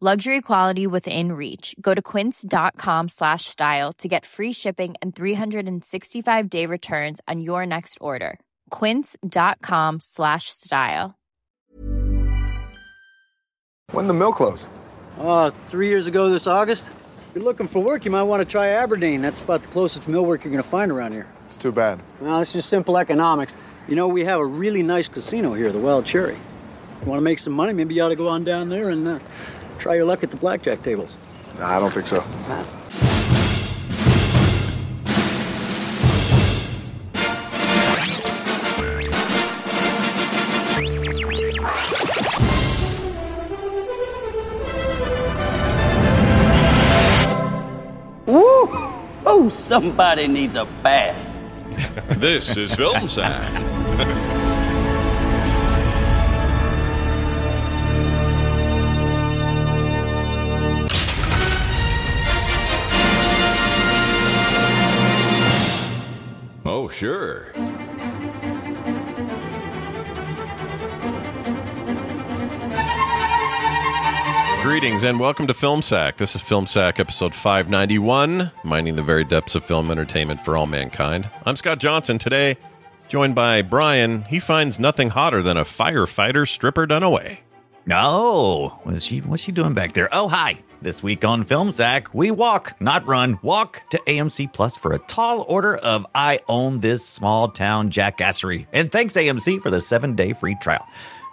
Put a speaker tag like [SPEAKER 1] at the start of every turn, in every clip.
[SPEAKER 1] Luxury quality within reach. Go to quince.com slash style to get free shipping and 365 day returns on your next order. Quince.com slash style.
[SPEAKER 2] When the mill close?
[SPEAKER 3] Uh, three years ago this August. If you're looking for work, you might want to try Aberdeen. That's about the closest mill work you're going to find around here.
[SPEAKER 2] It's too bad.
[SPEAKER 3] Well, it's just simple economics. You know, we have a really nice casino here, the Wild Cherry. You want to make some money, maybe you ought to go on down there and uh, try your luck at the blackjack tables.
[SPEAKER 2] Nah, I don't think so.
[SPEAKER 4] Woo! Oh, somebody needs a bath.
[SPEAKER 5] This is Film Sack. Oh, sure.
[SPEAKER 6] Greetings and welcome to Film Sack. This is Film Sack episode 591, mining the very depths of film entertainment for all mankind. I'm Scott Johnson. Today, joined by Brian, he finds nothing hotter than a firefighter stripper Dunaway.
[SPEAKER 7] No, was she? What's she doing back there? Oh, hi! This week on Film Sack, we walk, not run, walk to AMC Plus for a tall order of "I own this small town jackassery." And thanks AMC for the seven-day free trial.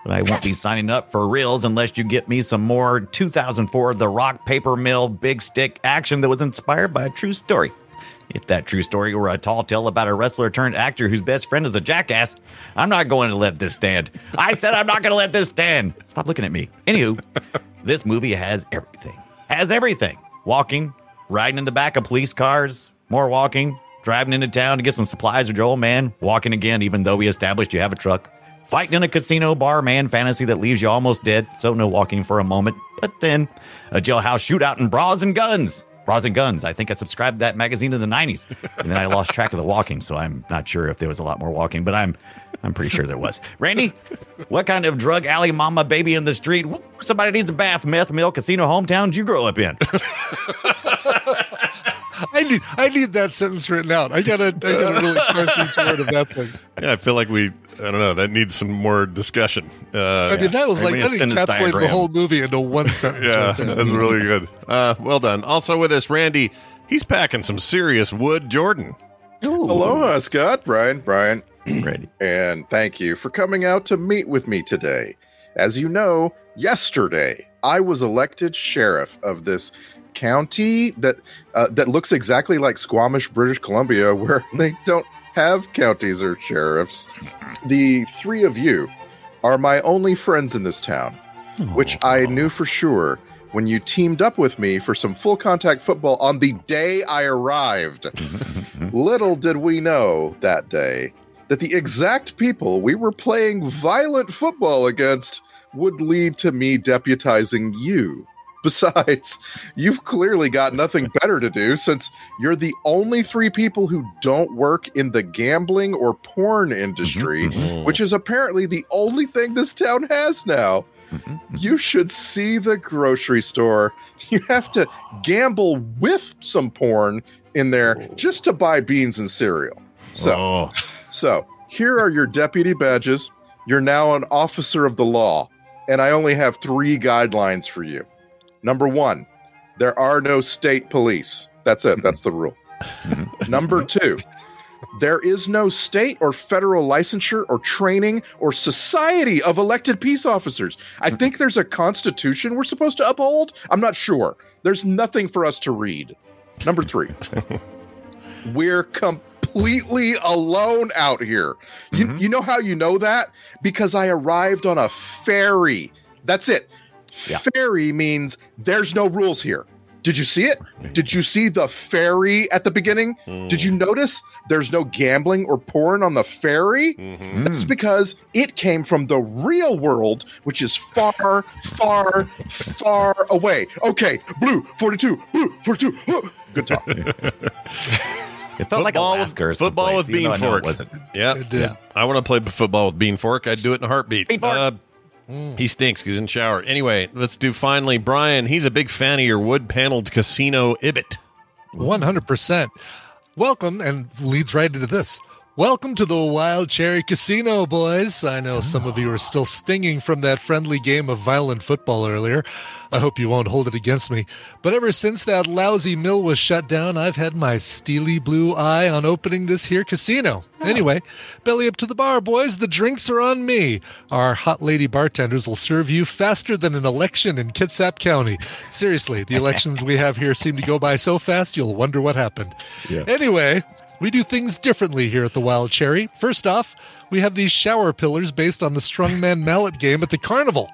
[SPEAKER 7] But I won't be signing up for reels unless you get me some more 2004 The Rock Paper Mill Big Stick action that was inspired by a true story. If that true story were a tall tale about a wrestler turned actor whose best friend is a jackass, I'm not going to let this stand. I said I'm not going to let this stand. Stop looking at me. Anywho, this movie has everything. Has everything. Walking, riding in the back of police cars, more walking, driving into town to get some supplies with your old man, walking again, even though we established you have a truck. Fighting in a casino bar man fantasy that leaves you almost dead, so no walking for a moment. But then, a jailhouse shootout and bras and guns. Bras and Guns. I think I subscribed to that magazine in the 90s. And then I lost track of the walking, so I'm not sure if there was a lot more walking, but I'm I'm pretty sure there was. Randy, what kind of drug alley mama baby in the street? Woo, Somebody needs a bath, meth, mill, casino, hometowns you grow up in.
[SPEAKER 8] I need I need that sentence written out. I gotta I gotta really parse each word of that thing.
[SPEAKER 6] Yeah, I feel like we, I don't know, that needs some more discussion. Uh,
[SPEAKER 8] I mean, that was
[SPEAKER 7] I
[SPEAKER 8] like
[SPEAKER 7] mean,
[SPEAKER 8] that
[SPEAKER 7] it's in this
[SPEAKER 8] encapsulated the
[SPEAKER 7] diagram.
[SPEAKER 8] whole movie into one sentence.
[SPEAKER 6] Yeah,
[SPEAKER 8] right there.
[SPEAKER 6] that's really good. Uh, well done. Also with us, Randy. He's packing some serious wood, Jordan.
[SPEAKER 9] Aloha, Scott, Brian, Brian,
[SPEAKER 7] Randy.
[SPEAKER 9] and thank you for coming out to meet with me today. As you know, yesterday I was elected sheriff of this county that uh, that looks exactly like Squamish, British Columbia, where they don't have counties or sheriffs. The three of you are my only friends in this town which I knew for sure when you teamed up with me for some full contact football on the day I arrived. Little did we know that day that the exact people we were playing violent football against would lead to me deputizing you. Besides, you've clearly got nothing better to do since you're the only three people who don't work in the gambling or porn industry,
[SPEAKER 6] Mm-hmm.
[SPEAKER 7] Mm.
[SPEAKER 9] which is apparently the only thing this town has now
[SPEAKER 7] Mm-hmm.
[SPEAKER 9] you should see the grocery store. You have to gamble with some porn in there just to buy beans and cereal. So,
[SPEAKER 7] Oh,
[SPEAKER 9] so here are your deputy badges. You're now an officer of the law, and I only have three guidelines for you. Number one, there are no state police. That's it. That's the rule.
[SPEAKER 2] Number two, there is no state or federal licensure or training or society of elected peace officers. I think there's a constitution we're supposed to uphold. I'm not sure. There's nothing for us to read. Number three, we're completely alone out here. You, you know how you know that? Because I arrived on a ferry. That's it.
[SPEAKER 7] Yeah.
[SPEAKER 2] Ferry means there's no rules here. Did you see it? Did you see the ferry at the beginning? Did you notice there's no gambling or porn on the ferry? That's because it came from the real world, which is far, far, far away. Okay, blue 42, blue 42. huh, Good talk.
[SPEAKER 7] It felt like
[SPEAKER 6] Football with-
[SPEAKER 7] Alaska or
[SPEAKER 6] football
[SPEAKER 7] someplace,
[SPEAKER 6] with
[SPEAKER 7] even though
[SPEAKER 6] bean
[SPEAKER 7] I know
[SPEAKER 6] fork.
[SPEAKER 7] It wasn't.
[SPEAKER 6] Yeah.
[SPEAKER 9] It did.
[SPEAKER 6] Yeah. I want to play b- football with bean fork. I'd do it in a heartbeat.
[SPEAKER 7] Bean fork.
[SPEAKER 6] Uh, He stinks. He's in shower. Anyway, let's do finally. Brian, he's a big fan of your wood paneled casino ibit.
[SPEAKER 9] 100%. Welcome, and leads right into this. Welcome to the Wild Cherry Casino, boys. I know some of you are still stinging from that friendly game of violent football earlier. I hope you won't hold it against me. But ever since that lousy mill was shut down, I've had my steely blue eye on opening this here casino. Anyway, belly up to the bar, boys. The drinks are on me. Our hot lady bartenders will serve you faster than an election in Kitsap County. Seriously, the elections we have here seem to go by so fast you'll wonder what happened. Anyway, we do things differently here at the Wild Cherry. First off, we have these shower pillars based on the strongman mallet game at the carnival.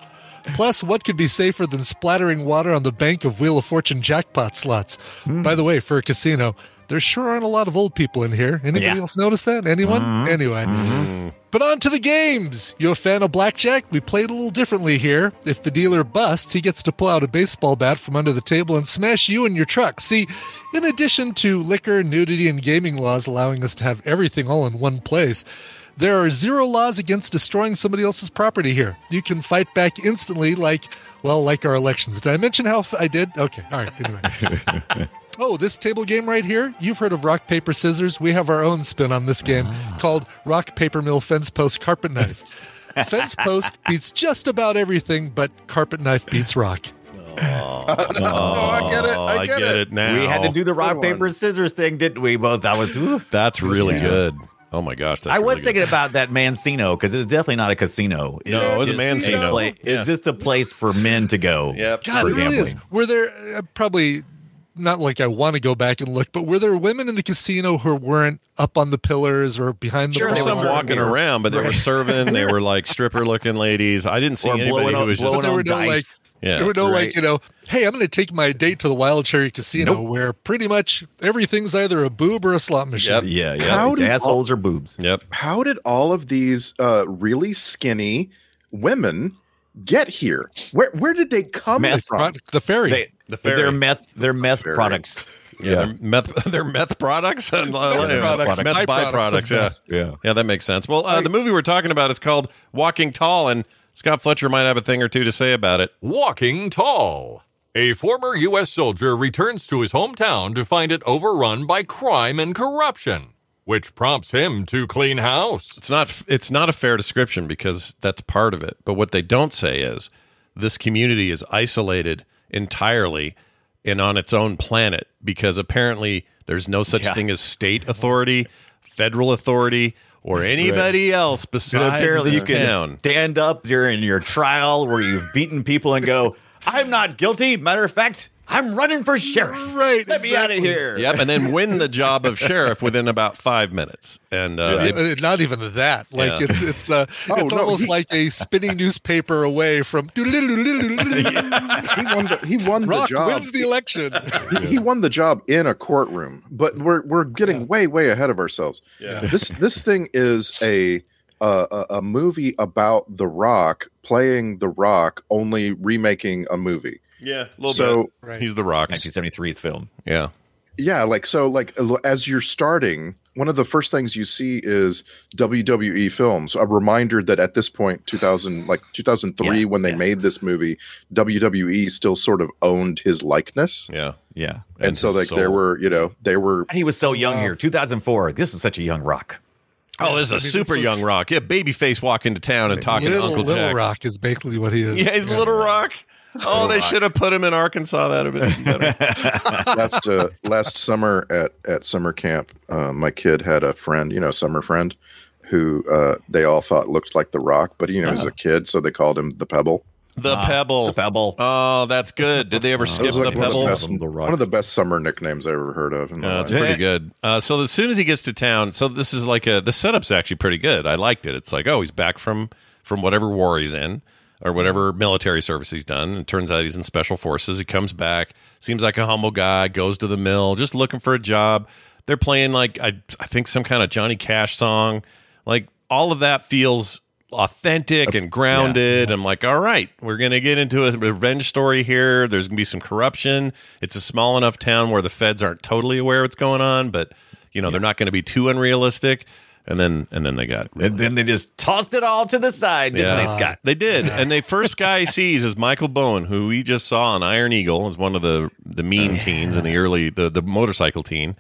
[SPEAKER 9] Plus, what could be safer than splattering water on the bank of Wheel of Fortune jackpot slots? By the way, for a casino, there sure aren't a lot of old people in here. Anybody
[SPEAKER 7] Yeah.
[SPEAKER 9] else notice that? Anyone? Anyway. But on to the games. You a fan of blackjack? We play it a little differently here. If the dealer busts, he gets to pull out a baseball bat from under the table and smash you and your truck. See, in addition to liquor, nudity, and gaming laws allowing us to have everything all in one place, there are zero laws against destroying somebody else's property here. You can fight back instantly, like, well, like our elections. Did I mention how f- I did? Okay, all right, anyway. Oh, this table game right here? You've heard of rock, paper, scissors. We have our own spin on this game
[SPEAKER 7] Ah.
[SPEAKER 9] called rock, paper, mill, fence post, carpet knife. fence post beats just about everything, but carpet knife beats rock.
[SPEAKER 2] I get it. I
[SPEAKER 6] Oh, I
[SPEAKER 2] get it.
[SPEAKER 6] now.
[SPEAKER 7] We had to do the rock
[SPEAKER 2] Good
[SPEAKER 7] paper
[SPEAKER 2] one.
[SPEAKER 7] scissors thing, didn't we? Both. I was. ooh.
[SPEAKER 6] That's really
[SPEAKER 7] Yeah.
[SPEAKER 6] good. Oh my gosh. That's
[SPEAKER 7] I was
[SPEAKER 6] really good.
[SPEAKER 7] thinking about that Mancino because it's definitely not a casino.
[SPEAKER 6] No, it was a
[SPEAKER 7] just
[SPEAKER 6] Mancino.
[SPEAKER 7] pla-
[SPEAKER 6] Yeah.
[SPEAKER 7] It's just a place for men to go.
[SPEAKER 6] Yep.
[SPEAKER 7] for
[SPEAKER 9] God, it really is.
[SPEAKER 7] gambling.
[SPEAKER 9] Were there uh, probably not like I want to go back and look, but were there women in the casino who weren't up on the pillars or behind the
[SPEAKER 7] Sure,
[SPEAKER 6] There were
[SPEAKER 7] They were
[SPEAKER 6] some
[SPEAKER 9] bars?
[SPEAKER 7] serving
[SPEAKER 6] walking
[SPEAKER 7] beer.
[SPEAKER 6] around, but they were serving. They were like stripper looking ladies. I didn't see
[SPEAKER 7] Or
[SPEAKER 6] anybody
[SPEAKER 7] blowing
[SPEAKER 6] who
[SPEAKER 7] on,
[SPEAKER 6] was just.
[SPEAKER 7] blowing
[SPEAKER 9] There were
[SPEAKER 7] on
[SPEAKER 9] no, like,
[SPEAKER 7] dice.
[SPEAKER 6] yeah.
[SPEAKER 9] there were no
[SPEAKER 7] right.
[SPEAKER 9] like you know hey i'm going to take my date to the wild cherry casino
[SPEAKER 7] Nope.
[SPEAKER 9] where pretty much everything's either a boob or a slot machine
[SPEAKER 6] Yep.
[SPEAKER 7] yeah, yeah.
[SPEAKER 2] How
[SPEAKER 7] it's
[SPEAKER 2] did all-
[SPEAKER 7] assholes or boobs?
[SPEAKER 6] Yep.
[SPEAKER 2] How did all of these uh, really skinny women get here? Where where did they come
[SPEAKER 7] Meth.
[SPEAKER 2] from?
[SPEAKER 9] Right, the ferry
[SPEAKER 7] They,
[SPEAKER 6] The fairy.
[SPEAKER 7] they're meth. They're meth
[SPEAKER 2] fairy.
[SPEAKER 7] products.
[SPEAKER 6] Yeah, They're meth. They're meth products and uh,
[SPEAKER 9] Meth
[SPEAKER 6] yeah,
[SPEAKER 9] products,
[SPEAKER 6] meth
[SPEAKER 9] byproducts
[SPEAKER 6] byproducts.
[SPEAKER 9] of
[SPEAKER 6] Yeah,
[SPEAKER 9] meth.
[SPEAKER 7] Yeah.
[SPEAKER 6] yeah, that makes sense. Well, uh, the movie we're talking about is called Walking Tall, and Scott Fletcher might have a thing or two to say about it.
[SPEAKER 5] Walking Tall. A former U.S. soldier returns to his hometown to find it overrun by crime and corruption, which prompts him to clean house.
[SPEAKER 6] It's not. It's not a fair description because that's part of it. But what they don't say is this community is isolated entirely and on its own planet because apparently there's no such
[SPEAKER 7] Yeah.
[SPEAKER 6] thing as state authority, federal authority, or anybody else
[SPEAKER 7] So
[SPEAKER 6] besides
[SPEAKER 7] apparently, you
[SPEAKER 6] this
[SPEAKER 7] can
[SPEAKER 6] town.
[SPEAKER 7] stand up during your trial where you've beaten people and go, "I'm not guilty." Matter of fact, I'm running for sheriff.
[SPEAKER 9] right
[SPEAKER 7] Let me out of
[SPEAKER 9] exactly.
[SPEAKER 7] here.
[SPEAKER 6] Yep, and then win the job of sheriff within about five minutes. And uh,
[SPEAKER 9] Yeah,
[SPEAKER 6] they-
[SPEAKER 9] uh, not even that. Like
[SPEAKER 6] Yeah.
[SPEAKER 9] it's it's uh,
[SPEAKER 2] Oh,
[SPEAKER 9] it's
[SPEAKER 2] no,
[SPEAKER 9] almost
[SPEAKER 2] he-
[SPEAKER 9] like a spinning newspaper away from
[SPEAKER 2] He won the, he won the
[SPEAKER 9] Rock
[SPEAKER 2] job.
[SPEAKER 9] wins the election.
[SPEAKER 2] He- He won the job in a courtroom, but we're we're getting way way ahead of ourselves. This this thing is a uh, a, a movie about The Rock playing The Rock, only remaking a movie.
[SPEAKER 6] yeah, a little
[SPEAKER 2] so
[SPEAKER 6] bit.
[SPEAKER 9] Right.
[SPEAKER 6] He's the rocks.
[SPEAKER 7] 1973's film.
[SPEAKER 6] Yeah,
[SPEAKER 2] Yeah, like so, like l- as you're starting, one of the first things you see is WWE films. A reminder that at this point, 2000, like 2003,
[SPEAKER 7] Yeah,
[SPEAKER 2] when they
[SPEAKER 7] yeah.
[SPEAKER 2] made this movie, WWE still sort of owned his likeness,
[SPEAKER 6] yeah.
[SPEAKER 7] Yeah.
[SPEAKER 2] and, so
[SPEAKER 6] his
[SPEAKER 2] like there
[SPEAKER 6] soul.
[SPEAKER 2] were, you know, they were.
[SPEAKER 7] And he was so young here. 2004. This is such a young rock.
[SPEAKER 6] Oh, this is a
[SPEAKER 9] I mean, this
[SPEAKER 6] super
[SPEAKER 9] was-
[SPEAKER 6] young rock. Yeah, babyface walking to town and talking to
[SPEAKER 9] little,
[SPEAKER 6] Uncle
[SPEAKER 9] little
[SPEAKER 6] Jack.
[SPEAKER 9] Rock is basically what he is.
[SPEAKER 6] Yeah, he's Little Rock. Oh, they should have put him in Arkansas. That'd have been better.
[SPEAKER 2] last uh, last summer at at summer camp, uh, my kid had a friend, you know, summer friend, who uh, they all thought looked like the Rock, but you know, he was a kid, so they called him the Pebble.
[SPEAKER 6] The pebble.
[SPEAKER 7] The pebble.
[SPEAKER 6] Oh, that's good. Did they ever
[SPEAKER 2] It
[SPEAKER 6] skip
[SPEAKER 2] was
[SPEAKER 6] the
[SPEAKER 2] like one, of the
[SPEAKER 6] pebble?
[SPEAKER 2] best,
[SPEAKER 7] The Rock.
[SPEAKER 2] one of the best summer nicknames I ever heard of. In my
[SPEAKER 6] No,
[SPEAKER 2] life.
[SPEAKER 6] it's pretty good. Uh, so as soon as he gets to town, so this is like a the setup's actually pretty good. I liked it. It's like oh, he's back from from whatever war he's in or whatever military service he's done. And it turns out he's in special forces. He comes back, seems like a humble guy, goes to the mill, just looking for a job. They're playing like I I think some kind of Johnny Cash song. Like all of that feels authentic and grounded. I'm like, all right, we're going to get into a revenge story here. There's going to be some corruption. It's a small enough town where the feds aren't totally aware what's going on, but you know, they're not going to be too unrealistic. And then, and then they got,
[SPEAKER 7] And then they just tossed it all to the side, didn't
[SPEAKER 6] Yeah.
[SPEAKER 7] they, Scott?
[SPEAKER 6] they did. And the first guy he sees is Michael Bowen, who we just saw on Iron Eagle as one of the, the mean teens in the early, the, the motorcycle teen.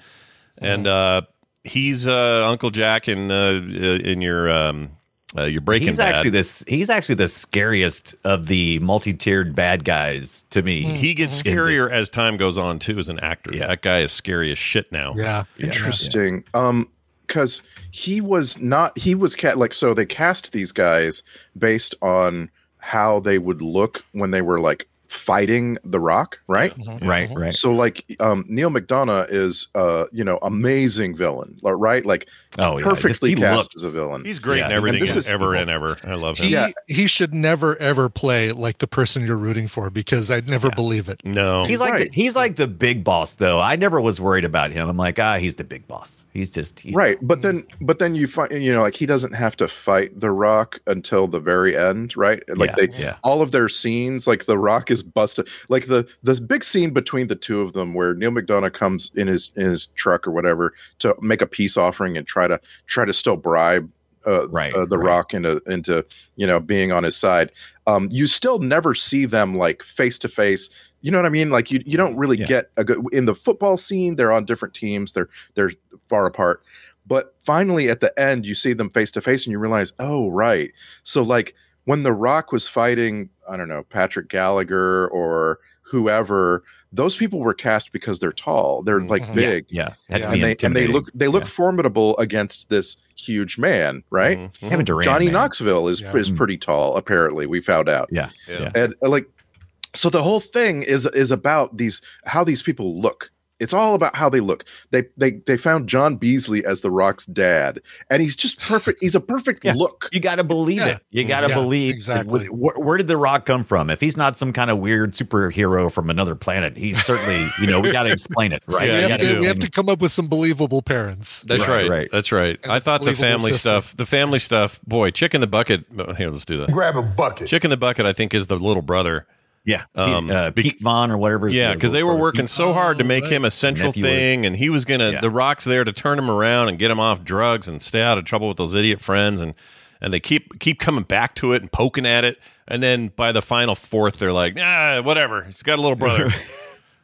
[SPEAKER 6] And, uh, he's, uh, Uncle Jack in, uh, in your, um, uh, your breaking
[SPEAKER 7] He's
[SPEAKER 6] bad.
[SPEAKER 7] actually this. He's actually the scariest of the multi-tiered bad guys to me.
[SPEAKER 2] Hmm.
[SPEAKER 6] he gets
[SPEAKER 7] In
[SPEAKER 6] scarier
[SPEAKER 7] this-
[SPEAKER 6] as time goes on too as an actor
[SPEAKER 7] Mm-hmm. Yeah.
[SPEAKER 6] that guy is scary as shit now
[SPEAKER 9] Yeah.
[SPEAKER 2] Interesting. Um, because he was not, he was cat like so they cast these guys based on how they would look when they were like fighting the Rock, right?
[SPEAKER 7] right, right.
[SPEAKER 6] Mhm.
[SPEAKER 2] So like, um, Neil McDonough is, uh, you know, amazing villain, li- right? Like,
[SPEAKER 7] Oh, yeah.
[SPEAKER 2] perfectly
[SPEAKER 7] Just- he
[SPEAKER 2] cast
[SPEAKER 7] looks-
[SPEAKER 2] as a villain.
[SPEAKER 6] he's great
[SPEAKER 7] Yeah,
[SPEAKER 6] in
[SPEAKER 7] and
[SPEAKER 6] everything
[SPEAKER 2] this
[SPEAKER 6] and
[SPEAKER 2] is-
[SPEAKER 6] ever and ever i love him
[SPEAKER 9] He,
[SPEAKER 2] Yeah.
[SPEAKER 9] he should never ever play like the person you're rooting for because I'd never believe it.
[SPEAKER 6] no
[SPEAKER 7] He's like
[SPEAKER 2] Right.
[SPEAKER 7] the, he's like the big boss though. I never was worried about him. I'm like, ah, he's the big boss. He's just he,
[SPEAKER 2] right but then
[SPEAKER 7] Mm.
[SPEAKER 2] but then you find you know like he doesn't have to fight the rock until the very end right like
[SPEAKER 7] Yeah,
[SPEAKER 2] they uh,
[SPEAKER 7] yeah.
[SPEAKER 2] all of their scenes like the rock is busted like the this big scene between the two of them where neil mcdonough comes in his in his truck or whatever to make a peace offering and try to try to still bribe uh,
[SPEAKER 7] Right,
[SPEAKER 2] uh, the
[SPEAKER 7] right.
[SPEAKER 2] rock into into you know being on his side um you still never see them like face to face you know what i mean like you you don't really
[SPEAKER 7] Yeah.
[SPEAKER 2] get a good in the football scene they're on different teams they're they're far apart but finally at the end you see them face to face and you realize oh right so like when the rock was fighting i don't know patrick gallagher or whoever those people were cast because they're tall they're like
[SPEAKER 9] Mhm.
[SPEAKER 2] big
[SPEAKER 7] Mm-hmm. Yeah, had to
[SPEAKER 2] and
[SPEAKER 7] be
[SPEAKER 9] Yeah.
[SPEAKER 2] they and they
[SPEAKER 7] intimidating.
[SPEAKER 2] look they look
[SPEAKER 7] Yeah.
[SPEAKER 2] formidable against this huge man right
[SPEAKER 6] Mhm.
[SPEAKER 7] Mm-hmm. Kevin Durant,
[SPEAKER 2] johnny
[SPEAKER 7] man.
[SPEAKER 2] knoxville is
[SPEAKER 9] Yeah.
[SPEAKER 2] is pretty tall apparently we found out
[SPEAKER 7] Yeah,
[SPEAKER 6] Yeah.
[SPEAKER 7] yeah.
[SPEAKER 2] and uh, like so the whole thing is is about these how these people look it's all about how they look they they they found john beasley as the rock's dad and he's just perfect he's a perfect
[SPEAKER 7] Yeah.
[SPEAKER 2] look
[SPEAKER 7] You got to believe
[SPEAKER 9] Yeah.
[SPEAKER 7] it. You got to
[SPEAKER 9] Yeah,
[SPEAKER 7] believe
[SPEAKER 9] exactly.
[SPEAKER 7] Where, where did the Rock come from? If he's not some kind of weird superhero from another planet, he's certainly you know we got to explain it, right?
[SPEAKER 6] Yeah,
[SPEAKER 7] We
[SPEAKER 9] we, have
[SPEAKER 7] gotta
[SPEAKER 9] to, we
[SPEAKER 7] explain
[SPEAKER 9] have to come up with some believable parents.
[SPEAKER 6] that's
[SPEAKER 7] Right,
[SPEAKER 6] right,
[SPEAKER 7] right.
[SPEAKER 6] that's right
[SPEAKER 9] And
[SPEAKER 6] i thought the
[SPEAKER 9] believable
[SPEAKER 6] family
[SPEAKER 9] system.
[SPEAKER 6] stuff the family stuff boy chick in the bucket oh, here let's do that
[SPEAKER 10] Grab a bucket.
[SPEAKER 6] chick in the bucket i think is the little brother
[SPEAKER 7] Yeah,
[SPEAKER 6] Um,
[SPEAKER 7] Pete, uh,
[SPEAKER 6] bec-
[SPEAKER 7] Pete Von or whatever. his
[SPEAKER 6] yeah
[SPEAKER 7] name is.
[SPEAKER 6] because they were working so hard to
[SPEAKER 9] Oh,
[SPEAKER 6] make
[SPEAKER 9] right.
[SPEAKER 6] him a central
[SPEAKER 7] Nephew was-
[SPEAKER 6] thing and he was gonna
[SPEAKER 7] Yeah.
[SPEAKER 6] the rock's there to turn him around and get him off drugs and stay out of trouble with those idiot friends and and they keep keep coming back to it and poking at it and then by the final fourth they're like ah whatever he's got a little brother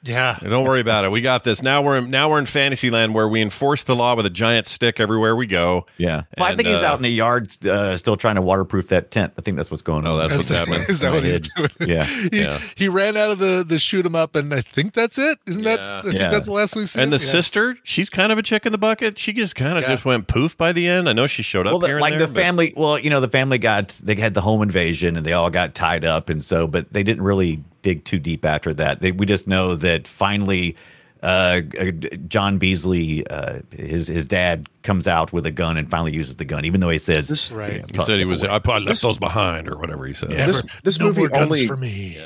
[SPEAKER 9] Yeah.
[SPEAKER 6] Don't worry about it. We got this. Now we're in, now we're in fantasy land where we enforce the law with a giant stick everywhere we go.
[SPEAKER 7] Yeah, well, I
[SPEAKER 6] And,
[SPEAKER 7] think he's
[SPEAKER 6] uh,
[SPEAKER 7] out in the yard uh, still trying to waterproof that tent. I think that's what's going
[SPEAKER 6] Oh,
[SPEAKER 7] on.
[SPEAKER 6] that's what's happening.
[SPEAKER 9] Is that what he's doing?
[SPEAKER 7] Yeah,
[SPEAKER 9] He,
[SPEAKER 6] yeah.
[SPEAKER 9] he ran out of the the shoot 'em up, and I think that's it. Isn't that?
[SPEAKER 6] Yeah.
[SPEAKER 9] I think
[SPEAKER 7] Yeah.
[SPEAKER 9] that's the last we see.
[SPEAKER 6] And the
[SPEAKER 9] Yeah.
[SPEAKER 6] sister, she's kind of a chick in the bucket. She just kind of
[SPEAKER 9] Yeah.
[SPEAKER 6] just went poof by the end. I know she showed up
[SPEAKER 7] well, the-
[SPEAKER 6] here and
[SPEAKER 7] like
[SPEAKER 6] there,
[SPEAKER 7] the
[SPEAKER 6] but-
[SPEAKER 7] family. Well, you know, the family got they had the home invasion and they all got tied up, and so but they didn't really dig too deep after that. They, we just know that finally, uh, uh, John Beasley, uh, his his dad comes out with a gun and finally uses the gun, even though he says
[SPEAKER 2] This-
[SPEAKER 9] Right.
[SPEAKER 6] He said he was. I probably left those behind or whatever he said.
[SPEAKER 9] Never-
[SPEAKER 2] This- this
[SPEAKER 9] no
[SPEAKER 2] movie
[SPEAKER 9] more guns
[SPEAKER 2] only-
[SPEAKER 9] for me.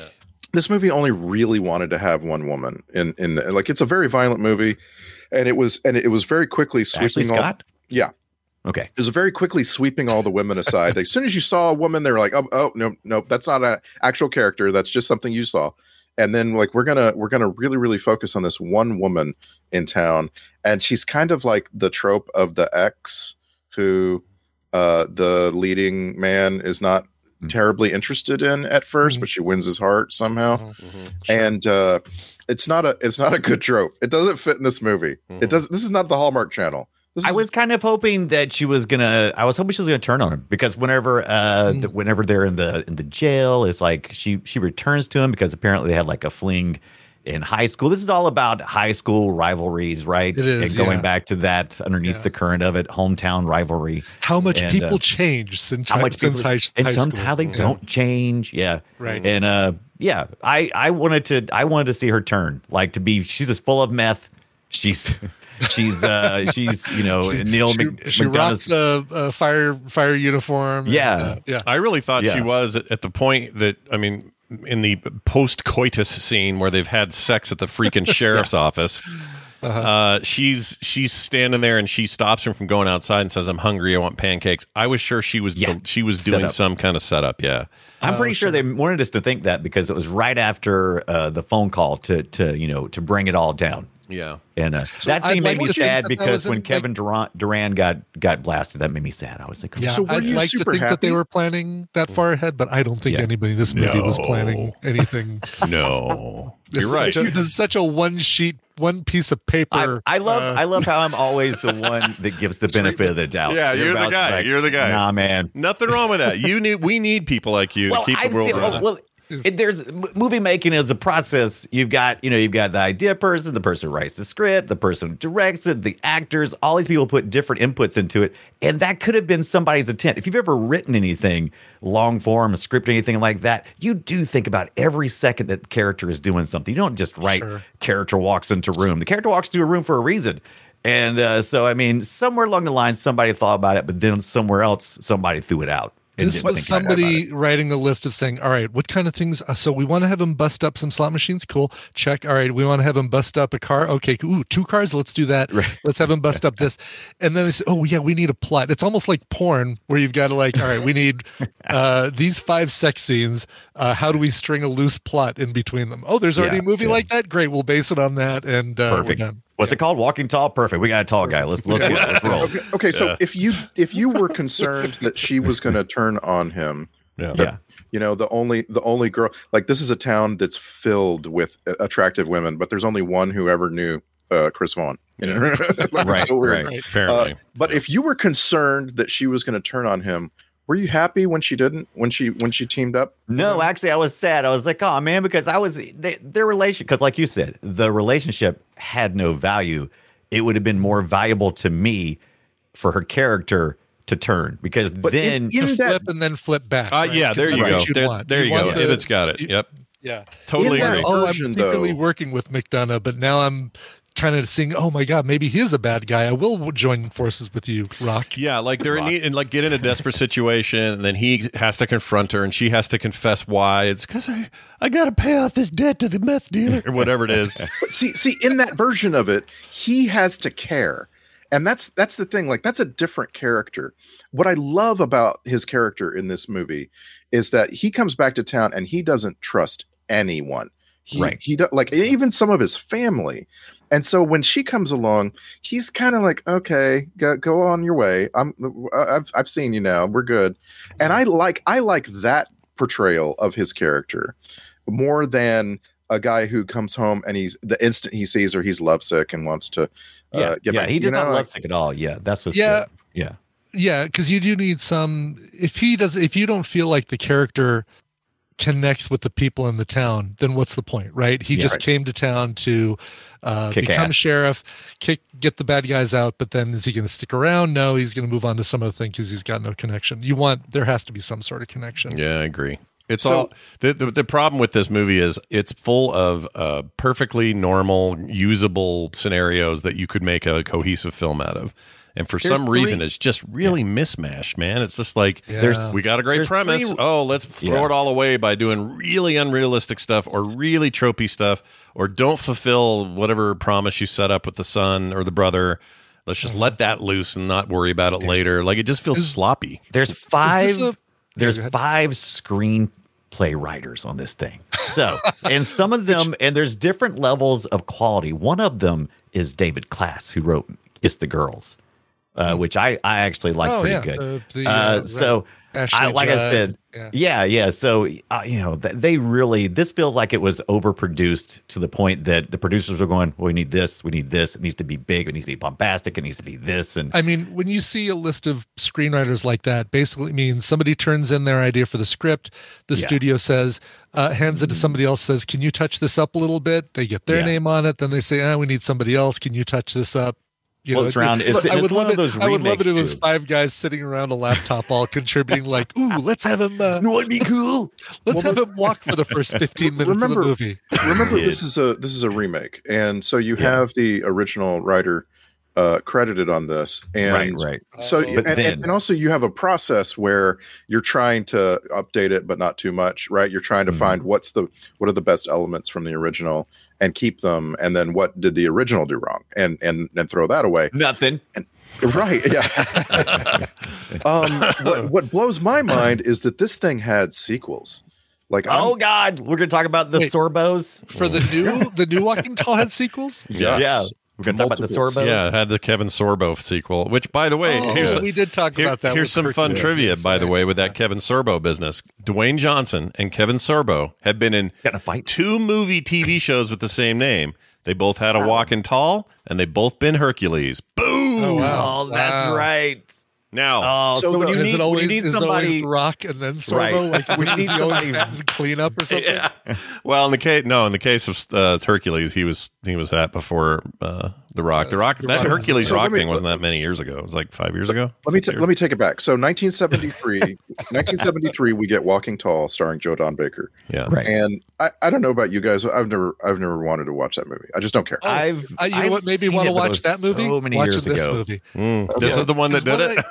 [SPEAKER 2] this movie only really wanted to have one woman in in the, like it's a very violent movie and it was and it was very quickly
[SPEAKER 7] Ashley
[SPEAKER 2] sweeping all,
[SPEAKER 7] Scott.
[SPEAKER 2] yeah
[SPEAKER 7] Okay,
[SPEAKER 2] it was very quickly sweeping all the women aside as soon as you saw a woman they were like oh, oh no no that's not an actual character that's just something you saw and then like we're gonna we're gonna really really focus on this one woman in town and she's kind of like the trope of the ex who uh the leading man is not terribly interested in at 1st but she wins his heart somehow and uh it's not a it's not a good trope it doesn't fit in this movie it does this is not the hallmark channel This
[SPEAKER 7] I
[SPEAKER 2] is-
[SPEAKER 7] was kind of hoping that she was gonna. I was hoping she was gonna turn on him because whenever,
[SPEAKER 9] Hmm.
[SPEAKER 7] uh, th- whenever they're in the in the jail, it's like she she returns to him because apparently they had like a fling in high school. This is all about high school rivalries, right?
[SPEAKER 9] It is,
[SPEAKER 7] and going
[SPEAKER 9] yeah.
[SPEAKER 7] back to that underneath
[SPEAKER 9] Yeah.
[SPEAKER 7] the current of it, hometown rivalry.
[SPEAKER 9] How much
[SPEAKER 7] And,
[SPEAKER 9] people
[SPEAKER 7] uh,
[SPEAKER 9] change since,
[SPEAKER 7] How much
[SPEAKER 9] since
[SPEAKER 7] people-
[SPEAKER 9] high,
[SPEAKER 7] and
[SPEAKER 9] high school?
[SPEAKER 7] somehow they
[SPEAKER 9] Yeah.
[SPEAKER 7] don't change. Yeah,
[SPEAKER 9] Right.
[SPEAKER 7] And uh, yeah, I I wanted to I wanted to see her turn like to be. She's as full of meth. She's. She's uh she's you know Neil
[SPEAKER 9] she,
[SPEAKER 7] Mc-
[SPEAKER 9] she
[SPEAKER 7] McDonough's-
[SPEAKER 9] rocks a, a fire fire uniform. and,
[SPEAKER 7] Yeah.
[SPEAKER 9] uh, yeah.
[SPEAKER 6] I really thought she
[SPEAKER 7] Yeah.
[SPEAKER 6] was at the point that I mean, in the post coitus scene where they've had sex at the freaking sheriff's office. uh
[SPEAKER 7] Uh-huh.
[SPEAKER 6] she's she's standing there and she stops him from going outside and says, "I'm hungry. I want pancakes." I was sure she was
[SPEAKER 7] Yeah.
[SPEAKER 6] she was
[SPEAKER 7] Set
[SPEAKER 6] doing
[SPEAKER 7] up.
[SPEAKER 6] some kind of setup. Yeah,
[SPEAKER 7] I'm
[SPEAKER 9] Oh,
[SPEAKER 7] pretty sure they wanted us to think that because it was right after uh, the phone call to to you know to bring it all down.
[SPEAKER 6] yeah.
[SPEAKER 7] And uh, that
[SPEAKER 9] I'd
[SPEAKER 7] scene
[SPEAKER 9] like
[SPEAKER 7] made me
[SPEAKER 9] to think
[SPEAKER 7] sad
[SPEAKER 9] that that
[SPEAKER 7] because
[SPEAKER 9] was
[SPEAKER 7] when
[SPEAKER 9] in,
[SPEAKER 7] Kevin Duran, Duran got got blasted, that made me sad. I was like, oh,
[SPEAKER 9] Yeah,
[SPEAKER 2] So were
[SPEAKER 9] I'd
[SPEAKER 2] you
[SPEAKER 9] like to
[SPEAKER 2] super
[SPEAKER 9] think that they
[SPEAKER 2] happy?
[SPEAKER 9] were planning that far ahead, but I don't think
[SPEAKER 7] Yeah.
[SPEAKER 9] anybody in this movie was
[SPEAKER 6] No.
[SPEAKER 9] planning anything.
[SPEAKER 6] No,
[SPEAKER 9] This
[SPEAKER 6] you're
[SPEAKER 9] is
[SPEAKER 6] right.
[SPEAKER 9] such a- this is such a one sheet, one piece of
[SPEAKER 7] I,
[SPEAKER 9] paper.
[SPEAKER 7] I love
[SPEAKER 9] uh,
[SPEAKER 7] I love how I'm always the one that gives the benefit of the doubt.
[SPEAKER 6] Yeah, you're the
[SPEAKER 7] Everybody else is
[SPEAKER 6] guy. You're the guy.
[SPEAKER 7] Nah, man.
[SPEAKER 6] Nothing wrong with that. You need we need people like you to keep the world
[SPEAKER 7] seen- oh,
[SPEAKER 6] running.
[SPEAKER 7] well, it, there's m- movie making is a process. You've got you know you've got the idea person, the person who writes the script, the person who directs it, the actors. All these people put different inputs into it, and that could have been somebody's intent. If you've ever written anything long form, a script, anything like that, you do think about every second that the character is doing something. You don't just write
[SPEAKER 9] Sure.
[SPEAKER 7] character walks into room. The character walks into a room for a reason. And uh, so, I mean, somewhere along the line, somebody thought about it, but then somewhere else, somebody threw it out. and
[SPEAKER 9] this
[SPEAKER 7] didn't
[SPEAKER 9] was
[SPEAKER 7] think about it.
[SPEAKER 9] somebody writing a list of saying, all right, what kind of things? uh, So we want to have him bust up some slot machines. Cool. Check. All right. We want to have him bust up a car. Okay. Ooh, two cars. Let's do that. Let's have him bust up this. And then they say, oh, yeah, we need a plot. It's almost like porn where you've got to, like, all right, we need uh, these five sex scenes. Uh, how do we string a loose plot in between them? Oh, there's already
[SPEAKER 7] Yeah,
[SPEAKER 9] a movie
[SPEAKER 7] yeah.
[SPEAKER 9] like that. Great. We'll base it on that. And
[SPEAKER 2] Oh,
[SPEAKER 9] uh,
[SPEAKER 7] Perfect.
[SPEAKER 9] We're done.
[SPEAKER 7] What's it called? Walking tall. Perfect. We got a tall guy. Let's let's, get, it. let's roll.
[SPEAKER 2] Okay, okay, so if you if you were concerned that she was going to turn on him,
[SPEAKER 6] yeah.
[SPEAKER 7] Yeah.
[SPEAKER 2] you know the only the only girl like this is a town that's filled with uh, attractive women but there's only one who ever knew uh, chris vaughn You know? Like,
[SPEAKER 7] Right,
[SPEAKER 2] it's so weird.
[SPEAKER 7] right.
[SPEAKER 2] Uh,
[SPEAKER 6] Apparently,
[SPEAKER 2] but if you were concerned that she was going to turn on him were you happy when she didn't when she when she teamed up
[SPEAKER 7] No, actually, I was sad. I was like, oh man, because I was they, their relationship. Because like you said, the relationship had no value. It would have been more valuable to me for her character to turn because
[SPEAKER 2] But
[SPEAKER 7] then
[SPEAKER 2] in- in
[SPEAKER 9] To
[SPEAKER 2] that-
[SPEAKER 9] flip and then flip back.
[SPEAKER 6] uh,
[SPEAKER 9] right?
[SPEAKER 6] yeah.
[SPEAKER 9] 'Cause
[SPEAKER 6] There
[SPEAKER 9] that's
[SPEAKER 6] you go.
[SPEAKER 9] what you'd
[SPEAKER 6] There,
[SPEAKER 9] want.
[SPEAKER 6] there you go.
[SPEAKER 9] want the-
[SPEAKER 6] Ibbot's got it. Yep,
[SPEAKER 9] Yeah.
[SPEAKER 6] totally
[SPEAKER 2] In that
[SPEAKER 6] agree.
[SPEAKER 2] all-
[SPEAKER 9] oh, I'm
[SPEAKER 2] version,
[SPEAKER 9] secretly
[SPEAKER 2] though-
[SPEAKER 9] working with McDonough, but now I'm kind of seeing, oh my God, maybe he is a bad guy. I will w- join forces with you, Rock.
[SPEAKER 6] Yeah, like they're in need and like get in a desperate situation, and then he has to confront her, and she has to confess why it's because I I got to pay off this debt to the meth dealer or whatever it is.
[SPEAKER 2] But see see in that version of it he has to care and that's that's the thing like that's a different character what i love about his character in this movie is that he comes back to town and he doesn't trust anyone he,
[SPEAKER 7] Right.
[SPEAKER 2] he do, like even some of his family and so when she comes along he's kind of like okay go, go on your way i'm uh, I've, I've seen you now we're good and i like i like that portrayal of his character more than a guy who comes home and he's the instant he sees her he's lovesick and wants to uh,
[SPEAKER 7] yeah,
[SPEAKER 2] get
[SPEAKER 7] yeah,
[SPEAKER 2] back.
[SPEAKER 7] he
[SPEAKER 2] You
[SPEAKER 7] does
[SPEAKER 2] know,
[SPEAKER 7] not
[SPEAKER 2] like-
[SPEAKER 7] love sick at all. Yeah, that's what's
[SPEAKER 9] Yeah.
[SPEAKER 7] good. yeah.
[SPEAKER 9] Yeah, because you do need some. If he does, if you don't feel like the character connects with the people in the town, then what's the point, right? He
[SPEAKER 7] Yeah.
[SPEAKER 9] just
[SPEAKER 7] Right.
[SPEAKER 9] came to town to uh,
[SPEAKER 7] Kick
[SPEAKER 9] become
[SPEAKER 7] ass.
[SPEAKER 9] sheriff, kick, get the bad guys out. But then, is he going to stick around? No, he's going to move on to some other thing because he's got no connection. You want there has to be some sort of connection.
[SPEAKER 6] Yeah, I agree. It's
[SPEAKER 2] So-
[SPEAKER 6] all the, the the problem with this movie is it's full of uh, perfectly normal, usable scenarios that you could make a cohesive film out of, and for
[SPEAKER 7] There's
[SPEAKER 6] some reason
[SPEAKER 7] three-
[SPEAKER 6] it's just really mismatched, man. It's just like
[SPEAKER 7] There's-
[SPEAKER 6] we got a great
[SPEAKER 7] there's
[SPEAKER 6] premise.
[SPEAKER 7] three-
[SPEAKER 6] oh, let's throw
[SPEAKER 7] Yeah.
[SPEAKER 6] it all away by doing really unrealistic stuff or really tropey stuff, or don't fulfill whatever promise you set up with the son or the brother. Let's just let that loose and not worry about it later. Like it just feels sloppy.
[SPEAKER 7] There's five.
[SPEAKER 9] a-
[SPEAKER 7] there's five screenplay writers on this thing. So, and some of them, and there's different levels of quality. One of them is David Klass, who wrote "Kiss the Girls," uh, which I I actually like
[SPEAKER 9] Oh,
[SPEAKER 7] pretty
[SPEAKER 9] yeah,
[SPEAKER 7] good.
[SPEAKER 9] the- the,
[SPEAKER 7] uh,
[SPEAKER 9] uh,
[SPEAKER 7] so,
[SPEAKER 9] Ashley
[SPEAKER 7] I, like I
[SPEAKER 9] Judd.
[SPEAKER 7] said,
[SPEAKER 9] Yeah.
[SPEAKER 7] yeah, yeah. So uh, you know, th- they really this feels like it was overproduced to the point that the producers were going, well, "We need this, we need this. It needs to be big. It needs to be bombastic. It needs to be this." And
[SPEAKER 9] I mean, when you see a list of screenwriters like that, basically means somebody turns in their idea for the script. The
[SPEAKER 7] Yeah. Mm-hmm.
[SPEAKER 9] studio says, uh, hands it to somebody else, says, "Can you touch this up a little bit?" They get their
[SPEAKER 7] Yeah.
[SPEAKER 9] name on it. Then they say, "Ah, we need somebody else. Can you touch this up?" You
[SPEAKER 7] Well, it's round-
[SPEAKER 9] it-
[SPEAKER 7] it's-
[SPEAKER 9] I
[SPEAKER 7] it's
[SPEAKER 9] would
[SPEAKER 7] one
[SPEAKER 9] love
[SPEAKER 7] of
[SPEAKER 9] it.
[SPEAKER 7] those
[SPEAKER 9] I would love it. if It
[SPEAKER 7] remakes,
[SPEAKER 9] was
[SPEAKER 7] dude.
[SPEAKER 9] five guys sitting around a laptop, all contributing, like, "Ooh, let's have him. Uh,
[SPEAKER 7] would be cool.
[SPEAKER 9] let's have him walk for the first fifteen minutes
[SPEAKER 2] Remember-
[SPEAKER 9] of the movie."
[SPEAKER 2] remember
[SPEAKER 7] Dude.
[SPEAKER 2] this is a this is a remake and so you have the original writer uh credited on this and
[SPEAKER 7] right, right.
[SPEAKER 2] so
[SPEAKER 9] Oh.
[SPEAKER 2] and,
[SPEAKER 7] But
[SPEAKER 2] and,
[SPEAKER 7] then-
[SPEAKER 2] and also you have a process where you're trying to update it but not too much right you're trying to
[SPEAKER 7] Mhm.
[SPEAKER 2] find what's the what are the best elements from the original and keep them and then what did the original do wrong and and and throw that away
[SPEAKER 7] Nothing.
[SPEAKER 2] right yeah um what, what blows my mind is that this thing had sequels like I'm-
[SPEAKER 7] Oh God, we're gonna talk about the
[SPEAKER 9] Wait.
[SPEAKER 7] sorbos.
[SPEAKER 9] For the new, the new Walking Tall had sequels.
[SPEAKER 6] Yes.
[SPEAKER 7] Yeah, we're gonna talk about the
[SPEAKER 2] Multiples.
[SPEAKER 7] sorbos.
[SPEAKER 6] Yeah, it had the Kevin Sorbo sequel, which, by the way,
[SPEAKER 9] Oh,
[SPEAKER 6] here's,
[SPEAKER 9] we did talk
[SPEAKER 6] here-
[SPEAKER 9] about that.
[SPEAKER 6] here's
[SPEAKER 9] with
[SPEAKER 6] some
[SPEAKER 9] Kirk
[SPEAKER 6] fun
[SPEAKER 9] Douglas.
[SPEAKER 6] trivia, by the
[SPEAKER 9] Right.
[SPEAKER 6] way, with that Kevin Sorbo business. Dwayne Johnson and Kevin Sorbo had been in
[SPEAKER 7] Got in a fight?
[SPEAKER 6] two movie TV shows with the same name. They both had a walking tall, and they both been Hercules. Boom!
[SPEAKER 9] Oh, wow.
[SPEAKER 7] Oh, that's
[SPEAKER 9] Wow.
[SPEAKER 7] right.
[SPEAKER 6] Now,
[SPEAKER 7] Oh, so,
[SPEAKER 2] So
[SPEAKER 7] when
[SPEAKER 2] the-
[SPEAKER 7] you
[SPEAKER 9] is
[SPEAKER 7] need,
[SPEAKER 9] it
[SPEAKER 7] when
[SPEAKER 9] always
[SPEAKER 7] you need
[SPEAKER 9] is it
[SPEAKER 7] somebody
[SPEAKER 9] always the rock and then Sorbo?
[SPEAKER 7] Right.
[SPEAKER 9] Like is
[SPEAKER 7] When
[SPEAKER 9] it,
[SPEAKER 7] you
[SPEAKER 9] is
[SPEAKER 7] need
[SPEAKER 9] he always
[SPEAKER 7] somebody-
[SPEAKER 9] batting cleanup or something?
[SPEAKER 6] well, in the case, no, in the case of uh, Hercules, he was he was that before uh, the Rock. The Rock, that
[SPEAKER 9] Rock.
[SPEAKER 6] Hercules
[SPEAKER 2] So let
[SPEAKER 6] Rock
[SPEAKER 2] me-
[SPEAKER 6] thing wasn't that many years ago. It was like five years ago.
[SPEAKER 2] Let me
[SPEAKER 6] Six
[SPEAKER 2] t-
[SPEAKER 6] years?
[SPEAKER 2] let me take it back. So 1973, 1973, we get Walking Tall, starring Joe Don Baker,
[SPEAKER 6] yeah.
[SPEAKER 7] right.
[SPEAKER 2] and I, I don't know about you guys, but I've never I've never wanted to watch that movie. I just don't care.
[SPEAKER 7] I've
[SPEAKER 9] Uh, you know
[SPEAKER 7] I've
[SPEAKER 9] what made me
[SPEAKER 7] seen
[SPEAKER 9] want
[SPEAKER 7] it,
[SPEAKER 9] to
[SPEAKER 7] but it
[SPEAKER 9] watch
[SPEAKER 7] was
[SPEAKER 9] that movie?
[SPEAKER 7] So many
[SPEAKER 9] Watching
[SPEAKER 7] years
[SPEAKER 9] this
[SPEAKER 7] ago.
[SPEAKER 9] movie.
[SPEAKER 6] Mm. This is the one that
[SPEAKER 9] 'Cause
[SPEAKER 6] did it.
[SPEAKER 9] what I-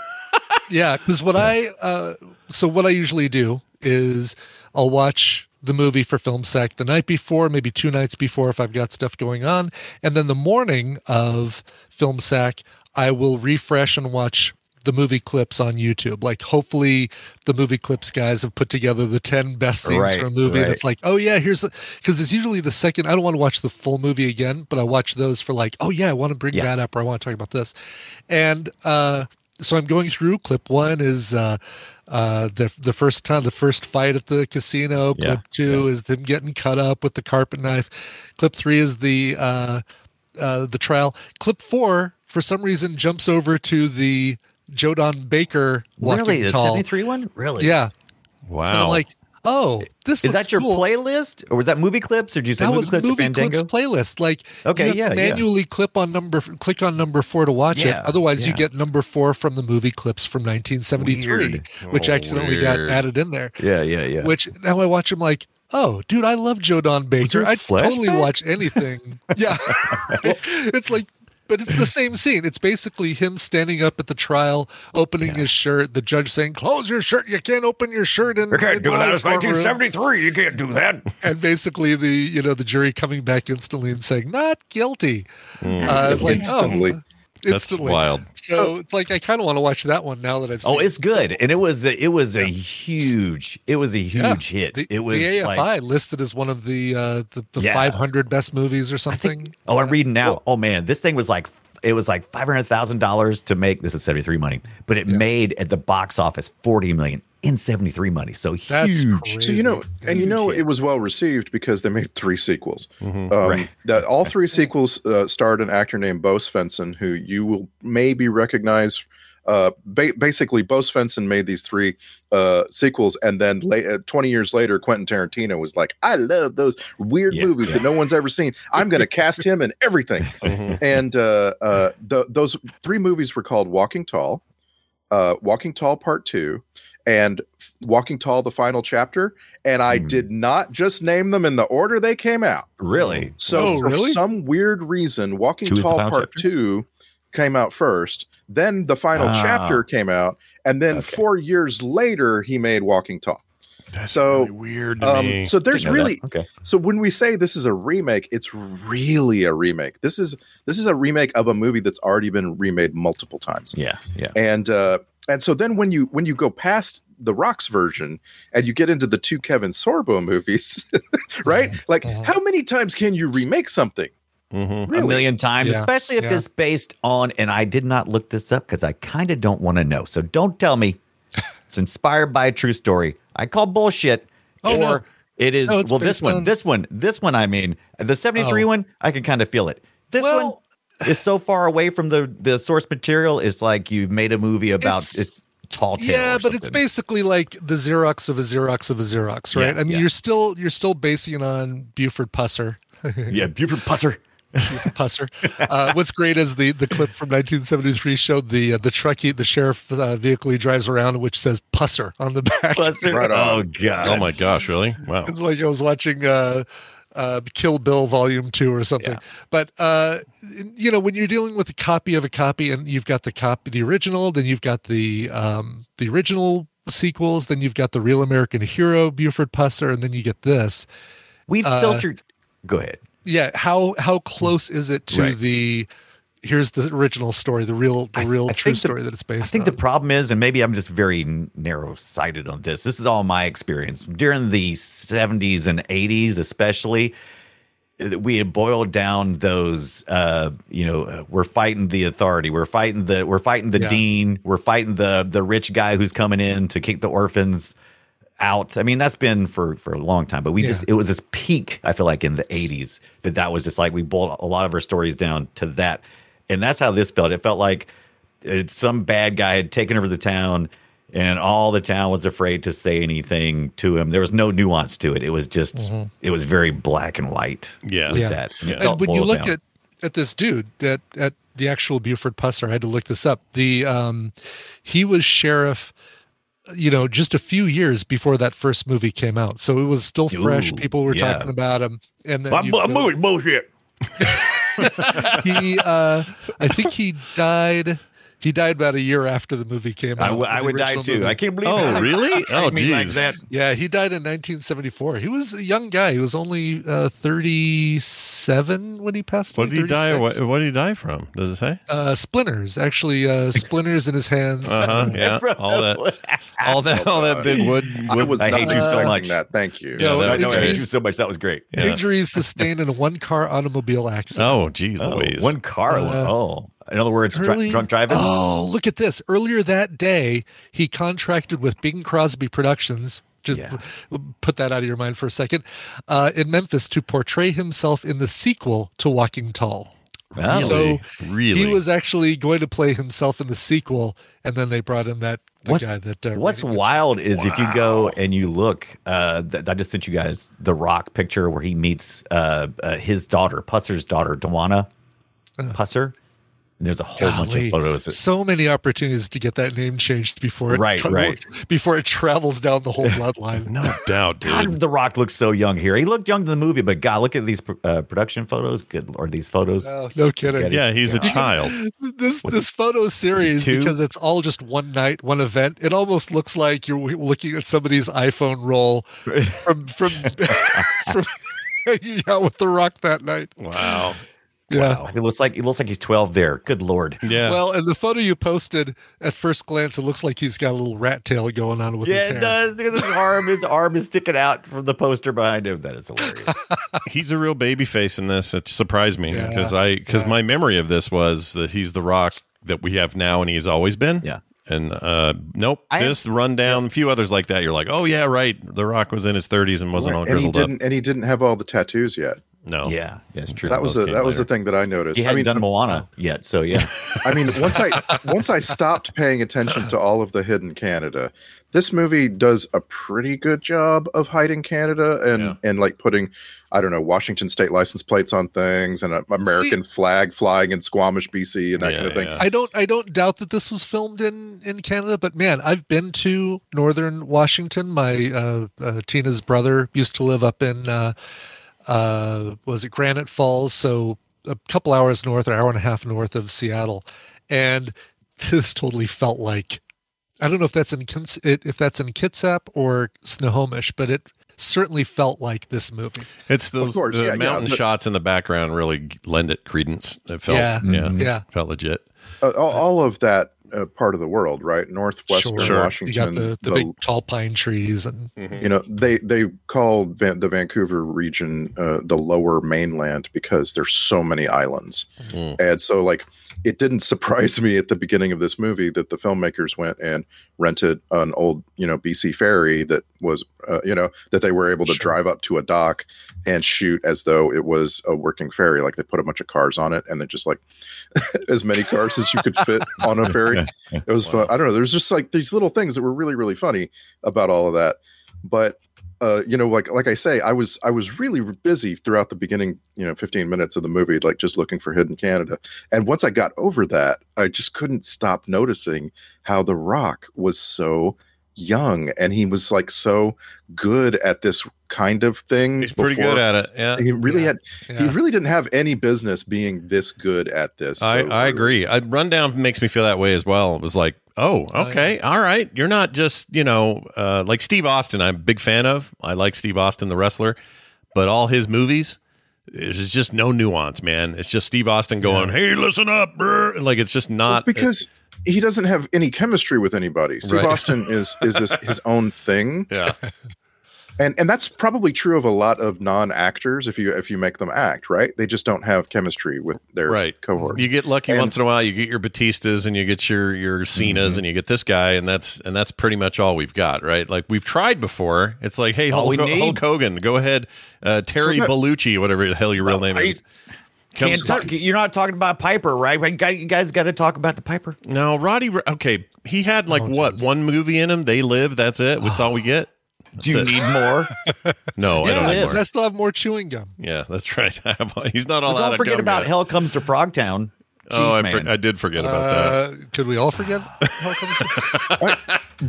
[SPEAKER 9] yeah, because what I uh, so what I usually do is I'll watch the movie for film sec the night before, maybe two nights before if I've got stuff going on, and then the morning of film sec I will refresh and watch the movie clips on YouTube. Like hopefully the movie clips guys have put together the 10 best scenes
[SPEAKER 7] Right,
[SPEAKER 9] from a movie and
[SPEAKER 7] right.
[SPEAKER 9] it's like, "Oh yeah, here's because it's usually the second I don't want to watch the full movie again, but I watch those for like, "Oh yeah, I want to bring
[SPEAKER 7] Yeah.
[SPEAKER 9] that up or I want to talk about this." And uh so I'm going through clip 1 is uh uh the the first time the first fight at the casino,
[SPEAKER 7] Yeah,
[SPEAKER 9] clip 2 is them getting cut up with the carpet knife. Clip 3 is the uh uh, the trial. Clip four, for some reason, jumps over to the Jodan Baker walking
[SPEAKER 7] Really, the
[SPEAKER 9] tall.
[SPEAKER 7] seventy three one? Really?
[SPEAKER 9] Yeah, and
[SPEAKER 6] Wow.
[SPEAKER 9] I'm like, oh, this
[SPEAKER 7] Is
[SPEAKER 9] looks
[SPEAKER 7] that your
[SPEAKER 9] cool.
[SPEAKER 7] playlist, or was that movie clips, or did you say
[SPEAKER 9] That
[SPEAKER 7] movie
[SPEAKER 9] was
[SPEAKER 7] clips? at
[SPEAKER 9] movie clips
[SPEAKER 7] Fandango?
[SPEAKER 9] playlist. Like,
[SPEAKER 7] Okay,
[SPEAKER 9] you
[SPEAKER 7] yeah,
[SPEAKER 9] have to
[SPEAKER 7] yeah.
[SPEAKER 9] manually clip on number, click on number four to watch
[SPEAKER 7] Yeah,
[SPEAKER 9] it. Otherwise, you
[SPEAKER 7] yeah.
[SPEAKER 9] get number four from the movie clips from 1973,
[SPEAKER 7] Weird.
[SPEAKER 9] which
[SPEAKER 6] Oh,
[SPEAKER 9] accidentally
[SPEAKER 6] weird.
[SPEAKER 9] got added in there.
[SPEAKER 7] Yeah, yeah, yeah.
[SPEAKER 9] Which now I watch him like, oh, dude, I love Joe Don Baker.
[SPEAKER 7] there a
[SPEAKER 9] I totally
[SPEAKER 7] flashback?
[SPEAKER 9] watch anything. yeah, it's like, but it's the same scene. It's basically him standing up at the trial, opening his shirt. The judge saying, "Close your shirt. You can't open your shirt." And
[SPEAKER 7] three. You can't do that.
[SPEAKER 9] And basically, the you know the jury coming back instantly and saying, "Not guilty."
[SPEAKER 7] Hmm.
[SPEAKER 9] Uh, it's like, oh,
[SPEAKER 2] Instantly.
[SPEAKER 6] That's
[SPEAKER 9] instantly.
[SPEAKER 6] wild.
[SPEAKER 9] So it's like I kind of want to watch that one now that I've seen.
[SPEAKER 7] Oh, it's good, and it was a, it was a huge it was a huge hit.
[SPEAKER 9] The,
[SPEAKER 7] it was
[SPEAKER 9] the AFI
[SPEAKER 7] like
[SPEAKER 9] listed as one of the uh, the, the
[SPEAKER 7] Yeah.
[SPEAKER 9] 500 best movies or something.
[SPEAKER 7] oh, I'm reading now. oh man, this thing was like it was like five hundred thousand dollars to make. This is seventy three money, but it made at the box office forty million in seventy three money. So huge.
[SPEAKER 9] That's crazy.
[SPEAKER 2] so you know, and you know,
[SPEAKER 7] Huge
[SPEAKER 2] it was well received because they made three sequels.
[SPEAKER 6] Mhm.
[SPEAKER 2] Um,
[SPEAKER 7] Mm-hmm. Right.
[SPEAKER 2] That all three sequels uh, starred an actor named Bo Svensson, who you will maybe recognize. Uh, ba- basically, Bo Svensson made these three uh, sequels, and then la- uh, twenty years later, Quentin Tarantino was like, "I love those weird
[SPEAKER 7] Yeah,
[SPEAKER 2] movies that no one's ever seen. I'm going to cast him in everything."
[SPEAKER 6] Mhm.
[SPEAKER 2] and uh, uh, th- those three movies were called Walking Tall, uh, Walking Tall Part Two, and F- Walking Tall: The Final Chapter. And I
[SPEAKER 7] Hmm.
[SPEAKER 2] did not just name them in the order they came out.
[SPEAKER 7] Oh, Really?
[SPEAKER 2] So
[SPEAKER 9] Whoa,
[SPEAKER 2] for
[SPEAKER 9] really?
[SPEAKER 2] some weird reason, Walking
[SPEAKER 7] Two is the
[SPEAKER 2] Tall
[SPEAKER 7] final
[SPEAKER 2] Part
[SPEAKER 7] chapter?
[SPEAKER 2] Two came out first. Then the final
[SPEAKER 7] Ah.
[SPEAKER 2] chapter came out, and then
[SPEAKER 7] Okay.
[SPEAKER 2] four years later, he made Walking Tall.
[SPEAKER 6] That's
[SPEAKER 2] So,
[SPEAKER 6] really weird to
[SPEAKER 2] Um,
[SPEAKER 6] me.
[SPEAKER 2] so there's
[SPEAKER 7] Didn't know that.
[SPEAKER 2] really
[SPEAKER 7] okay.
[SPEAKER 2] so when we say this is a remake, it's really a remake. This is this is a remake of a movie that's already been remade multiple times.
[SPEAKER 7] Yeah, yeah.
[SPEAKER 2] And uh, and so then when you when you go past the Rocks version and you get into the two Kevin Sorbo movies, right? Like
[SPEAKER 9] Uh-huh.
[SPEAKER 2] how many times can you remake something?
[SPEAKER 6] Mhm.
[SPEAKER 2] Really?
[SPEAKER 7] a million times,
[SPEAKER 9] Yeah,
[SPEAKER 7] especially if
[SPEAKER 9] yeah.
[SPEAKER 7] it's based on, and I did not look this up because I kind of don't want to know. So don't tell me It's inspired by a true story. I call bullshit.
[SPEAKER 9] Oh,
[SPEAKER 7] or
[SPEAKER 9] no.
[SPEAKER 7] it is
[SPEAKER 9] No, it's
[SPEAKER 7] well this
[SPEAKER 9] based
[SPEAKER 7] one,
[SPEAKER 9] on-
[SPEAKER 7] this one, this one. I mean, the seventy three
[SPEAKER 9] Oh.
[SPEAKER 7] one, I can kind of feel it. This one
[SPEAKER 9] Well-
[SPEAKER 7] is so far away from the the source material. It's like you've made a movie about it's,
[SPEAKER 9] It's-
[SPEAKER 7] tall tale.
[SPEAKER 9] yeah
[SPEAKER 7] or
[SPEAKER 9] but it's
[SPEAKER 7] something.
[SPEAKER 9] basically like the xerox of a xerox of a xerox right
[SPEAKER 7] Yeah,
[SPEAKER 9] i mean
[SPEAKER 7] yeah.
[SPEAKER 9] you're still you're still basing it on buford pusser
[SPEAKER 7] yeah, Buford Pusser.
[SPEAKER 9] Pusser. Uh, what's great is the the clip from 1973 showed the uh, the truckie, the sheriff uh, vehicle he drives around, which says Pusser on the back.
[SPEAKER 7] Pusser.
[SPEAKER 2] Right
[SPEAKER 7] oh
[SPEAKER 2] on.
[SPEAKER 7] god.
[SPEAKER 6] Oh my gosh, really? Wow.
[SPEAKER 9] It's like I was watching uh, uh, Kill Bill Volume Two or something.
[SPEAKER 7] Yeah.
[SPEAKER 9] But uh, you know, when you're dealing with a copy of a copy, and you've got the copy, the original, then you've got the um, the original sequels, then you've got the Real American Hero, Buford Pusser, and then you get this.
[SPEAKER 7] We've
[SPEAKER 9] Uh,
[SPEAKER 7] filtered Go ahead.
[SPEAKER 9] Yeah, how how close is it to
[SPEAKER 7] Right.
[SPEAKER 9] the? Here's the original story, the real, the real
[SPEAKER 7] I
[SPEAKER 9] true
[SPEAKER 7] think the-
[SPEAKER 9] story that it's based.
[SPEAKER 7] I think
[SPEAKER 9] on.
[SPEAKER 7] the problem is, and maybe I'm just very narrow sighted on this. This is all my experience during the 70s and 80s, especially. uh, We had boiled down those, uh, you know, uh, we're fighting the authority, we're fighting the, we're fighting the
[SPEAKER 9] Yeah.
[SPEAKER 7] dean, we're fighting the the rich guy who's coming in to kick the orphans out. I mean, that's been for for a long time, but we
[SPEAKER 9] Yeah.
[SPEAKER 7] just it was this peak. I feel like in the '80s that that was just like we boiled a lot of our stories down to that, and that's how this felt. It felt like it's some bad guy had taken over the town, and all the town was afraid to say anything to him. There was no nuance to it. It was just
[SPEAKER 9] Mm-hmm.
[SPEAKER 7] it was very black and white.
[SPEAKER 6] Yeah.
[SPEAKER 7] with
[SPEAKER 9] Yeah.
[SPEAKER 7] that. it
[SPEAKER 9] and
[SPEAKER 7] felt
[SPEAKER 9] when you
[SPEAKER 7] boiled
[SPEAKER 9] look
[SPEAKER 7] down.
[SPEAKER 9] at at this dude at at the actual Buford Pusser, I had to look this up. The um, he was sheriff, you know, just a few years before that first movie came out, so it was still fresh.
[SPEAKER 7] Ooh,
[SPEAKER 9] People were
[SPEAKER 7] yeah.
[SPEAKER 9] talking about him, and then
[SPEAKER 7] I'm,
[SPEAKER 9] you-
[SPEAKER 7] I'm moving bullshit.
[SPEAKER 9] he, uh, I think he died. He died about a year after the movie came
[SPEAKER 7] I,
[SPEAKER 9] out.
[SPEAKER 7] w- I
[SPEAKER 9] the
[SPEAKER 7] would die
[SPEAKER 9] original
[SPEAKER 7] too.
[SPEAKER 9] movie.
[SPEAKER 7] I can't believe.
[SPEAKER 6] Oh,
[SPEAKER 7] that.
[SPEAKER 6] really?
[SPEAKER 7] Treat
[SPEAKER 6] Oh,
[SPEAKER 7] me like
[SPEAKER 6] geez.
[SPEAKER 7] that.
[SPEAKER 9] Yeah, he died in 1974. He was a young guy. He was only uh, 37 when he passed.
[SPEAKER 6] What
[SPEAKER 9] away,
[SPEAKER 6] did he die?
[SPEAKER 9] 36.
[SPEAKER 6] What, what did he die from? Does it say?
[SPEAKER 9] uh, splinters, actually uh, splinters in his hands.
[SPEAKER 6] Uh huh. Yeah. All that. All that. All that big wood.
[SPEAKER 2] I
[SPEAKER 6] wood-
[SPEAKER 2] was
[SPEAKER 7] I
[SPEAKER 2] not
[SPEAKER 7] hate you so
[SPEAKER 2] expecting
[SPEAKER 7] much.
[SPEAKER 2] that. Thank you.
[SPEAKER 6] Yeah,
[SPEAKER 9] No,
[SPEAKER 6] that-
[SPEAKER 7] I know, I hate
[SPEAKER 9] Injuries-
[SPEAKER 7] you so much. That was great.
[SPEAKER 6] yeah.
[SPEAKER 9] Injuries sustained in a one-car automobile accident.
[SPEAKER 6] Oh, geez,
[SPEAKER 7] Oh,
[SPEAKER 6] Louise.
[SPEAKER 7] one car.
[SPEAKER 9] Uh,
[SPEAKER 7] oh, in other words, dr-
[SPEAKER 9] Early-
[SPEAKER 7] drunk driving.
[SPEAKER 9] Oh, look at this! Earlier that day, he contracted with Bing Crosby Productions. Just
[SPEAKER 7] Yeah.
[SPEAKER 9] p- put that out of your mind for a second. Uh, in Memphis, to portray himself in the sequel to Walking Tall.
[SPEAKER 7] Oh.
[SPEAKER 9] So
[SPEAKER 6] Really?
[SPEAKER 9] he was actually going to play himself in the sequel, and then they brought in that the
[SPEAKER 7] what's
[SPEAKER 9] guy that. Uh,
[SPEAKER 7] what's
[SPEAKER 9] wrote it.
[SPEAKER 7] wild is if you go and you look. Uh, th- I just sent you guys the Rock picture where he meets uh, uh, his daughter, Pusser's daughter, Dawana Pusser. And there's a whole bunch
[SPEAKER 9] Golly,
[SPEAKER 7] of photos.
[SPEAKER 9] So many opportunities to get that name changed before it
[SPEAKER 7] Right,
[SPEAKER 9] tu-
[SPEAKER 7] right.
[SPEAKER 9] before it travels down the whole bloodline.
[SPEAKER 6] no doubt, dude.
[SPEAKER 7] God, The Rock looks so young here. He looked young in the movie, but God, look at these pr- uh, production photos. Good, or these photos.
[SPEAKER 9] No, no kidding.
[SPEAKER 6] Yeah, he's a child.
[SPEAKER 9] This this photo series
[SPEAKER 7] two?
[SPEAKER 9] because it's all just one night, one event. It almost looks like you're w- looking at somebody's iPhone roll from from from hanging out with the Rock that night.
[SPEAKER 6] Wow.
[SPEAKER 9] Yeah.
[SPEAKER 7] It looks like it looks like he's 12 there. Good lord.
[SPEAKER 6] Yeah.
[SPEAKER 9] Well, and the photo you posted at first glance, it looks like he's got a little rat tail going on with his
[SPEAKER 7] Yeah,
[SPEAKER 9] hair.
[SPEAKER 7] it does because his arm, his arm is sticking out from the poster behind him. That is hilarious.
[SPEAKER 6] he's a real baby face in this. It surprised me
[SPEAKER 9] Yeah,
[SPEAKER 6] because I because my memory of this was that he's the Rock that we have now and he's always been.
[SPEAKER 7] Yeah.
[SPEAKER 6] And uh, nope,
[SPEAKER 7] I have-
[SPEAKER 6] this rundown, a few others like that. You're like, oh yeah, right. The Rock was in his 30s and wasn't all
[SPEAKER 2] and he
[SPEAKER 6] grizzled up.
[SPEAKER 2] didn't and he didn't have all the tattoos yet.
[SPEAKER 6] No.
[SPEAKER 7] yeah, that's true.
[SPEAKER 2] That was the
[SPEAKER 6] came
[SPEAKER 2] that was the
[SPEAKER 6] later.
[SPEAKER 2] thing that I noticed.
[SPEAKER 7] He
[SPEAKER 2] I
[SPEAKER 7] hadn't
[SPEAKER 2] mean,
[SPEAKER 7] done Moana yet, so yeah.
[SPEAKER 2] I mean, once I once I stopped paying attention to all of the hidden Canada, this movie does a pretty good job of hiding Canada and
[SPEAKER 6] Yeah.
[SPEAKER 2] and like putting, I don't know, Washington state license plates on things and an American flag flying in Squamish, BC, and that
[SPEAKER 6] Yeah,
[SPEAKER 2] kind of thing.
[SPEAKER 6] yeah.
[SPEAKER 9] I don't I don't doubt that this was filmed in in Canada, but man, I've been to northern Washington. My uh, uh, Tina's brother used to live up in uh, uh, was it Granite Falls, so a couple hours north, an hour and a half north of Seattle, and this totally felt like I don't know if that's in Kins- it- if that's in Kitsap or Snohomish, but it certainly felt like this movie.
[SPEAKER 6] It's those
[SPEAKER 2] course,
[SPEAKER 6] the
[SPEAKER 2] yeah, yeah,
[SPEAKER 6] mountain
[SPEAKER 2] but-
[SPEAKER 6] shots in the background really lend it credence. It felt
[SPEAKER 9] Yeah.
[SPEAKER 2] Mm-hmm.
[SPEAKER 6] yeah,
[SPEAKER 9] Yeah.
[SPEAKER 6] felt legit.
[SPEAKER 2] Uh, all, all of that uh, part of the world, right? Northwestern
[SPEAKER 9] You
[SPEAKER 2] Washington.
[SPEAKER 9] got the, the, big tall pine trees and
[SPEAKER 2] you know they they called Van, the Vancouver region uh, the lower mainland because there's so many islands, and so like it didn't surprise me at the beginning of this movie that the filmmakers went and rented an old you know BC ferry that was uh, you know that they were able to drive up to a dock and shoot as though it was a working ferry like they put a bunch of cars on it and they just like as many cars as you could fit on a ferry it was fun I don't know there's just like these little things that were really really funny about all of that but uh, you know, like like I say, I was I was really busy throughout the beginning, you know, 15 minutes of the movie, like just looking for Hidden Canada. And once I got over that, I just couldn't stop noticing how The Rock was so young, and he was like so good at this kind of thing.
[SPEAKER 6] He's pretty
[SPEAKER 2] before.
[SPEAKER 6] good at it. Yeah.
[SPEAKER 2] He really had he
[SPEAKER 9] Yeah.
[SPEAKER 2] really didn't have any business being this good at this.
[SPEAKER 6] I,
[SPEAKER 2] So-
[SPEAKER 6] I agree. I, rundown makes me feel that way as well. It was like, oh, okay, all right. You're not just you know uh, like Steve Austin. I'm a big fan of. I like Steve Austin, the wrestler, but all his movies, there's just no nuance, man. It's just Steve Austin going, hey, listen up, brr. like it's just not uh,
[SPEAKER 2] because he doesn't have any chemistry with anybody. Steve
[SPEAKER 6] Right.
[SPEAKER 2] Austin is is this his own thing.
[SPEAKER 6] Yeah.
[SPEAKER 2] And and that's probably true of a lot of non-actors if you if you make them act, right? They just don't have chemistry with their
[SPEAKER 6] right
[SPEAKER 2] cohort.
[SPEAKER 6] You get lucky
[SPEAKER 2] And-
[SPEAKER 6] once in a while. You get your Batistas and you get your your
[SPEAKER 7] Mm-hmm.
[SPEAKER 6] Cenas and you get this guy, and that's and that's pretty much all we've got, right? Like we've tried before. It's like, hey,
[SPEAKER 7] all
[SPEAKER 6] Hulk,
[SPEAKER 7] we need.
[SPEAKER 6] Hulk Hogan, go ahead, uh, Terry
[SPEAKER 2] that-
[SPEAKER 6] Bellucci, whatever the hell your real name is.
[SPEAKER 7] Can't
[SPEAKER 6] Comes-
[SPEAKER 7] talk, you're not talking about Piper, right? You guys, you guys got to talk about the Piper.
[SPEAKER 6] no, Roddy. Ro- Okay, he had like
[SPEAKER 9] Oh,
[SPEAKER 6] what
[SPEAKER 9] geez.
[SPEAKER 6] one movie in him? They live. That's it. That's all we get.
[SPEAKER 7] Do you
[SPEAKER 6] it.
[SPEAKER 7] need more?
[SPEAKER 6] No, I
[SPEAKER 9] yeah,
[SPEAKER 6] don't.
[SPEAKER 7] it
[SPEAKER 6] Need
[SPEAKER 7] is.
[SPEAKER 6] more.
[SPEAKER 9] I still have more chewing gum.
[SPEAKER 6] Yeah, that's right. He's not all
[SPEAKER 7] Well,
[SPEAKER 6] out
[SPEAKER 7] don't
[SPEAKER 6] of
[SPEAKER 7] forget
[SPEAKER 6] gum
[SPEAKER 7] about
[SPEAKER 6] yet.
[SPEAKER 7] Hell Comes to Frogtown. Jeez,
[SPEAKER 6] Oh, I,
[SPEAKER 7] man.
[SPEAKER 6] for- I did forget about that.
[SPEAKER 9] Uh, could we all forget? How comes-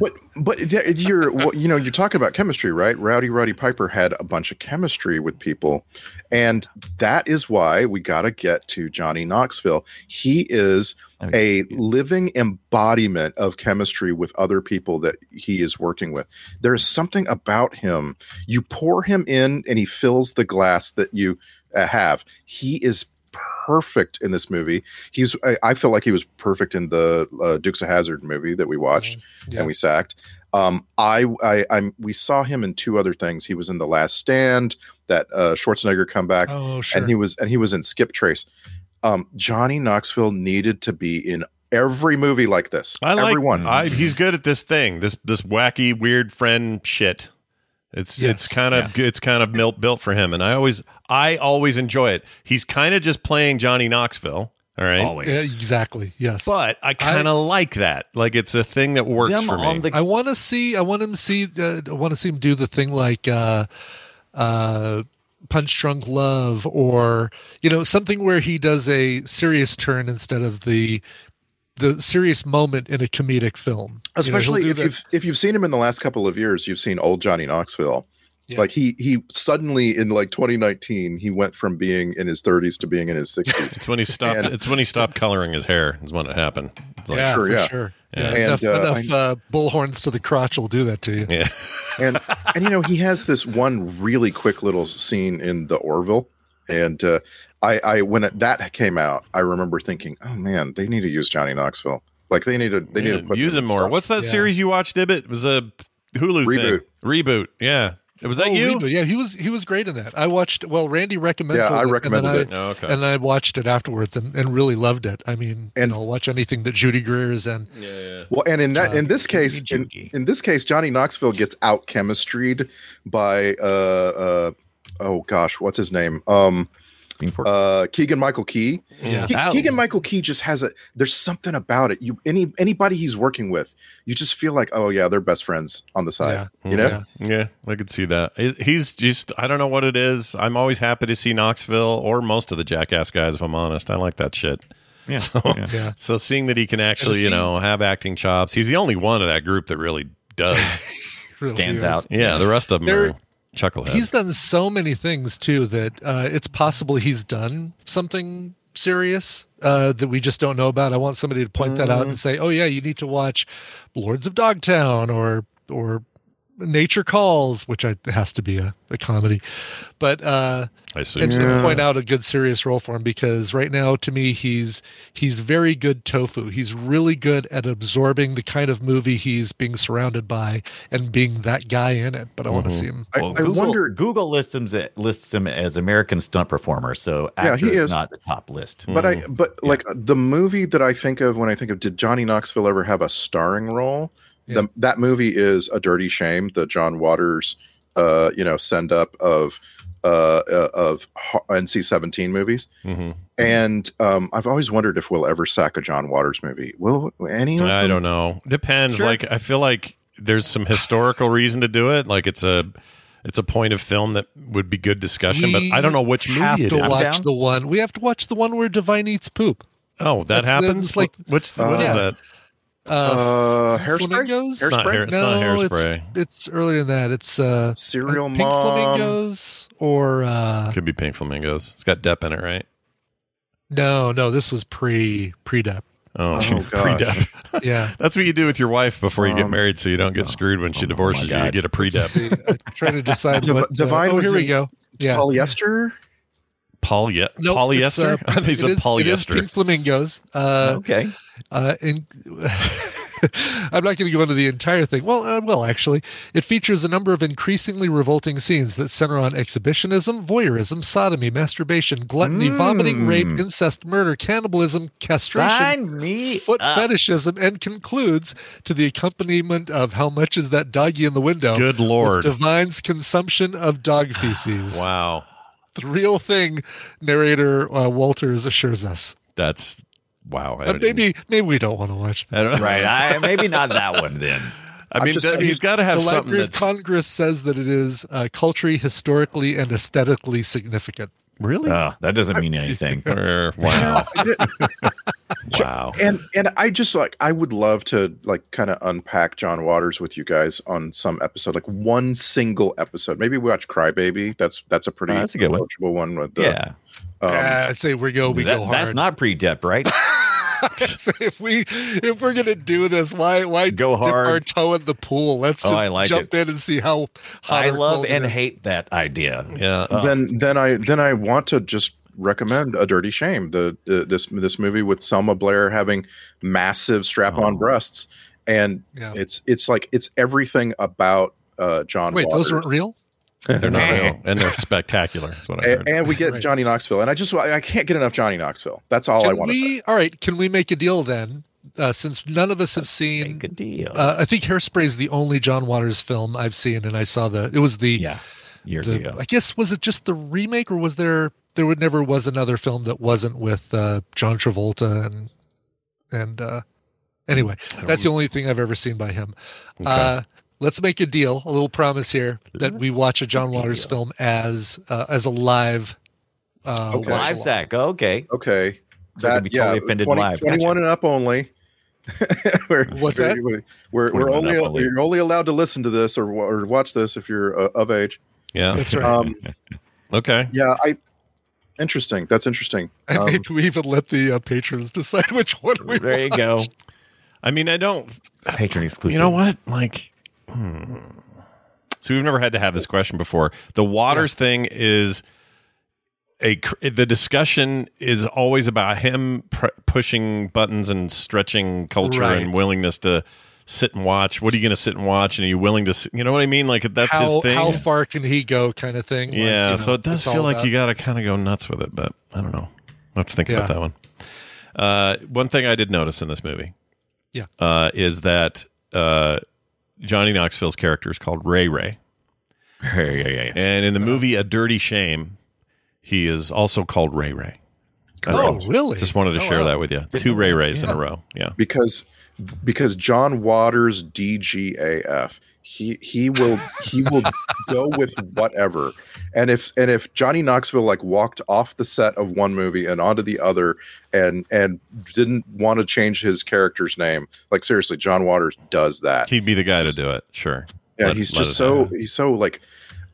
[SPEAKER 2] But but yeah, you're well, you know you're talking about chemistry, right? Rowdy Roddy Piper had a bunch of chemistry with people, and that is why we got to get to Johnny Knoxville. He is a living embodiment of chemistry with other people that he is working with. There is something about him. You pour him in, and he fills the glass that you uh, have. He is perfect in this movie. He's I, I feel like he was perfect in the uh, Dukes of Hazard movie that we watched
[SPEAKER 9] Yeah.
[SPEAKER 2] and we sacked. Um, I, I, I'm, we saw him in two other things. He was in The Last Stand, that uh, Schwarzenegger comeback,
[SPEAKER 9] Oh, sure.
[SPEAKER 2] and he was, and he was in Skip Trace. Um, Johnny Knoxville needed to be in every movie like this.
[SPEAKER 6] I like
[SPEAKER 2] Everyone.
[SPEAKER 6] I, he's good at this thing. This this wacky weird friend shit. It's it's
[SPEAKER 9] Yes.
[SPEAKER 6] kind of it's kind of built built for him, and I always I always enjoy it. He's kind of just playing Johnny Knoxville. All right.
[SPEAKER 7] Always.
[SPEAKER 9] Yeah, exactly. Yes.
[SPEAKER 6] But I kind of like that. Like it's a thing that works
[SPEAKER 7] Them
[SPEAKER 6] for me.
[SPEAKER 7] on the-
[SPEAKER 9] I want to see. I want him to see. Uh, I want to see him do the thing like uh, uh, Punch Drunk Love, or you know, something where he does a serious turn instead of the the serious moment in a comedic film. You know, he'll
[SPEAKER 2] especially
[SPEAKER 9] do
[SPEAKER 2] if
[SPEAKER 9] the-
[SPEAKER 2] you've if you've seen him in the last couple of years you've seen old johnny knoxville
[SPEAKER 9] Yeah.
[SPEAKER 2] like he he suddenly in like 2019 he went from being in his 30s to being in his 60s
[SPEAKER 6] it's when he stopped.
[SPEAKER 2] And-
[SPEAKER 6] it's when he stopped coloring his hair. Is when it happened. It's like,
[SPEAKER 9] yeah,
[SPEAKER 2] sure,
[SPEAKER 9] for
[SPEAKER 2] yeah.
[SPEAKER 9] sure.
[SPEAKER 6] Yeah.
[SPEAKER 9] Yeah,
[SPEAKER 2] And,
[SPEAKER 9] enough
[SPEAKER 2] uh,
[SPEAKER 9] enough uh, bullhorns to the crotch will do that to you.
[SPEAKER 6] yeah.
[SPEAKER 2] and and you know he has this one really quick little scene in the Orville, and uh, I I when it, that came out, I remember thinking, oh man, they need to use Johnny Knoxville. Like they need to they need
[SPEAKER 6] Yeah,
[SPEAKER 2] to put
[SPEAKER 6] use
[SPEAKER 2] in
[SPEAKER 6] him more.
[SPEAKER 2] stuff.
[SPEAKER 6] What's that
[SPEAKER 9] Yeah.
[SPEAKER 6] series you watched? Dibbit it was a Hulu
[SPEAKER 2] Reboot.
[SPEAKER 6] thing. Reboot. Yeah. Was that
[SPEAKER 9] Oh,
[SPEAKER 6] you?
[SPEAKER 9] Reboot. Yeah, he was he was great in that. I watched. Well, Randy recommended.
[SPEAKER 2] Yeah, I
[SPEAKER 9] it, and then
[SPEAKER 2] recommended
[SPEAKER 9] I-
[SPEAKER 2] it.
[SPEAKER 6] Oh, okay.
[SPEAKER 9] and I watched it afterwards and, and really loved it. I mean, and
[SPEAKER 2] And-
[SPEAKER 9] you know, I'll watch anything that Judy Greer is in.
[SPEAKER 2] Well, and in that in this
[SPEAKER 7] Johnny
[SPEAKER 2] case, in,
[SPEAKER 7] Judy.
[SPEAKER 2] in this case, Johnny Knoxville gets out chemistried by uh uh oh gosh, what's his name? Um
[SPEAKER 7] Being for-
[SPEAKER 2] uh Keegan Michael Key.
[SPEAKER 9] Yeah.
[SPEAKER 2] Ke-
[SPEAKER 7] Oh.
[SPEAKER 2] Keegan Michael Key just has a there's something about it. You any anybody he's working with, you just feel like, oh yeah, they're best friends on the side. You know?
[SPEAKER 6] Yeah, I could see that. He- He's just, I don't know what it is. I'm always happy to see Knoxville or most of the jackass guys, if I'm honest. I like that shit.
[SPEAKER 7] yeah.
[SPEAKER 6] So,
[SPEAKER 7] yeah.
[SPEAKER 9] Yeah.
[SPEAKER 6] so seeing that he can actually, you know, have acting chops, he's the only one of that group that really does.
[SPEAKER 9] Really
[SPEAKER 7] Stands
[SPEAKER 9] is.
[SPEAKER 7] out.
[SPEAKER 6] yeah, the rest of them
[SPEAKER 9] There-
[SPEAKER 6] are chuckleheads.
[SPEAKER 9] He's done so many things too that uh, it's possible he's done something serious uh, that we just don't know about. I want somebody to point that out and say, "Oh yeah, you need to watch Lords of Dogtown or or Nature Calls, which I, has to be a, a comedy, but uh,
[SPEAKER 6] I see.
[SPEAKER 9] and, and
[SPEAKER 6] Yeah.
[SPEAKER 9] point out a good serious role for him because right now, to me, he's he's very good tofu. He's really good at absorbing the kind of movie he's being surrounded by and being that guy in it. But I want to see him.
[SPEAKER 2] I,
[SPEAKER 7] Well,
[SPEAKER 2] I
[SPEAKER 7] Google,
[SPEAKER 2] wonder.
[SPEAKER 7] Google lists him as, lists him as American stunt performer, so
[SPEAKER 2] Yeah,
[SPEAKER 7] actor
[SPEAKER 2] he
[SPEAKER 7] is
[SPEAKER 2] is.
[SPEAKER 7] not the top list.
[SPEAKER 2] But I, but like the movie that I think of when I think of did Johnny Knoxville ever have a starring role? The, that movie is a dirty shame. The John Waters, uh, you know, send up of uh, uh, of ho- NC seventeen movies.
[SPEAKER 6] Mhm.
[SPEAKER 2] And um, I've always wondered if we'll ever sack a John Waters movie. Will any? of
[SPEAKER 6] I
[SPEAKER 2] them?
[SPEAKER 6] don't know. Depends.
[SPEAKER 2] Sure.
[SPEAKER 6] Like I feel like there's some historical reason to do it. Like it's a it's a point of film that would be good discussion,
[SPEAKER 9] We
[SPEAKER 6] but I don't know which
[SPEAKER 9] have
[SPEAKER 6] movie it
[SPEAKER 9] to
[SPEAKER 6] is.
[SPEAKER 9] watch
[SPEAKER 7] down.
[SPEAKER 9] the one. We have to watch the one where Divine eats poop.
[SPEAKER 6] Oh, that
[SPEAKER 9] That's-
[SPEAKER 6] happens.
[SPEAKER 9] that's like-
[SPEAKER 6] What- what's the, what is
[SPEAKER 9] Uh,
[SPEAKER 6] that?
[SPEAKER 2] Uh, hairspray.
[SPEAKER 9] Flamingos?
[SPEAKER 6] It's not,
[SPEAKER 2] Hairspray?
[SPEAKER 6] hair, it's not hairspray.
[SPEAKER 9] It's, it's earlier than that. It's uh,
[SPEAKER 2] Serial
[SPEAKER 9] Pink
[SPEAKER 2] Mom.
[SPEAKER 9] Flamingos or uh,
[SPEAKER 6] Could be pink flamingos. It's got Depp in it, right?
[SPEAKER 9] no, no. This was pre pre dep.
[SPEAKER 6] Oh,
[SPEAKER 2] Oh, gosh.
[SPEAKER 6] pre-Depp.
[SPEAKER 9] Yeah.
[SPEAKER 6] That's what you do with your wife before you get
[SPEAKER 2] Um, oh
[SPEAKER 6] married, so you don't get screwed when she divorces you.
[SPEAKER 7] God.
[SPEAKER 6] You get a pre-Depp.
[SPEAKER 9] See, I'm trying to decide.
[SPEAKER 2] Div-
[SPEAKER 9] what, uh,
[SPEAKER 2] Divine
[SPEAKER 9] oh,
[SPEAKER 2] was
[SPEAKER 9] here we
[SPEAKER 2] in-
[SPEAKER 9] go. Yeah.
[SPEAKER 2] Polyester.
[SPEAKER 6] Poly-
[SPEAKER 9] Nope, it's,
[SPEAKER 6] polyester.
[SPEAKER 9] uh,
[SPEAKER 6] I think it's
[SPEAKER 9] it
[SPEAKER 6] a
[SPEAKER 9] is- It is
[SPEAKER 6] polyester.
[SPEAKER 9] pink flamingos. Uh,
[SPEAKER 7] okay,
[SPEAKER 9] uh, in, I'm not going to go into the entire thing. Well, I will actually. It features a number of increasingly revolting scenes that center on exhibitionism, voyeurism, sodomy, masturbation, gluttony, vomiting, rape,
[SPEAKER 6] Mm.
[SPEAKER 9] incest, murder, cannibalism, castration,
[SPEAKER 7] sign me
[SPEAKER 9] foot
[SPEAKER 7] up.
[SPEAKER 9] fetishism, and concludes to the accompaniment of "How much is that doggy in the window?"
[SPEAKER 6] Good lord.
[SPEAKER 9] with Divine's consumption of dog feces.
[SPEAKER 6] Wow.
[SPEAKER 9] The real thing, narrator uh, Walters assures us.
[SPEAKER 6] That's wow. I
[SPEAKER 9] Uh,
[SPEAKER 6] don't even-
[SPEAKER 9] maybe, maybe we don't want to watch this.
[SPEAKER 6] I don't-
[SPEAKER 7] right? I maybe not that one then.
[SPEAKER 6] I mean,
[SPEAKER 2] just-
[SPEAKER 6] that- he's got to have
[SPEAKER 9] the
[SPEAKER 6] something
[SPEAKER 9] Library of
[SPEAKER 6] that's
[SPEAKER 9] Congress says that it is uh, culturally, historically, and aesthetically significant.
[SPEAKER 6] really.
[SPEAKER 7] Oh, that doesn't mean anything.
[SPEAKER 6] Or- wow. wow.
[SPEAKER 2] and and i just like i would love to like kind of unpack john waters with you guys on some episode like one single episode maybe we watch crybaby that's that's a pretty
[SPEAKER 7] Oh, that's a good one.
[SPEAKER 2] approachable one with the,
[SPEAKER 7] Yeah,
[SPEAKER 2] um,
[SPEAKER 9] Uh, I'd say we go, we
[SPEAKER 7] That-
[SPEAKER 9] go hard.
[SPEAKER 7] that's not pre-dep, right?
[SPEAKER 9] So if we if we're gonna do this, why why
[SPEAKER 7] Go
[SPEAKER 9] dip our
[SPEAKER 7] hard.
[SPEAKER 9] toe in the pool? Let's
[SPEAKER 7] Oh,
[SPEAKER 9] just
[SPEAKER 7] I like
[SPEAKER 9] jump in and see how hot
[SPEAKER 7] I
[SPEAKER 9] or
[SPEAKER 7] love
[SPEAKER 9] cold it
[SPEAKER 7] and
[SPEAKER 9] is.
[SPEAKER 7] hate that idea.
[SPEAKER 6] Yeah.
[SPEAKER 7] Uh,
[SPEAKER 9] Uh,
[SPEAKER 2] then then i then i want to just recommend a dirty shame the, the this this movie with selma blair having massive strap-on
[SPEAKER 7] Oh.
[SPEAKER 2] breasts and
[SPEAKER 9] Yeah.
[SPEAKER 2] it's it's like it's everything about uh john
[SPEAKER 9] Wait,
[SPEAKER 2] waters.
[SPEAKER 9] those weren't real.
[SPEAKER 6] They're not real, and they're spectacular. Is what I
[SPEAKER 2] and,
[SPEAKER 6] heard.
[SPEAKER 2] and we get
[SPEAKER 9] Right.
[SPEAKER 2] johnny knoxville and i just i can't get enough johnny knoxville that's all i
[SPEAKER 9] Can
[SPEAKER 2] want to say
[SPEAKER 9] we? All right, can we make a deal then? Uh, since none of us have seen
[SPEAKER 7] Make a deal.
[SPEAKER 9] Uh, I think Hairspray is the only John Waters film I've seen, and I saw the. It was the.
[SPEAKER 7] yeah, years
[SPEAKER 9] the-
[SPEAKER 7] ago.
[SPEAKER 9] I guess was it just the remake, or was there there would never was another film that wasn't with uh, John Travolta and and uh, anyway, that's the only thing I've ever seen by him. Uh, let's make a deal, a little promise here that we watch a John Waters film as uh, as a live. Uh,
[SPEAKER 2] Okay.
[SPEAKER 7] Live
[SPEAKER 9] watch-along.
[SPEAKER 7] sack. Okay.
[SPEAKER 2] Okay.
[SPEAKER 7] So I could be totally offended live. Gotcha.
[SPEAKER 2] 21 and up only. we're,
[SPEAKER 9] What's
[SPEAKER 2] we're,
[SPEAKER 9] that?
[SPEAKER 2] We're, we're
[SPEAKER 7] 21 and
[SPEAKER 2] only,
[SPEAKER 7] up only.
[SPEAKER 2] you're only allowed to listen to this or, wa- or watch this if you're uh, of age.
[SPEAKER 6] yeah.
[SPEAKER 9] That's right.
[SPEAKER 2] Um,
[SPEAKER 6] Okay.
[SPEAKER 2] yeah, I interesting. That's interesting.
[SPEAKER 9] and
[SPEAKER 2] Um,
[SPEAKER 9] maybe we even let the uh, patrons decide which one we.
[SPEAKER 7] There you go.
[SPEAKER 6] I mean, I don't.
[SPEAKER 7] Patron exclusive.
[SPEAKER 6] You know what? Like, hmm. so we've never had to have this question before. The waters thing is a. cr- The discussion is always about him pr- pushing buttons and stretching culture
[SPEAKER 9] Right.
[SPEAKER 6] and willingness to sit and watch. What are you going to sit and watch? And are you willing to? s- You know what I mean? Like that's
[SPEAKER 9] how,
[SPEAKER 6] his thing.
[SPEAKER 9] how far can he go, kind of thing. Like,
[SPEAKER 6] Yeah,
[SPEAKER 9] you know,
[SPEAKER 6] so it does
[SPEAKER 9] it's all
[SPEAKER 6] feel like
[SPEAKER 9] about-
[SPEAKER 6] you got to kind of go nuts with it, but I don't know. I have to think
[SPEAKER 9] Yeah.
[SPEAKER 6] about that one. Uh, one thing I did notice in this movie,
[SPEAKER 9] Yeah.
[SPEAKER 6] uh, is that uh, Johnny Knoxville's character is called Ray Ray,
[SPEAKER 7] Yeah, yeah, yeah, yeah.
[SPEAKER 6] and
[SPEAKER 9] Uh-huh.
[SPEAKER 6] in the movie A Dirty Shame, he is also called Ray Ray. That's
[SPEAKER 9] Oh,
[SPEAKER 6] all.
[SPEAKER 9] really?
[SPEAKER 6] Just wanted to share that with you. Two Ray Rays in a row. Yeah.
[SPEAKER 2] because because John Waters DGAF he he will he will go with whatever and if and if Johnny Knoxville like walked off the set of one movie and onto the other and and didn't want to change his character's name like seriously John Waters does that
[SPEAKER 6] He'd be the guy to do it. Sure.
[SPEAKER 2] yeah,
[SPEAKER 6] Let-
[SPEAKER 2] he's
[SPEAKER 6] let
[SPEAKER 2] just
[SPEAKER 6] it
[SPEAKER 2] so
[SPEAKER 6] happen.
[SPEAKER 2] he's so like,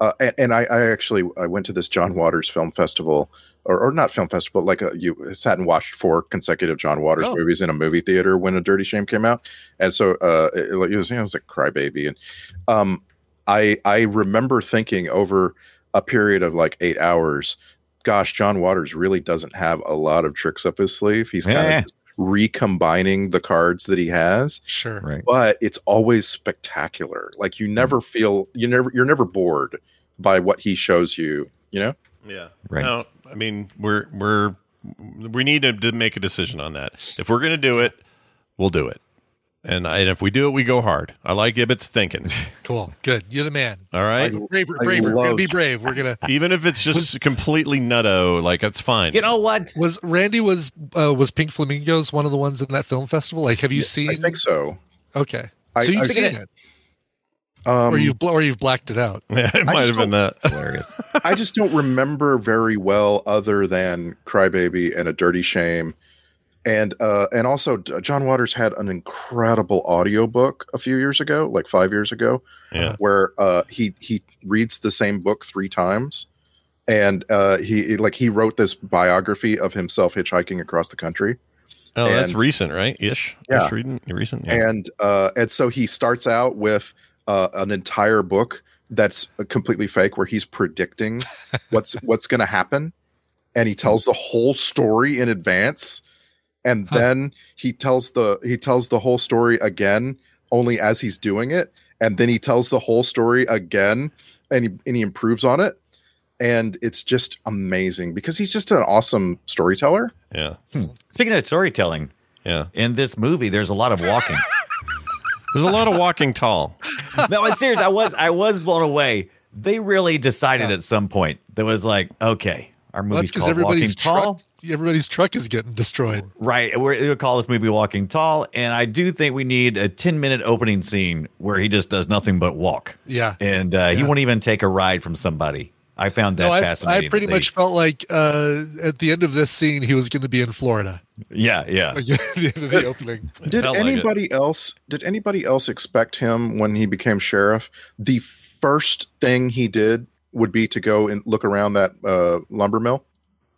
[SPEAKER 2] uh, and, and I, I actually I went to this John Waters film festival, or, or not film festival, like uh you sat and watched four consecutive John Waters
[SPEAKER 9] Oh.
[SPEAKER 2] movies in a movie theater when A Dirty Shame came out, and so uh, it, it was you know it was like Crybaby, and um, I I remember thinking over a period of like eight hours, gosh, John Waters really doesn't have a lot of tricks up his sleeve. He's kind
[SPEAKER 7] Yeah.
[SPEAKER 2] of recombining the cards that he has,
[SPEAKER 9] Sure.
[SPEAKER 7] Right.
[SPEAKER 2] but it's always spectacular. Like you
[SPEAKER 9] Mm.
[SPEAKER 2] never feel you never you're never bored by what he shows you. You know,
[SPEAKER 6] Yeah.
[SPEAKER 7] Right.
[SPEAKER 6] No, I mean, we're we're we need to, d- make a decision on that. If we're going to do it, we'll do it. And, I, and if we do it, we go hard. I like Ibbott's thinking.
[SPEAKER 9] Cool. Good. You're the man.
[SPEAKER 6] All right.
[SPEAKER 9] Braver,
[SPEAKER 2] I
[SPEAKER 9] braver. We're gonna
[SPEAKER 2] love-
[SPEAKER 9] be brave. We're gonna.
[SPEAKER 6] Even if it's just completely nutto, like it's fine.
[SPEAKER 7] You know what?
[SPEAKER 9] Was Randy was uh, was Pink Flamingos one of the ones in that film festival? Like, have you seen?
[SPEAKER 2] I think so.
[SPEAKER 9] Okay.
[SPEAKER 2] I-
[SPEAKER 9] so you've
[SPEAKER 2] I-
[SPEAKER 9] seen it,
[SPEAKER 2] Um,
[SPEAKER 9] or you've bl- or you've blacked it out.
[SPEAKER 6] Yeah, it might
[SPEAKER 2] just
[SPEAKER 6] have been
[SPEAKER 2] don't-
[SPEAKER 6] that.
[SPEAKER 7] Hilarious.
[SPEAKER 2] I just don't remember very well, other than Crybaby and A Dirty Shame, and uh, and also uh, John Waters had an incredible audiobook a few years ago, like five years ago,
[SPEAKER 6] Yeah.
[SPEAKER 2] where uh, he he reads the same book three times, and uh, he like he wrote this biography of himself hitchhiking across the country,
[SPEAKER 6] Oh, that's
[SPEAKER 2] And-
[SPEAKER 6] recent, right? Ish.
[SPEAKER 2] Yeah.
[SPEAKER 6] Ish recent. recent? Yeah.
[SPEAKER 2] and uh, and so he starts out with uh, an entire book that's completely fake, where he's predicting what's what's going to happen, and he tells the whole story in advance, and
[SPEAKER 9] Huh.
[SPEAKER 2] then he tells the he tells the whole story again, only as he's doing it, and then he tells the whole story again, and he and he improves on it, and it's just amazing because he's just an awesome storyteller.
[SPEAKER 6] yeah.
[SPEAKER 7] Speaking of storytelling,
[SPEAKER 6] Yeah.
[SPEAKER 7] in this movie, there's a lot of walking.
[SPEAKER 6] There's a lot of walking tall.
[SPEAKER 7] no, I'm serious. I was I was blown away. They really decided at some point that was like, okay, our
[SPEAKER 9] Well,
[SPEAKER 7] movie's
[SPEAKER 9] that's because
[SPEAKER 7] called Walking
[SPEAKER 9] everybody's
[SPEAKER 7] Tall,
[SPEAKER 9] truck, everybody's truck is getting destroyed.
[SPEAKER 7] right? We're going call this movie Walking Tall, and I do think we need a 10 minute opening scene where he just does nothing but walk,
[SPEAKER 9] Yeah.
[SPEAKER 7] and uh, he
[SPEAKER 9] Yeah.
[SPEAKER 7] won't even take a ride from somebody. I found that
[SPEAKER 9] no, I,
[SPEAKER 7] fascinating.
[SPEAKER 9] I pretty
[SPEAKER 7] that
[SPEAKER 9] much felt like uh, at the end of this scene, he was going to be in Florida.
[SPEAKER 7] they- yeah, yeah.
[SPEAKER 9] Like, at the end of the opening.
[SPEAKER 6] It
[SPEAKER 2] did
[SPEAKER 6] felt like it.
[SPEAKER 2] anybody else did anybody else expect him when he became sheriff the first thing he did would be to go and look around that uh, lumber mill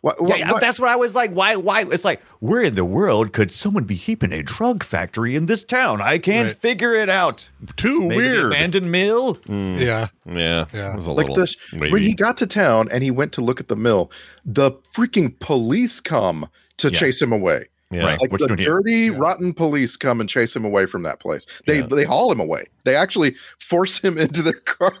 [SPEAKER 2] what, what,
[SPEAKER 7] Yeah, yeah,
[SPEAKER 2] what-
[SPEAKER 7] that's what I was like. Why? Why? It's like, where in the world could someone be keeping a drug factory in this town? I can't
[SPEAKER 9] Right.
[SPEAKER 7] figure it out.
[SPEAKER 6] Too
[SPEAKER 7] Maybe the
[SPEAKER 6] weird.
[SPEAKER 7] abandoned mill.
[SPEAKER 6] Mm,
[SPEAKER 9] Yeah.
[SPEAKER 6] yeah.
[SPEAKER 9] Yeah.
[SPEAKER 6] It was a
[SPEAKER 2] like
[SPEAKER 6] little.
[SPEAKER 2] this when
[SPEAKER 6] wavy.
[SPEAKER 2] he got to town and he went to look at the mill the freaking police come to
[SPEAKER 7] Yeah.
[SPEAKER 2] chase him away
[SPEAKER 6] yeah.
[SPEAKER 7] Right.
[SPEAKER 2] like
[SPEAKER 7] What you
[SPEAKER 2] the
[SPEAKER 7] doing here?
[SPEAKER 2] dirty
[SPEAKER 9] Yeah.
[SPEAKER 2] rotten police come and chase him away from that place they
[SPEAKER 6] Yeah.
[SPEAKER 2] they haul him away they actually force him into their car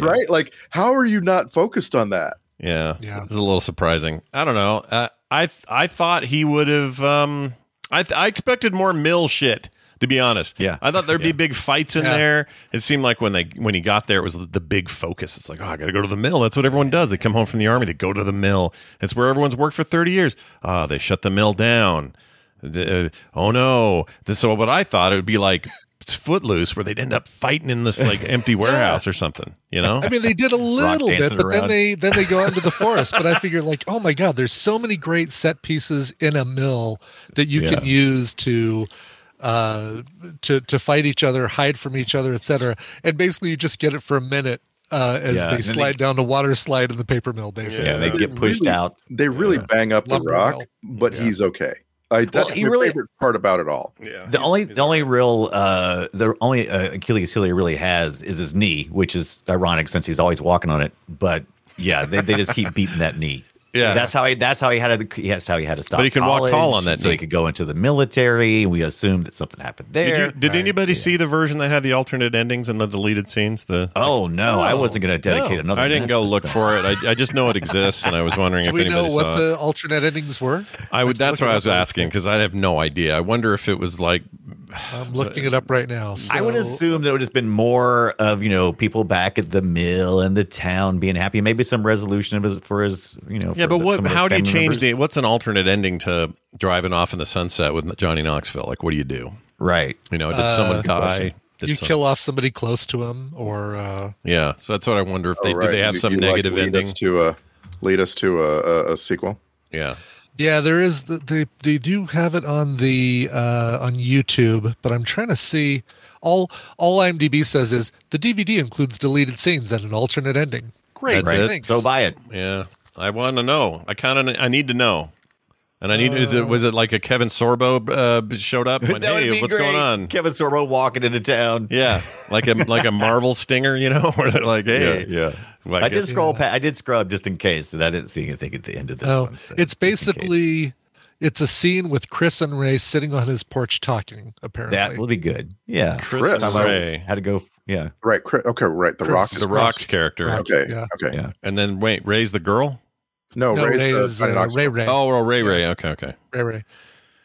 [SPEAKER 2] right like how are you not focused on that
[SPEAKER 6] Yeah,
[SPEAKER 9] Yeah.
[SPEAKER 6] it's a little surprising. I don't know. Uh, I th- I thought he would have. Um, I th- I expected more mill shit. To be honest,
[SPEAKER 7] Yeah.
[SPEAKER 6] I thought there'd be big fights in
[SPEAKER 9] Yeah.
[SPEAKER 6] there. It seemed like when they when he got there, it was the big focus. It's like, oh, I got to go to the mill. That's what everyone does. They come home from the army, they go to the mill. It's where everyone's worked for thirty years. Ah, they shut the mill down. The- uh, oh no! This, so what I thought it would be like Footloose, where they'd end up fighting in this like empty warehouse or something. You know?
[SPEAKER 9] I mean, they did a little
[SPEAKER 7] dancing
[SPEAKER 9] bit, but
[SPEAKER 7] around.
[SPEAKER 9] then they then they go out into the forest. But I figure, like, oh my god, there's so many great set pieces in a mill that you can use to uh to to fight each other, hide from each other, etc. And basically, you just get it for a minute uh as
[SPEAKER 7] Yeah, and
[SPEAKER 9] they
[SPEAKER 7] then
[SPEAKER 9] slide
[SPEAKER 7] they-
[SPEAKER 9] down a water slide in the paper mill, basically.
[SPEAKER 7] Yeah, they
[SPEAKER 2] They
[SPEAKER 7] get pushed
[SPEAKER 2] really-
[SPEAKER 7] out.
[SPEAKER 2] They really bang up the
[SPEAKER 9] Lumber
[SPEAKER 2] rock,
[SPEAKER 9] mill.
[SPEAKER 2] but
[SPEAKER 9] Yeah.
[SPEAKER 2] he's okay. I, that's
[SPEAKER 7] he
[SPEAKER 2] my
[SPEAKER 7] really-
[SPEAKER 2] favorite part about it all.
[SPEAKER 6] yeah.
[SPEAKER 7] The only, the only real, uh, the only uh, Achilles heel he really has is his knee, which is ironic since he's always walking on it. But yeah, they, they just keep beating that knee.
[SPEAKER 6] Yeah.
[SPEAKER 7] that's how he. That's how he had. A, that's how he had to stop.
[SPEAKER 6] But he can walk
[SPEAKER 7] college,
[SPEAKER 6] tall on that
[SPEAKER 7] so
[SPEAKER 6] knee.
[SPEAKER 7] he could go into the military. We assume that something happened there.
[SPEAKER 6] Did, you, did
[SPEAKER 9] Right,
[SPEAKER 6] anybody see the version that had the alternate endings and the deleted scenes? The
[SPEAKER 7] Oh no, I wasn't going to dedicate
[SPEAKER 6] No,
[SPEAKER 7] another.
[SPEAKER 6] I didn't
[SPEAKER 7] minute
[SPEAKER 6] go
[SPEAKER 7] to this
[SPEAKER 6] look
[SPEAKER 7] thing.
[SPEAKER 6] for it. I, I just know it exists, and I was wondering
[SPEAKER 9] Do
[SPEAKER 6] if
[SPEAKER 9] we know
[SPEAKER 6] anybody
[SPEAKER 9] what
[SPEAKER 6] saw it.
[SPEAKER 9] the alternate endings were?
[SPEAKER 6] I would. That's what I was
[SPEAKER 9] up.
[SPEAKER 6] asking because I have no idea. I wonder if it was like
[SPEAKER 9] I'm looking it up right now. So,
[SPEAKER 7] I would assume that it would have been more of you know people back at the mill and the town being happy, maybe some resolution of his, for his you know.
[SPEAKER 6] yeah,
[SPEAKER 7] for
[SPEAKER 6] but
[SPEAKER 7] the-
[SPEAKER 6] what?
[SPEAKER 7] some of his
[SPEAKER 6] How do you
[SPEAKER 7] family
[SPEAKER 6] change the?
[SPEAKER 7] members.
[SPEAKER 6] What's an alternate ending to driving off in the sunset with Johnny Knoxville? Like, what do you do?
[SPEAKER 7] right?
[SPEAKER 6] You know, did someone die? Did
[SPEAKER 9] you
[SPEAKER 6] some-
[SPEAKER 9] kill off somebody close to him, or uh,
[SPEAKER 6] Yeah, so that's what I wonder if they
[SPEAKER 2] Oh, right.
[SPEAKER 6] did. They have
[SPEAKER 2] You-
[SPEAKER 6] some
[SPEAKER 2] you, like,
[SPEAKER 6] negative
[SPEAKER 2] lead
[SPEAKER 6] ending.
[SPEAKER 2] Us to a, lead us to a, a, a sequel.
[SPEAKER 6] yeah,
[SPEAKER 9] Yeah, there is. The, they they do have it on the uh, on YouTube, but I'm trying to see. All all IMDb says is the DVD includes deleted scenes and an alternate ending. Great,
[SPEAKER 6] That's it.
[SPEAKER 9] thanks.
[SPEAKER 7] So buy it.
[SPEAKER 6] yeah. I want to know. I kind of. I need to know. And I need is it was it like a Kevin Sorbo uh, showed up? and Went,
[SPEAKER 7] That would
[SPEAKER 6] hey,
[SPEAKER 7] be
[SPEAKER 6] what's
[SPEAKER 7] great.
[SPEAKER 6] going on?
[SPEAKER 7] Kevin Sorbo walking into town.
[SPEAKER 6] Yeah, like a like a Marvel stinger, you know, where they're like, hey,
[SPEAKER 7] yeah.
[SPEAKER 6] Well,
[SPEAKER 7] I,
[SPEAKER 6] I,
[SPEAKER 7] did
[SPEAKER 6] guess
[SPEAKER 7] scroll. Pa- I did scrub just in case, and I didn't see anything at the end of this
[SPEAKER 9] Oh,
[SPEAKER 7] one, so
[SPEAKER 9] it's
[SPEAKER 7] just in case.
[SPEAKER 9] basically it's a scene with Chris and Ray sitting on his porch talking. Apparently,
[SPEAKER 7] that will be good. Yeah,
[SPEAKER 2] Chris.
[SPEAKER 6] Chris Ray,
[SPEAKER 7] how to go? Yeah,
[SPEAKER 2] Right. cri- Okay. Right. The
[SPEAKER 9] Chris.
[SPEAKER 2] rock.
[SPEAKER 6] the Rock's character,
[SPEAKER 9] Rock.
[SPEAKER 2] Okay.
[SPEAKER 9] Yeah.
[SPEAKER 2] Okay.
[SPEAKER 7] yeah.
[SPEAKER 6] and then wait, Ray's the girl.
[SPEAKER 2] No,
[SPEAKER 9] no,
[SPEAKER 2] Oh, Ray's
[SPEAKER 9] Ray
[SPEAKER 2] the
[SPEAKER 9] is,
[SPEAKER 2] Johnny
[SPEAKER 9] uh,
[SPEAKER 2] Knoxville.
[SPEAKER 9] Ray Ray.
[SPEAKER 6] Oh, well, Ray, Ray. Okay, okay.
[SPEAKER 9] Ray Ray.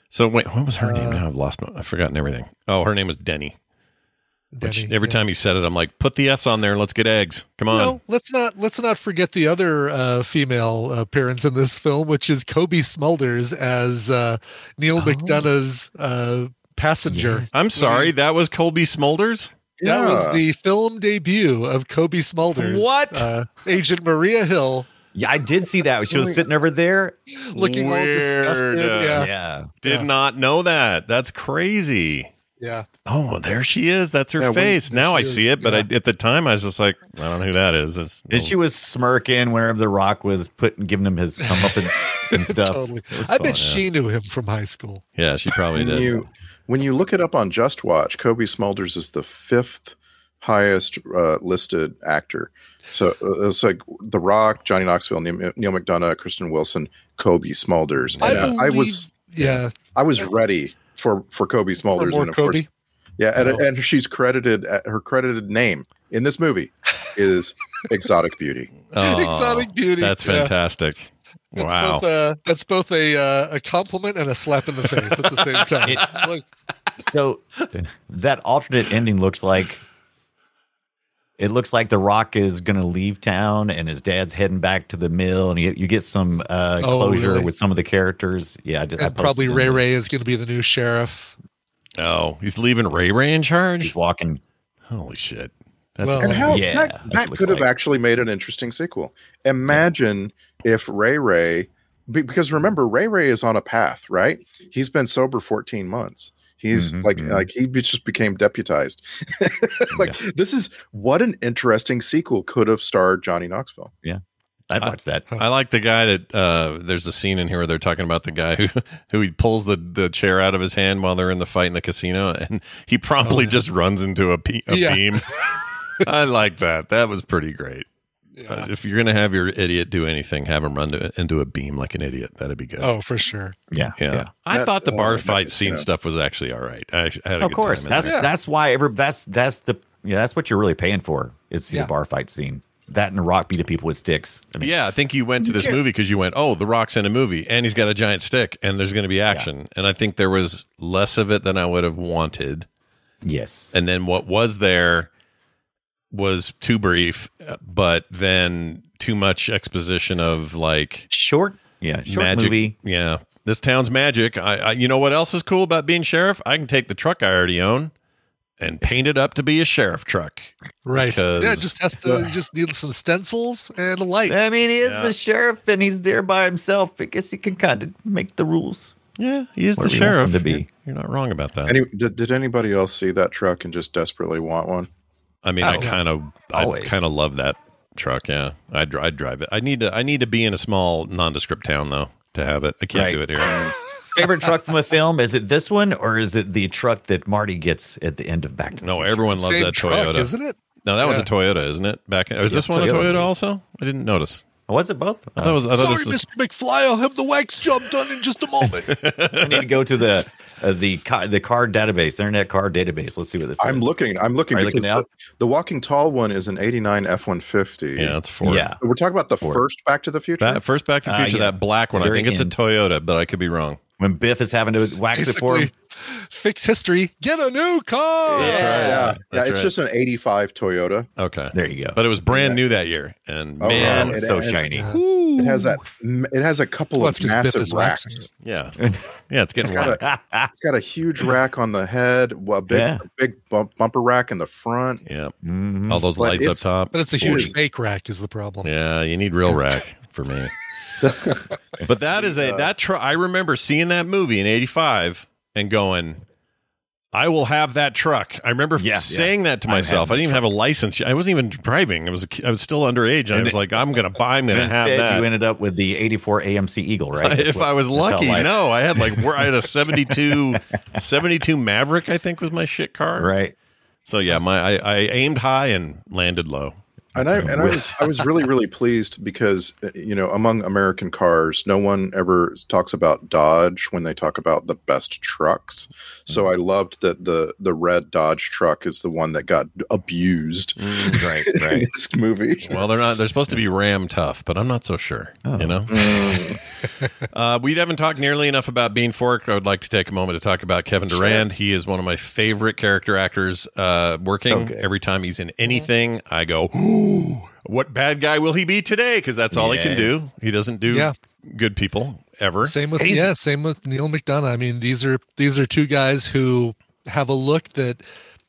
[SPEAKER 6] So wait, what was her name?
[SPEAKER 9] Uh,
[SPEAKER 6] Now I've lost. My, I've forgotten everything. Oh, her name was Denny. Which
[SPEAKER 9] Denny,
[SPEAKER 6] every
[SPEAKER 9] yeah.
[SPEAKER 6] time he said it, I'm like, put the S on there. and Let's get eggs. Come on.
[SPEAKER 9] No, let's not let's not forget the other uh, female appearance in this film, which is Kobe Smulders as uh, Neil
[SPEAKER 7] Oh.
[SPEAKER 9] McDonough's uh, passenger.
[SPEAKER 6] I'm sorry, that was Colby Smulders.
[SPEAKER 9] That
[SPEAKER 2] Yeah.
[SPEAKER 9] was the film debut of Kobe Smulders.
[SPEAKER 6] What?
[SPEAKER 9] Uh, Agent Maria Hill,
[SPEAKER 7] Yeah, I did see that. She was sitting over there.
[SPEAKER 9] looking all disgusted.
[SPEAKER 6] Weird, uh,
[SPEAKER 9] Yeah,
[SPEAKER 7] Yeah.
[SPEAKER 6] Did
[SPEAKER 9] Yeah.
[SPEAKER 6] not know that. That's crazy.
[SPEAKER 9] yeah.
[SPEAKER 6] Oh, there she is. That's her
[SPEAKER 2] Yeah, when-
[SPEAKER 6] face.
[SPEAKER 9] there
[SPEAKER 6] now
[SPEAKER 9] she
[SPEAKER 6] I
[SPEAKER 9] is.
[SPEAKER 6] see it, but
[SPEAKER 9] Yeah.
[SPEAKER 6] I, at the time I was just like, I don't know who that is. That's,
[SPEAKER 7] And
[SPEAKER 9] Oh.
[SPEAKER 7] she was smirking whenever The Rock was putting, giving him his comeuppance and stuff.
[SPEAKER 9] Totally.
[SPEAKER 7] It was fun,
[SPEAKER 9] I
[SPEAKER 7] yeah.
[SPEAKER 9] bet she knew him from high school.
[SPEAKER 6] yeah, she probably
[SPEAKER 2] When
[SPEAKER 6] did.
[SPEAKER 2] you when you look it up on Just Watch, Kobe Smulders is the fifth highest uh, listed actor. So uh, it's like The Rock, Johnny Knoxville, Neil, Neil McDonough, Kristen Wilson, Kobe Smulders. And I, I was
[SPEAKER 9] yeah,
[SPEAKER 2] I was ready for for Kobe
[SPEAKER 9] for
[SPEAKER 2] Smulders.
[SPEAKER 9] more
[SPEAKER 2] and of
[SPEAKER 9] Kobe.
[SPEAKER 2] course, yeah, and,
[SPEAKER 9] Oh.
[SPEAKER 2] and she's credited uh, her credited name in this movie is Exotic Beauty.
[SPEAKER 6] Oh,
[SPEAKER 9] Exotic Beauty.
[SPEAKER 6] That's
[SPEAKER 9] Yeah.
[SPEAKER 6] fantastic.
[SPEAKER 9] That's
[SPEAKER 6] wow.
[SPEAKER 9] Both a, that's both a uh, a compliment and a slap in the face at the same time. Look,
[SPEAKER 7] So that alternate ending looks like it looks like The Rock is going to leave town and his dad's heading back to the mill, and you, you get some uh,
[SPEAKER 9] Oh,
[SPEAKER 7] closure
[SPEAKER 9] really?
[SPEAKER 7] with some of the characters. Yeah, I did. I
[SPEAKER 9] and probably
[SPEAKER 7] posted
[SPEAKER 9] Ray
[SPEAKER 7] them.
[SPEAKER 9] Ray is going to be the new sheriff.
[SPEAKER 6] oh, he's leaving Ray Ray in charge.
[SPEAKER 7] He's walking.
[SPEAKER 6] Holy shit. That's
[SPEAKER 9] Well,
[SPEAKER 2] And
[SPEAKER 9] Oh,
[SPEAKER 2] how
[SPEAKER 7] yeah,
[SPEAKER 2] that,
[SPEAKER 7] that's
[SPEAKER 2] that
[SPEAKER 7] what it
[SPEAKER 2] could
[SPEAKER 7] looks
[SPEAKER 2] have
[SPEAKER 7] like.
[SPEAKER 2] actually made an interesting sequel. Imagine if Ray Ray, be- because remember Ray Ray is on a path, right? He's been sober 14 months. He's
[SPEAKER 7] Mhm,
[SPEAKER 2] like
[SPEAKER 7] mhm.
[SPEAKER 2] like he be- just became deputized. like this is what an interesting sequel could have starred Johnny Knoxville.
[SPEAKER 7] I'd
[SPEAKER 6] I-
[SPEAKER 7] watch that.
[SPEAKER 9] Uh,
[SPEAKER 6] I like the guy that uh, there's a scene in here where they're talking about the guy who who he pulls the, the chair out of his hand while they're in the fight in the casino, and he promptly
[SPEAKER 9] Oh, yeah.
[SPEAKER 6] just runs into a, pe- a
[SPEAKER 9] Yeah.
[SPEAKER 6] beam. I like that. That was pretty great. Uh, if you're gonna have your idiot do anything, have him run to, into a beam like an idiot. That'd be good.
[SPEAKER 9] Oh, for sure.
[SPEAKER 7] Yeah,
[SPEAKER 6] yeah. I
[SPEAKER 2] That-
[SPEAKER 6] thought the bar
[SPEAKER 2] uh, that-
[SPEAKER 6] fight scene
[SPEAKER 2] yeah.
[SPEAKER 6] stuff was actually all right. I, actually had a
[SPEAKER 7] Of
[SPEAKER 6] good
[SPEAKER 7] course,
[SPEAKER 6] time in
[SPEAKER 7] that's
[SPEAKER 6] there.
[SPEAKER 9] there.
[SPEAKER 7] that's why every that's that's the yeah that's what you're really paying for is see
[SPEAKER 9] Yeah.
[SPEAKER 7] the bar fight scene. That and the rock beat up people with sticks. I mean,
[SPEAKER 6] yeah, I think you went to this
[SPEAKER 2] can't-
[SPEAKER 6] movie because you went, oh, The Rock's in a movie and he's got a giant stick and there's going to be action. And I think there was less of it than I would have wanted.
[SPEAKER 7] yes,
[SPEAKER 6] And then what was there was too brief, but then too much exposition of like
[SPEAKER 7] short. Yeah, short
[SPEAKER 6] magic.
[SPEAKER 7] movie.
[SPEAKER 6] Yeah. This town's magic. I, I, you know what else is cool about being sheriff? I can take the truck I already own and paint it up to be a sheriff truck.
[SPEAKER 9] Right.
[SPEAKER 6] Because-
[SPEAKER 9] yeah, just has to. you just need some stencils and a light.
[SPEAKER 7] I mean, he is
[SPEAKER 6] Yeah.
[SPEAKER 7] the sheriff and he's there by himself. I guess he can kind of make the rules.
[SPEAKER 6] Yeah, he is
[SPEAKER 7] Where
[SPEAKER 6] the
[SPEAKER 7] he wants him
[SPEAKER 6] sheriff.
[SPEAKER 7] to be.
[SPEAKER 6] You're, you're not wrong about
[SPEAKER 7] Uh,
[SPEAKER 6] that.
[SPEAKER 2] Any, did, did anybody else see that truck and just desperately want one?
[SPEAKER 6] I mean, I kind of, I
[SPEAKER 7] Always.
[SPEAKER 6] kind of love that truck. Yeah, I would I'd drive it. I need to, I need to be in a small nondescript town though to have it. I can't
[SPEAKER 7] Right.
[SPEAKER 6] do it here.
[SPEAKER 7] Favorite truck from a film? Is it this one or is it the truck that Marty gets at the end of Back to the
[SPEAKER 6] no, everyone loves
[SPEAKER 9] Same
[SPEAKER 6] that
[SPEAKER 9] truck,
[SPEAKER 6] Toyota.
[SPEAKER 9] isn't it?
[SPEAKER 6] No, that one's
[SPEAKER 9] Yeah.
[SPEAKER 6] a Toyota, isn't it? Back is
[SPEAKER 7] Yeah,
[SPEAKER 6] this one a
[SPEAKER 7] Toyota.
[SPEAKER 6] Toyota also? I didn't notice.
[SPEAKER 7] Oh, Was it both?
[SPEAKER 6] I thought it was. I thought
[SPEAKER 9] Sorry,
[SPEAKER 6] this was,
[SPEAKER 9] Mr. McFly. I'll have the wax job done in just a moment.
[SPEAKER 7] I need to go to the uh, the car, the car database, internet car database. Let's see what this
[SPEAKER 2] I'm
[SPEAKER 7] is.
[SPEAKER 2] looking. I'm looking.
[SPEAKER 7] Are you
[SPEAKER 2] because
[SPEAKER 7] looking out?
[SPEAKER 2] The, the Walking Tall one is an '89 F-150.
[SPEAKER 6] yeah, it's Ford.
[SPEAKER 7] Yeah.
[SPEAKER 2] We're talking about the
[SPEAKER 7] Ford.
[SPEAKER 2] first Back to the Future.
[SPEAKER 6] That first Back to the
[SPEAKER 7] Uh,
[SPEAKER 6] Future,
[SPEAKER 7] yeah.
[SPEAKER 6] that black one. I
[SPEAKER 7] Very
[SPEAKER 6] think it's a
[SPEAKER 7] end.
[SPEAKER 6] Toyota, but I could be wrong.
[SPEAKER 7] When Biff is having to wax it for him.
[SPEAKER 9] Basically, fix history. Get a new car.
[SPEAKER 6] That's right.
[SPEAKER 2] Yeah, yeah,
[SPEAKER 6] That's
[SPEAKER 2] it's
[SPEAKER 6] right.
[SPEAKER 2] just an '85 Toyota.
[SPEAKER 6] Okay,
[SPEAKER 7] There you go.
[SPEAKER 6] but it was brand new that year, and
[SPEAKER 2] Oh,
[SPEAKER 6] man,
[SPEAKER 2] wow.
[SPEAKER 7] it's
[SPEAKER 2] it
[SPEAKER 7] so
[SPEAKER 2] is.
[SPEAKER 7] shiny.
[SPEAKER 2] It has that. It has a couple
[SPEAKER 9] Well,
[SPEAKER 2] of
[SPEAKER 9] it's 'cause Biff
[SPEAKER 2] massive
[SPEAKER 9] is
[SPEAKER 2] racks.
[SPEAKER 9] waxing.
[SPEAKER 6] yeah, yeah, it's
[SPEAKER 2] It's
[SPEAKER 6] getting
[SPEAKER 2] got
[SPEAKER 6] waxed.
[SPEAKER 2] a, it's got a huge rack on the head, a big,
[SPEAKER 7] Yeah.
[SPEAKER 2] a big bump, bumper rack in the front.
[SPEAKER 6] Yeah,
[SPEAKER 7] Mhm.
[SPEAKER 6] all those
[SPEAKER 2] But
[SPEAKER 6] lights up
[SPEAKER 2] it's-
[SPEAKER 6] top.
[SPEAKER 9] But it's a
[SPEAKER 2] Ooh.
[SPEAKER 9] huge fake rack is the problem.
[SPEAKER 6] Yeah, you need real rack for me. but that is a that tr- I remember seeing that movie in 85 and going I will have that truck. I remember f-
[SPEAKER 7] Yeah, yeah.
[SPEAKER 6] saying that to
[SPEAKER 7] I'm
[SPEAKER 6] myself. I
[SPEAKER 7] having
[SPEAKER 6] didn't even have a license. I wasn't even driving. I was a ki- I was still underage. And I
[SPEAKER 7] And
[SPEAKER 6] was
[SPEAKER 7] it-
[SPEAKER 6] like, I'm gonna buy. I'm gonna have
[SPEAKER 7] Instead,
[SPEAKER 6] that.
[SPEAKER 7] you ended up with the 84 AMC Eagle, right? That's
[SPEAKER 6] if
[SPEAKER 7] what-
[SPEAKER 6] I was
[SPEAKER 7] that's how
[SPEAKER 6] lucky,
[SPEAKER 7] life-
[SPEAKER 6] no, I had like where I had a 72, 72 Maverick, I think was my shit car.
[SPEAKER 7] Right.
[SPEAKER 6] So yeah, my I, I aimed high and landed low.
[SPEAKER 2] and I and I was I was really really pleased because uh, you know among American cars, no one ever talks about Dodge when they talk about the best trucks. So
[SPEAKER 6] Mm-hmm.
[SPEAKER 2] I loved that the the red Dodge truck is the one that got abused
[SPEAKER 6] Mm, right,
[SPEAKER 2] in
[SPEAKER 6] right.
[SPEAKER 2] this movie.
[SPEAKER 6] Well, they're not. They're supposed to be Ram tough, but I'm not so sure.
[SPEAKER 7] Oh.
[SPEAKER 6] You know,
[SPEAKER 7] Mm.
[SPEAKER 6] uh, we haven't talked nearly enough about Bean Fork. I would like to take a moment to talk about Kevin Durand. He is one of my favorite character actors. Uh, working every time he's in anything, I go, "Ooh, "What bad guy will he be today?" Because that's all he can do.
[SPEAKER 7] Yes.
[SPEAKER 6] He doesn't do
[SPEAKER 9] Yeah.
[SPEAKER 6] good people ever.
[SPEAKER 9] Same with
[SPEAKER 7] He's-
[SPEAKER 9] yeah, same with Neil McDonough. I mean, these are these are two guys who have a look that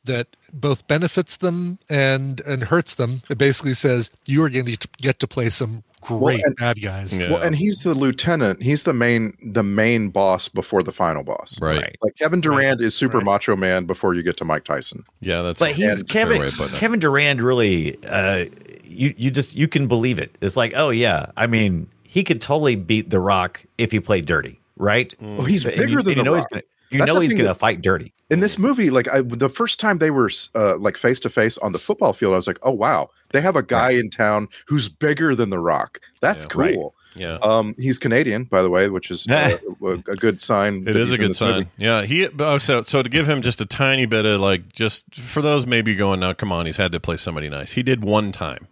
[SPEAKER 9] that both benefits them and and hurts them. It basically says you are going to get to play some great
[SPEAKER 2] and-
[SPEAKER 9] bad guys.
[SPEAKER 6] Yeah.
[SPEAKER 2] Well, and he's the lieutenant. He's the main the main boss before the final boss.
[SPEAKER 6] right.
[SPEAKER 7] Right.
[SPEAKER 2] Like Kevin Durant is super macho man before you get to Mike Tyson.
[SPEAKER 6] Yeah, that's
[SPEAKER 7] But
[SPEAKER 6] that's
[SPEAKER 7] he's
[SPEAKER 6] a fair way
[SPEAKER 7] Kevin.
[SPEAKER 6] of putting it.
[SPEAKER 7] Kevin Durand really, uh, you you just you can believe it. It's like, oh yeah, I mean, he could totally beat The Rock if he played dirty, right?
[SPEAKER 2] Well, he's
[SPEAKER 7] Mm. And
[SPEAKER 2] bigger
[SPEAKER 7] you,
[SPEAKER 2] than
[SPEAKER 7] and you
[SPEAKER 2] The
[SPEAKER 7] know Oh, he's
[SPEAKER 2] Rock.
[SPEAKER 7] gonna, you
[SPEAKER 2] That's
[SPEAKER 7] know
[SPEAKER 2] the
[SPEAKER 7] he's
[SPEAKER 2] thing
[SPEAKER 7] gonna
[SPEAKER 2] that-
[SPEAKER 7] fight dirty.
[SPEAKER 2] in this movie like I, the first time they were uh, like face to face on the football field i was like oh wow they have a guy in town who's bigger than the rock that's
[SPEAKER 6] Yeah,
[SPEAKER 7] right.
[SPEAKER 2] cool
[SPEAKER 6] Yeah.
[SPEAKER 2] um he's canadian by the way which is uh, a, a good sign
[SPEAKER 6] It
[SPEAKER 2] that
[SPEAKER 6] is a
[SPEAKER 2] he's in
[SPEAKER 6] good
[SPEAKER 2] this
[SPEAKER 6] sign.
[SPEAKER 2] movie.
[SPEAKER 6] Yeah, he. Oh, so so to give him just a tiny bit of like, just for those maybe going now, come on, he's had to play somebody nice. He did one time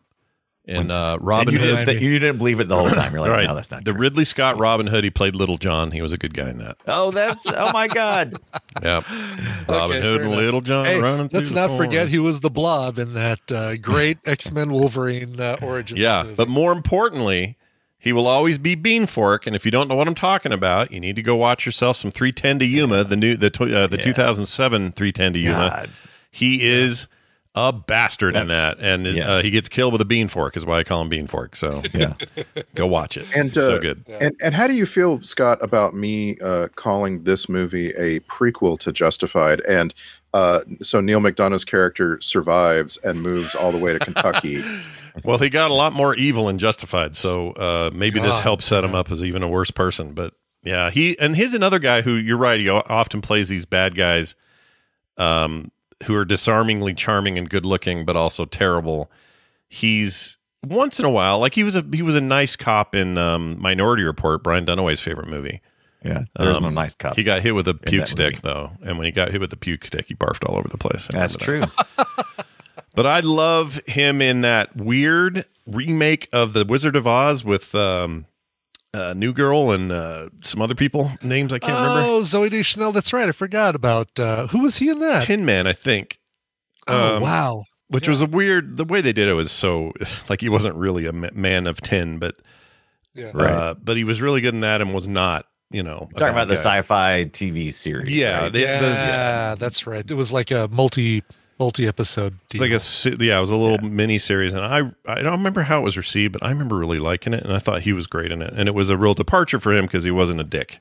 [SPEAKER 6] in uh, Robin
[SPEAKER 7] And you,
[SPEAKER 6] Hood.
[SPEAKER 7] didn't, you didn't believe it the whole time. You're like,
[SPEAKER 6] right,
[SPEAKER 7] no, that's not
[SPEAKER 6] the
[SPEAKER 7] true.
[SPEAKER 6] Ridley Scott Robin Hood. He played Little John. He was a good guy in that.
[SPEAKER 7] oh, that's oh my god.
[SPEAKER 6] Yeah, Robin
[SPEAKER 9] Okay,
[SPEAKER 6] Hood
[SPEAKER 9] fair
[SPEAKER 6] and
[SPEAKER 9] enough.
[SPEAKER 6] Little John
[SPEAKER 9] Hey,
[SPEAKER 6] running.
[SPEAKER 9] let's
[SPEAKER 6] through the
[SPEAKER 9] not forget
[SPEAKER 6] forest.
[SPEAKER 9] he was the Blob in that uh, great X Men Wolverine uh, origin.
[SPEAKER 6] Yeah, but more importantly, he will always be Bean Fork. And if you don't know what I'm talking about, you need to go watch yourself some 310 to Yuma, the new the tw- uh, the
[SPEAKER 7] Yeah.
[SPEAKER 6] 2007 310 to Yuma.
[SPEAKER 7] God.
[SPEAKER 6] He is a bastard in that, and
[SPEAKER 7] Yeah.
[SPEAKER 6] uh, he gets killed with a bean fork. Is why I call him Bean Fork. So
[SPEAKER 7] Yeah.
[SPEAKER 6] go watch it.
[SPEAKER 2] and uh,
[SPEAKER 6] It's so good.
[SPEAKER 2] and, and how do you feel scott about me uh, calling this movie a prequel to justified and uh, so neil mcdonough's character survives and moves all the way to kentucky
[SPEAKER 6] Well, he got a lot more evil and justified. So uh, maybe this
[SPEAKER 7] Ah,
[SPEAKER 9] God,
[SPEAKER 6] helps set him up as even a worse person. But yeah, he and he's another guy who you're right. He o- often plays these bad guys, um, who are disarmingly charming and good looking, but also terrible. He's once in a while like he was a he was a nice cop in um, Minority Report, Brian Dunaway's favorite movie.
[SPEAKER 7] Yeah. There's
[SPEAKER 6] Um,
[SPEAKER 7] no nice cops.
[SPEAKER 6] He got hit with a puke
[SPEAKER 7] that
[SPEAKER 6] stick
[SPEAKER 7] movie.
[SPEAKER 6] though, and when he got hit with the puke stick, he barfed all over the place. I
[SPEAKER 7] that's
[SPEAKER 6] remember that.
[SPEAKER 7] true.
[SPEAKER 6] But I love him in that weird remake of the Wizard of Oz with um, uh, New Girl and uh, some other people names I can't remember.
[SPEAKER 9] oh, Zoe Deschanel. That's right. I forgot about uh, who was he in that.
[SPEAKER 6] Tin Man, I think.
[SPEAKER 9] oh
[SPEAKER 6] um,
[SPEAKER 9] wow.
[SPEAKER 6] which was a weird the way they did it was so like he wasn't really a ma- man of tin but
[SPEAKER 9] Yeah.
[SPEAKER 7] Right.
[SPEAKER 6] uh, but he was really good in that and was not you know a
[SPEAKER 7] Talking
[SPEAKER 6] bad
[SPEAKER 7] about the
[SPEAKER 6] guy.
[SPEAKER 7] sci-fi TV series.
[SPEAKER 6] yeah,
[SPEAKER 7] right?
[SPEAKER 6] they- the-
[SPEAKER 9] yeah, that's right. It was like a multi multi episode.
[SPEAKER 6] It's like a se- yeah, it was a little mini series, and I I don't remember how it was received, but I remember really liking it, and I thought he was great in it, and it was a real departure for him because he wasn't a dick.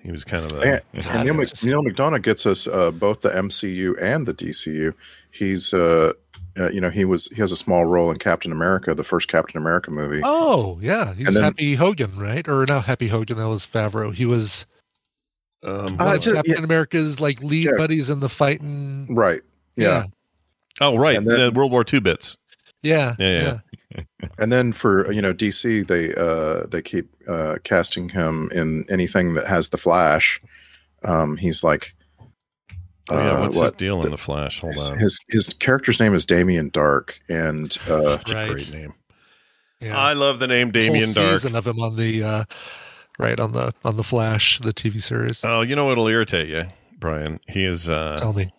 [SPEAKER 6] He was kind of a
[SPEAKER 2] And, and Neil, Mc, Neil McDonough gets us uh, both the MCU and the DCU. He's, uh, uh, you know, he was he has a small role in Captain America, the first Captain America movie.
[SPEAKER 9] Oh yeah, he's
[SPEAKER 2] And then-
[SPEAKER 9] Happy Hogan, right? Or not Happy Hogan? That was Favreau. He was
[SPEAKER 6] um,
[SPEAKER 2] Uh,
[SPEAKER 9] one of
[SPEAKER 2] just-
[SPEAKER 9] Captain
[SPEAKER 2] yeah.
[SPEAKER 9] America's like lead
[SPEAKER 2] Yeah.
[SPEAKER 9] buddies in the fighting.
[SPEAKER 2] Right. Yeah.
[SPEAKER 6] oh right,
[SPEAKER 2] and then-
[SPEAKER 6] the World War II bits.
[SPEAKER 9] yeah,
[SPEAKER 6] Yeah, yeah.
[SPEAKER 2] And then for you know DC, they uh, they keep uh, casting him in anything that has the Flash. Um, he's like,
[SPEAKER 6] Oh, yeah,
[SPEAKER 2] uh,
[SPEAKER 6] what's his Uh,
[SPEAKER 2] what-
[SPEAKER 6] deal in the Flash? Hold
[SPEAKER 2] His,
[SPEAKER 6] on,
[SPEAKER 2] his his character's name is Damien Dark, and uh,
[SPEAKER 6] such
[SPEAKER 9] Right.
[SPEAKER 6] a great name.
[SPEAKER 9] yeah.
[SPEAKER 6] I love the name
[SPEAKER 9] Whole
[SPEAKER 6] Damien Dark.
[SPEAKER 9] season of him on the uh, right on the on the Flash, the TV series.
[SPEAKER 6] Oh, you know what'll irritate you, Brian? He is. Uh,
[SPEAKER 9] Tell me,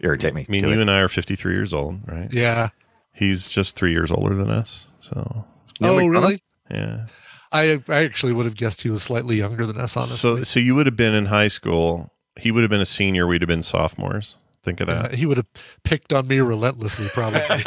[SPEAKER 7] Irritate me.
[SPEAKER 6] I mean,
[SPEAKER 7] to
[SPEAKER 6] you
[SPEAKER 7] it.
[SPEAKER 6] and I are fifty-three years old, right?
[SPEAKER 9] yeah.
[SPEAKER 6] He's just three years older than us, so
[SPEAKER 2] Neil
[SPEAKER 9] oh
[SPEAKER 2] McDonough?
[SPEAKER 9] really?
[SPEAKER 6] yeah.
[SPEAKER 9] I I actually would have guessed he was slightly younger than us, honestly.
[SPEAKER 6] So, so you would have been in high school. He would have been a senior. We'd have been sophomores. Think of
[SPEAKER 9] Uh,
[SPEAKER 6] that.
[SPEAKER 9] he would have picked on me relentlessly, probably.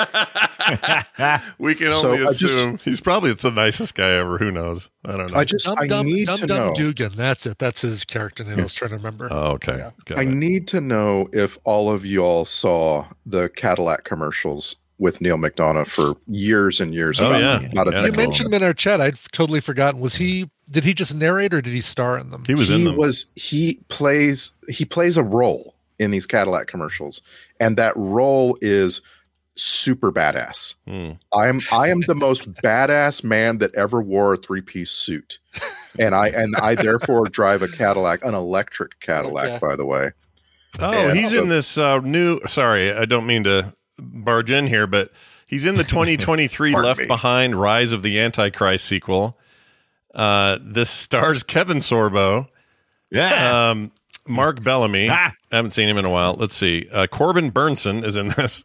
[SPEAKER 6] we can
[SPEAKER 2] So,
[SPEAKER 6] only
[SPEAKER 2] I just-
[SPEAKER 6] assume he's probably the nicest guy ever. Who knows? I don't know.
[SPEAKER 2] I just
[SPEAKER 9] Dum
[SPEAKER 2] I
[SPEAKER 9] Dum
[SPEAKER 2] need
[SPEAKER 9] Dum
[SPEAKER 2] to
[SPEAKER 9] Dum
[SPEAKER 2] know.
[SPEAKER 9] Dugan. That's it. That's his character name. I was trying to remember.
[SPEAKER 6] oh, okay. Got
[SPEAKER 2] I
[SPEAKER 6] it.
[SPEAKER 2] need to know if all of y'all saw the Cadillac commercials with Neil McDonough for years and years.
[SPEAKER 6] Oh,
[SPEAKER 2] about-
[SPEAKER 6] yeah.
[SPEAKER 2] about a thing
[SPEAKER 6] Yeah.
[SPEAKER 9] you
[SPEAKER 6] cool.
[SPEAKER 2] called-
[SPEAKER 9] mentioned him in our chat. I'd f- totally forgotten. Was he? Did he just narrate or did he star in them?
[SPEAKER 6] he was in
[SPEAKER 2] he
[SPEAKER 6] them.
[SPEAKER 2] was he plays he plays a role in these Cadillac commercials, and that role is super badass.
[SPEAKER 6] Hmm.
[SPEAKER 2] I'm I am the most badass man that ever wore a three piece suit, and I and I therefore drive a Cadillac, an electric Cadillac,
[SPEAKER 9] Okay.
[SPEAKER 2] by the way.
[SPEAKER 6] Oh,
[SPEAKER 2] Yeah.
[SPEAKER 6] he's in this uh, new. Sorry, I don't mean to barge in here, but he's in the 2023
[SPEAKER 2] Pardon
[SPEAKER 6] Left
[SPEAKER 2] me.
[SPEAKER 6] Behind: Rise of the Antichrist sequel. Uh, this stars Kevin Sorbo,
[SPEAKER 7] Yeah.
[SPEAKER 6] um, Mark Bellamy. I
[SPEAKER 7] Ah.
[SPEAKER 6] haven't seen him in a while. Let's see. Uh, Corbin Burnson is in this,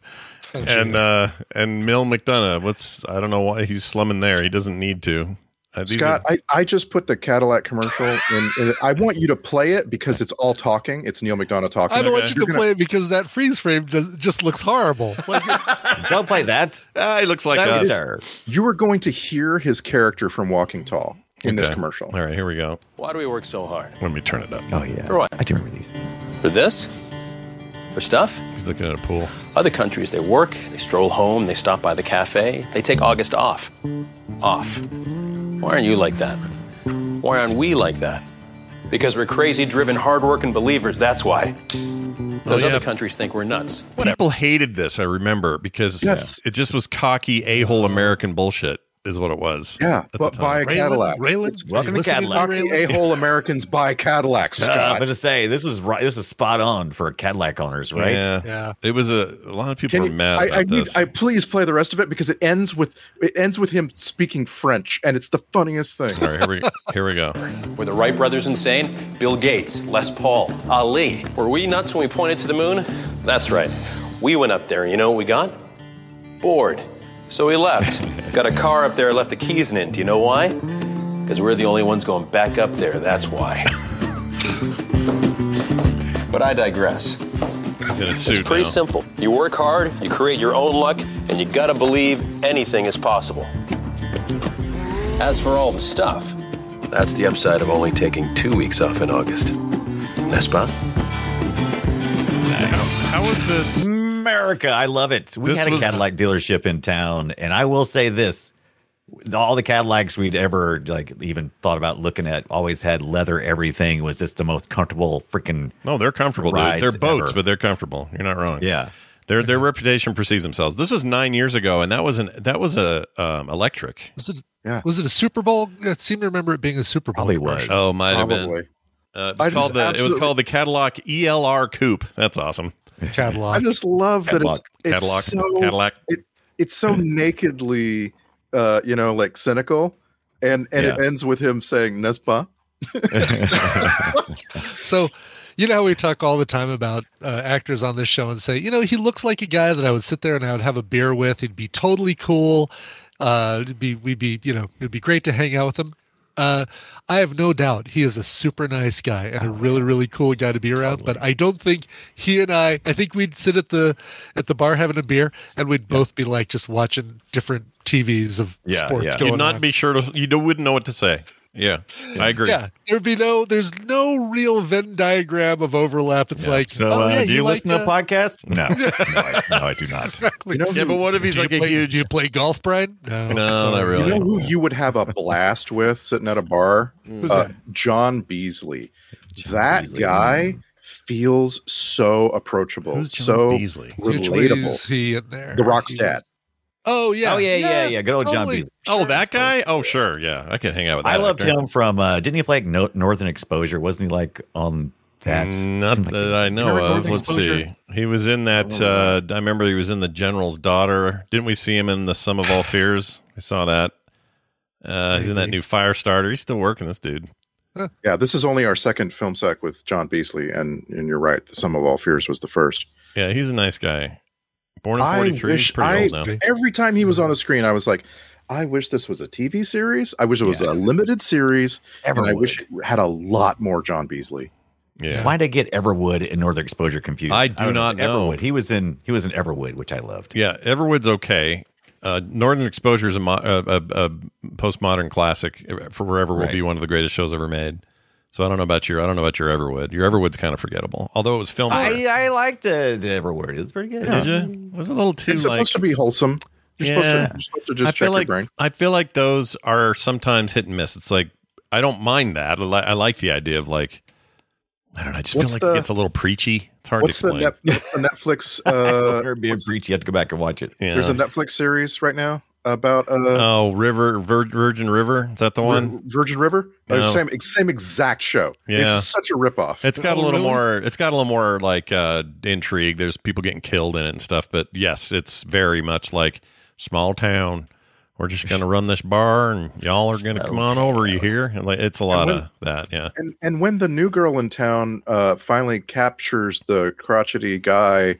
[SPEAKER 2] Oh,
[SPEAKER 6] and uh, and Mill McDonough. What's I don't know why he's slumming there. He doesn't need to. Uh, these
[SPEAKER 2] Scott,
[SPEAKER 6] are-
[SPEAKER 2] I, I just put the Cadillac commercial in, in- I want you to play it because it's all talking. It's Neil McDonough talking.
[SPEAKER 9] I don't want
[SPEAKER 6] Okay.
[SPEAKER 9] you to
[SPEAKER 2] You're gonna-
[SPEAKER 9] play it because that freeze frame does, just looks horrible. Like,
[SPEAKER 7] Don't play that.
[SPEAKER 6] Ah, he looks like
[SPEAKER 7] that
[SPEAKER 6] us.
[SPEAKER 7] is her.
[SPEAKER 2] You are going to hear his character from Walking Tall in this
[SPEAKER 6] Okay.
[SPEAKER 2] commercial.
[SPEAKER 6] All right, here we go.
[SPEAKER 11] Why do we work so hard?
[SPEAKER 6] Let me turn it up.
[SPEAKER 7] Oh yeah.
[SPEAKER 11] Right.
[SPEAKER 7] I do remember these.
[SPEAKER 11] For this? For stuff?
[SPEAKER 6] He's looking at a pool.
[SPEAKER 11] Other countries, they work, they stroll home, they stop by the cafe, they take August off. Off. Why aren't you like that? Why aren't we like that? Because we're crazy, driven, hardworking believers, that's why. Those
[SPEAKER 6] yeah.
[SPEAKER 11] other countries think we're nuts.
[SPEAKER 6] People hated this, I remember, because
[SPEAKER 2] Yes.
[SPEAKER 6] it just was cocky a hole American bullshit, is what it was.
[SPEAKER 2] Yeah,
[SPEAKER 6] at the
[SPEAKER 2] but
[SPEAKER 6] time.
[SPEAKER 2] buy a
[SPEAKER 9] Raylan,
[SPEAKER 2] Cadillac.
[SPEAKER 9] Raylan,
[SPEAKER 7] welcome to Cadillac.
[SPEAKER 2] A hole Americans buy Cadillacs,
[SPEAKER 7] Uh, I'm
[SPEAKER 2] Scott.
[SPEAKER 7] gonna say this was right. This is spot on for Cadillac owners, right?
[SPEAKER 6] Yeah.
[SPEAKER 9] Yeah.
[SPEAKER 6] It was a, a lot of people
[SPEAKER 2] Can
[SPEAKER 6] were
[SPEAKER 2] you-
[SPEAKER 6] mad
[SPEAKER 2] I,
[SPEAKER 6] about
[SPEAKER 2] I need.
[SPEAKER 6] this.
[SPEAKER 2] I please play the rest of it because it ends with it ends with him speaking French, and it's the funniest thing.
[SPEAKER 6] All right, here we, here we go.
[SPEAKER 11] Were the Wright brothers insane? Bill Gates, Les Paul, Ali. Were we nuts when we pointed to the moon? That's right. We went up there, and you know what we got? Bored. So we left. got a car up there, left the keys in it. Do you know why? Because we're the only ones going back up there, that's why. but I digress.
[SPEAKER 6] He's in a
[SPEAKER 11] It's
[SPEAKER 6] suit.
[SPEAKER 11] pretty
[SPEAKER 6] now.
[SPEAKER 11] simple. You work hard, you create your own luck, and you gotta believe anything is possible. As for all the stuff, that's the upside of only taking two weeks off in August. Nespa?
[SPEAKER 6] How was this?
[SPEAKER 7] America, I love it. We
[SPEAKER 6] This
[SPEAKER 7] had a
[SPEAKER 6] was-
[SPEAKER 7] Cadillac dealership in town, and I will say this: all the Cadillacs we'd ever like even thought about looking at always had leather. Everything It was just the most comfortable freaking.
[SPEAKER 6] No, they're comfortable, dude.
[SPEAKER 7] Rides
[SPEAKER 6] They're boats,
[SPEAKER 7] ever.
[SPEAKER 6] but they're comfortable. You're not wrong.
[SPEAKER 7] Yeah,
[SPEAKER 6] Their their reputation precedes themselves. This was nine years ago, and that was an that was a um, electric.
[SPEAKER 9] Was it,
[SPEAKER 2] Yeah.
[SPEAKER 9] was it a Super Bowl? I seem to remember it being a Super Bowl.
[SPEAKER 7] Probably
[SPEAKER 9] commercial.
[SPEAKER 6] Oh, might have been.
[SPEAKER 2] Probably.
[SPEAKER 6] Uh, it
[SPEAKER 2] I
[SPEAKER 6] was
[SPEAKER 2] just
[SPEAKER 6] called the it was
[SPEAKER 2] absolutely-
[SPEAKER 6] called the Cadillac ELR Coupe. That's awesome.
[SPEAKER 2] I
[SPEAKER 9] Cadillac.
[SPEAKER 2] just love that it's it's
[SPEAKER 6] Cadillac
[SPEAKER 2] so
[SPEAKER 6] Cadillac.
[SPEAKER 2] it's so nakedly, uh, you know, like cynical, and and it
[SPEAKER 7] Yeah.
[SPEAKER 2] ends with him saying Nespa.
[SPEAKER 9] So, you know, how we talk all the time about uh, actors on this show and say, you know, he looks like a guy that I would sit there and I would have a beer with. He'd be totally cool. Uh, it'd be we'd be you know it'd be great to hang out with him. Uh, I have no doubt he is a super nice guy and a really really cool guy to be around. But I don't think he and I. I think we'd sit at the at the bar having a beer and we'd both be like just watching different TVs of
[SPEAKER 7] Yeah,
[SPEAKER 9] sports
[SPEAKER 7] yeah.
[SPEAKER 9] going
[SPEAKER 6] You'd not
[SPEAKER 9] on.
[SPEAKER 6] be sure to. You don't- wouldn't know what to say. Yeah, I agree.
[SPEAKER 9] Yeah, there'd be no. There's no real Venn diagram of overlap. It's like,
[SPEAKER 7] So,
[SPEAKER 9] oh
[SPEAKER 7] uh,
[SPEAKER 9] yeah,
[SPEAKER 7] do you,
[SPEAKER 9] like,
[SPEAKER 7] listen to
[SPEAKER 9] uh,
[SPEAKER 7] a podcast? No, no, I, no, I do not.
[SPEAKER 2] You know,
[SPEAKER 6] Yeah,
[SPEAKER 2] who-
[SPEAKER 6] but what if he's
[SPEAKER 9] do
[SPEAKER 6] like
[SPEAKER 9] you
[SPEAKER 6] a
[SPEAKER 9] play,
[SPEAKER 6] huge?
[SPEAKER 9] Do you play golf, Brian? No,
[SPEAKER 6] No,
[SPEAKER 9] sorry.
[SPEAKER 6] Oh, not really.
[SPEAKER 2] You know who you would have a blast with sitting at a bar? Uh, John Beasley. that
[SPEAKER 7] Beasley.
[SPEAKER 2] guy feels so approachable,
[SPEAKER 6] Who's John
[SPEAKER 2] so
[SPEAKER 6] Beasley?
[SPEAKER 9] Which way is
[SPEAKER 2] relatable.
[SPEAKER 9] he in there?
[SPEAKER 2] The rock
[SPEAKER 9] He
[SPEAKER 2] stat.
[SPEAKER 9] was- Oh yeah,
[SPEAKER 7] Oh yeah, yeah, yeah. Good old John
[SPEAKER 9] totally.
[SPEAKER 7] B.
[SPEAKER 6] oh, that guy. Oh, sure. Yeah, I could hang out with that.
[SPEAKER 7] I loved
[SPEAKER 6] actor.
[SPEAKER 7] him from. uh Didn't he play like no- Northern Exposure? Wasn't he like on that?
[SPEAKER 6] Not
[SPEAKER 7] Seemed like
[SPEAKER 6] that
[SPEAKER 7] he-
[SPEAKER 6] I know
[SPEAKER 2] remember
[SPEAKER 6] of.
[SPEAKER 2] Golden
[SPEAKER 6] Let's
[SPEAKER 2] Exposure?
[SPEAKER 6] see. He was in that. uh I remember he was in the General's Daughter. Didn't we see him in the Sum of All Fears? I saw that. Uh, he's in that new Firestarter. He's still working. This dude.
[SPEAKER 2] Yeah, this is only our second film sec with John Beasley, and and you're right, the sum of all fears was the first.
[SPEAKER 6] Yeah, he's a nice guy. Born in
[SPEAKER 2] I
[SPEAKER 6] '43. He's
[SPEAKER 2] wish
[SPEAKER 6] pretty
[SPEAKER 2] I-
[SPEAKER 6] old now.
[SPEAKER 2] Every time
[SPEAKER 6] Mm.
[SPEAKER 2] he was on the screen, I was like, I wish this was a TV series. I wish it was a limited series, and I
[SPEAKER 7] Everwood.
[SPEAKER 2] wish it had a lot more John Beasley.
[SPEAKER 6] Yeah.
[SPEAKER 7] Why did I get Everwood and Northern Exposure confused?
[SPEAKER 6] I do
[SPEAKER 7] don't
[SPEAKER 6] not know.
[SPEAKER 7] Everwood. He was in he was in Everwood, which I loved.
[SPEAKER 6] Yeah, Everwood's okay. Uh, Northern Exposure is a, mo- a, a, a postmodern classic. Forever will be
[SPEAKER 7] Right.
[SPEAKER 6] one of the greatest shows ever made. So I don't know about your I don't know about your Everwood. Your Everwood's kind of forgettable, although it was
[SPEAKER 9] Oh,
[SPEAKER 6] filmed.
[SPEAKER 7] I, I liked uh, Everwood. It was pretty good.
[SPEAKER 6] Did you? It was a little too
[SPEAKER 2] uh, mm. it's
[SPEAKER 6] like
[SPEAKER 2] supposed to be wholesome. You're,
[SPEAKER 6] Yeah.
[SPEAKER 2] supposed, to, you're supposed to just
[SPEAKER 6] I
[SPEAKER 2] check
[SPEAKER 6] feel like
[SPEAKER 2] your brain.
[SPEAKER 6] I feel like those are sometimes hit and miss. It's like I don't mind that. I, li- I like the idea of like I don't know. I just
[SPEAKER 2] What's
[SPEAKER 6] feel like
[SPEAKER 2] the-
[SPEAKER 6] it gets a little preachy. It's hard to
[SPEAKER 2] What's the,
[SPEAKER 6] explain.
[SPEAKER 2] Net, what's the Netflix?
[SPEAKER 7] Uh,
[SPEAKER 2] Uh,
[SPEAKER 7] being breach, you have to go back and watch it.
[SPEAKER 6] yeah.
[SPEAKER 2] There's a Netflix series right now about uh,
[SPEAKER 6] oh River Vir- Virgin River is that the one?
[SPEAKER 2] Vir- Virgin River. Uh,
[SPEAKER 6] No.
[SPEAKER 2] same same exact show.
[SPEAKER 6] Yeah.
[SPEAKER 2] It's such a ripoff.
[SPEAKER 6] It's got a little more. It's got a little more like uh, intrigue. There's people getting killed in it and stuff. But yes, it's very much like small town. We're just gonna run this bar, and y'all are gonna come on over. You hear? And, Like it's a lot
[SPEAKER 2] when-
[SPEAKER 6] of that. Yeah.
[SPEAKER 2] and and when the new girl in town uh, finally captures the crotchety guy,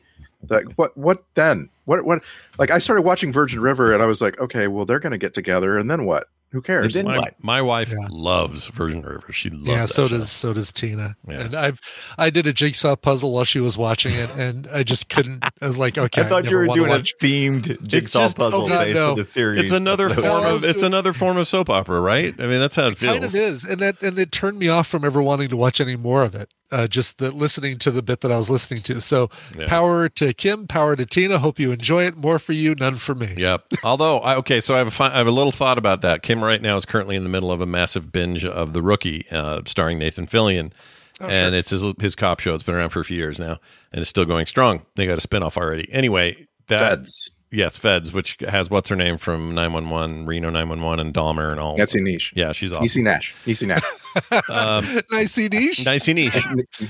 [SPEAKER 2] that what what then? What what? Like I started watching Virgin River, and I was like, okay, well they're gonna get together, and then what? Who cares?
[SPEAKER 7] And then
[SPEAKER 6] My,
[SPEAKER 7] what?
[SPEAKER 6] my wife
[SPEAKER 9] Yeah.
[SPEAKER 6] loves Virgin River. She loves.
[SPEAKER 9] yeah,
[SPEAKER 6] that
[SPEAKER 9] so
[SPEAKER 6] show.
[SPEAKER 9] does so does Tina.
[SPEAKER 6] Yeah.
[SPEAKER 9] And I I did a jigsaw puzzle while she was watching it, and I just couldn't. I was like, okay,
[SPEAKER 7] I thought you
[SPEAKER 9] never
[SPEAKER 7] were
[SPEAKER 9] wanna
[SPEAKER 7] doing
[SPEAKER 9] watch.
[SPEAKER 7] a themed jigsaw
[SPEAKER 6] just-
[SPEAKER 7] puzzle
[SPEAKER 9] oh, God,
[SPEAKER 7] based
[SPEAKER 9] no.
[SPEAKER 7] on the series.
[SPEAKER 6] It's another
[SPEAKER 7] That's
[SPEAKER 9] what
[SPEAKER 6] form
[SPEAKER 9] I
[SPEAKER 6] of
[SPEAKER 9] was
[SPEAKER 6] it's
[SPEAKER 9] doing.
[SPEAKER 6] another form of soap opera, right? I mean, that's how it
[SPEAKER 9] Kind of
[SPEAKER 6] feels.
[SPEAKER 9] is, and that and it turned me off from ever wanting to watch any more of it. Uh, just the listening to the bit that I was listening to. So
[SPEAKER 6] Yeah.
[SPEAKER 9] power to Kim, power to Tina. Hope you enjoy it. More for you, none for me.
[SPEAKER 6] Yep. Although, I, okay, so I have a fi- I have a little thought about that. Kim right now is currently in the middle of a massive binge of The Rookie, uh, starring Nathan Fillion, and it's his his cop show. It's been around for a few years now, and it's still going strong. They got a spinoff already. Anyway, that
[SPEAKER 2] Feds.
[SPEAKER 6] yes, Feds, which has what's her name from Nine One One, Reno Nine One One, and Dahmer and all.
[SPEAKER 2] Nancy Niche.
[SPEAKER 6] yeah, she's
[SPEAKER 2] Niecy
[SPEAKER 6] awesome.
[SPEAKER 2] E Nash. Niecy Nash.
[SPEAKER 6] Um,
[SPEAKER 9] Nice niche.
[SPEAKER 6] nice niche.
[SPEAKER 2] E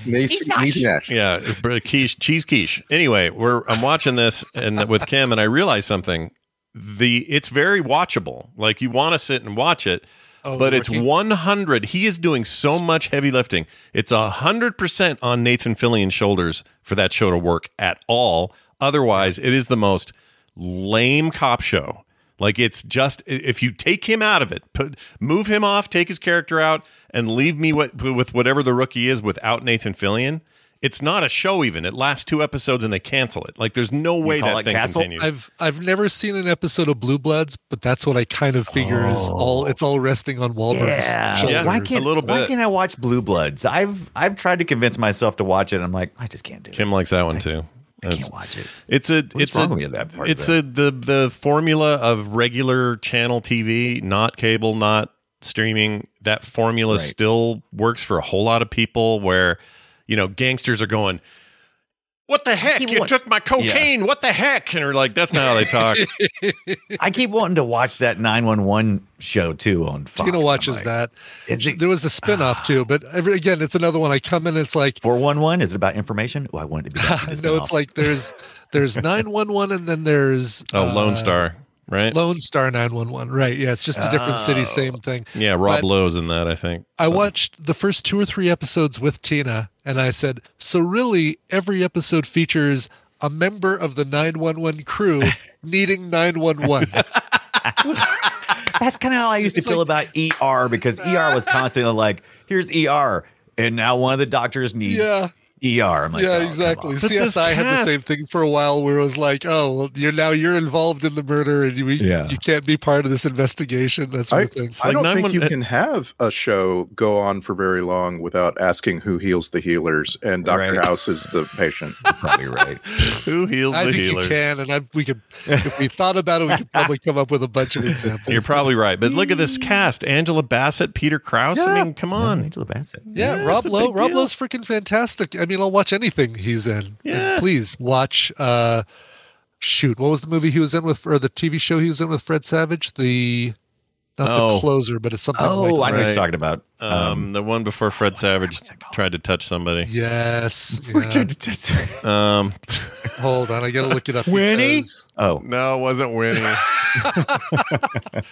[SPEAKER 2] Niecy Niecy E Nash.
[SPEAKER 6] Yeah, br- quiche, cheese quiche. Anyway, we're I'm watching this and with Kim, and I realized something. The it's very watchable. Like you want to sit and watch it,
[SPEAKER 9] Oh,
[SPEAKER 6] but it's
[SPEAKER 9] Rookie.
[SPEAKER 6] 100. He is doing so much heavy lifting. It's hundred percent on Nathan Fillion's shoulders for that show to work at all. Otherwise, it is the most lame cop show. Like it's just i- if you take him out of it, put move him off, take his character out, and leave me with, with whatever the rookie is without Nathan Fillion. It's not a show even. It lasts two episodes and they cancel it. Like there's no way
[SPEAKER 7] call
[SPEAKER 6] that
[SPEAKER 7] it
[SPEAKER 6] thing
[SPEAKER 7] Castle?
[SPEAKER 6] continues.
[SPEAKER 9] I've I've never seen an episode of Blue Bloods, but that's what I kind of figure is
[SPEAKER 6] Oh.
[SPEAKER 9] all. It's all resting on Wahlberg's shoulders.
[SPEAKER 6] Yeah,
[SPEAKER 7] why
[SPEAKER 6] a
[SPEAKER 7] can't
[SPEAKER 6] little
[SPEAKER 7] why
[SPEAKER 6] bit.
[SPEAKER 7] can't I watch Blue Bloods? I've I've tried to convince myself to watch it. and I'm like, I just can't do it.
[SPEAKER 6] Kim likes that one too.
[SPEAKER 7] I can't
[SPEAKER 6] That's-
[SPEAKER 7] watch it.
[SPEAKER 6] It's a
[SPEAKER 7] What's
[SPEAKER 6] it's
[SPEAKER 7] wrong
[SPEAKER 6] a
[SPEAKER 7] with that part of
[SPEAKER 6] it's
[SPEAKER 7] that?
[SPEAKER 6] a the the formula of regular channel TV, not cable, not streaming. That formula
[SPEAKER 7] Right.
[SPEAKER 6] still works for a whole lot of people. Where you know gangsters are going, "What the heck?
[SPEAKER 7] Keep
[SPEAKER 6] You
[SPEAKER 7] what-
[SPEAKER 6] took my cocaine? What the heck?" And we're like, "That's not how they talk."
[SPEAKER 7] I keep wanting to watch that 911 show too on Fox.
[SPEAKER 9] Tina watches
[SPEAKER 7] I'm like,
[SPEAKER 9] that.
[SPEAKER 7] Is it
[SPEAKER 9] there was a spinoff
[SPEAKER 6] Ah.
[SPEAKER 9] too, but every, again, it's another one. I come in, it's like
[SPEAKER 7] 411? Is it about information? Oh, I want it to be. about
[SPEAKER 9] I
[SPEAKER 7] this
[SPEAKER 9] know
[SPEAKER 7] now.
[SPEAKER 9] it's like there's there's nine one one, and then there's
[SPEAKER 6] oh, Lone
[SPEAKER 9] uh,
[SPEAKER 6] Star, right?
[SPEAKER 9] Lone Star nine one one. Right? Yeah, it's just a different city, same thing.
[SPEAKER 6] yeah, Rob
[SPEAKER 9] but-
[SPEAKER 6] Lowe's in that. I think
[SPEAKER 9] I watched the first two or three episodes with Tina, and I said, so really, every episode features a member of the nine one one crew needing nine one one.
[SPEAKER 7] That's kind of how I used to
[SPEAKER 9] It's
[SPEAKER 7] feel about ER because ER was constantly like, here's ER. And now one of the doctors needs
[SPEAKER 9] Yeah.
[SPEAKER 7] ER. I'm like, "Oh,
[SPEAKER 9] yeah,
[SPEAKER 7] come
[SPEAKER 9] exactly.
[SPEAKER 7] on."
[SPEAKER 6] But this
[SPEAKER 9] CSI had the
[SPEAKER 6] cast-
[SPEAKER 9] same thing for a while, where it was like, "Oh, well, you're now you're involved in the murder, and you we,
[SPEAKER 7] Yeah.
[SPEAKER 9] you can't be part of this investigation." That's sort
[SPEAKER 2] I,
[SPEAKER 9] of thing.
[SPEAKER 2] I
[SPEAKER 6] like
[SPEAKER 2] don't think
[SPEAKER 6] 911
[SPEAKER 2] you can have a show go on for very long without asking who heals the healers and Dr.
[SPEAKER 7] Right.
[SPEAKER 2] House is the patient.
[SPEAKER 7] Probably right.
[SPEAKER 6] who heals
[SPEAKER 9] I
[SPEAKER 6] the
[SPEAKER 9] think
[SPEAKER 6] healers?
[SPEAKER 9] you can, and I, we could, if we thought about it, we could probably come up with a bunch of examples.
[SPEAKER 6] You're probably right, but look at this cast: Angela Bassett, Peter Krause. I mean, come on.
[SPEAKER 7] Angela Bassett.
[SPEAKER 9] yeah,
[SPEAKER 6] Yeah,
[SPEAKER 9] Rob
[SPEAKER 6] it's a
[SPEAKER 9] Lowe.
[SPEAKER 6] big
[SPEAKER 9] Rob
[SPEAKER 6] deal.
[SPEAKER 9] Lowe's freaking fantastic. I mean, I'll watch anything he's in. And
[SPEAKER 6] Yeah.
[SPEAKER 9] please watch. uh Shoot, what was the movie he was in with, or the TV show he was in with Fred Savage? The not
[SPEAKER 6] Oh.
[SPEAKER 9] the closer, but it's something
[SPEAKER 7] Oh, I
[SPEAKER 9] like
[SPEAKER 7] know
[SPEAKER 9] that.
[SPEAKER 7] what
[SPEAKER 6] Right.
[SPEAKER 7] you're talking about.
[SPEAKER 6] Um, the one before Fred Savage tried to touch somebody.
[SPEAKER 9] Yes.
[SPEAKER 7] We're
[SPEAKER 9] yeah.
[SPEAKER 7] trying to test-
[SPEAKER 6] Um,
[SPEAKER 9] Hold on, I gotta look it up.
[SPEAKER 7] Winnie?
[SPEAKER 9] because-
[SPEAKER 7] Oh,
[SPEAKER 6] no, it wasn't Winnie.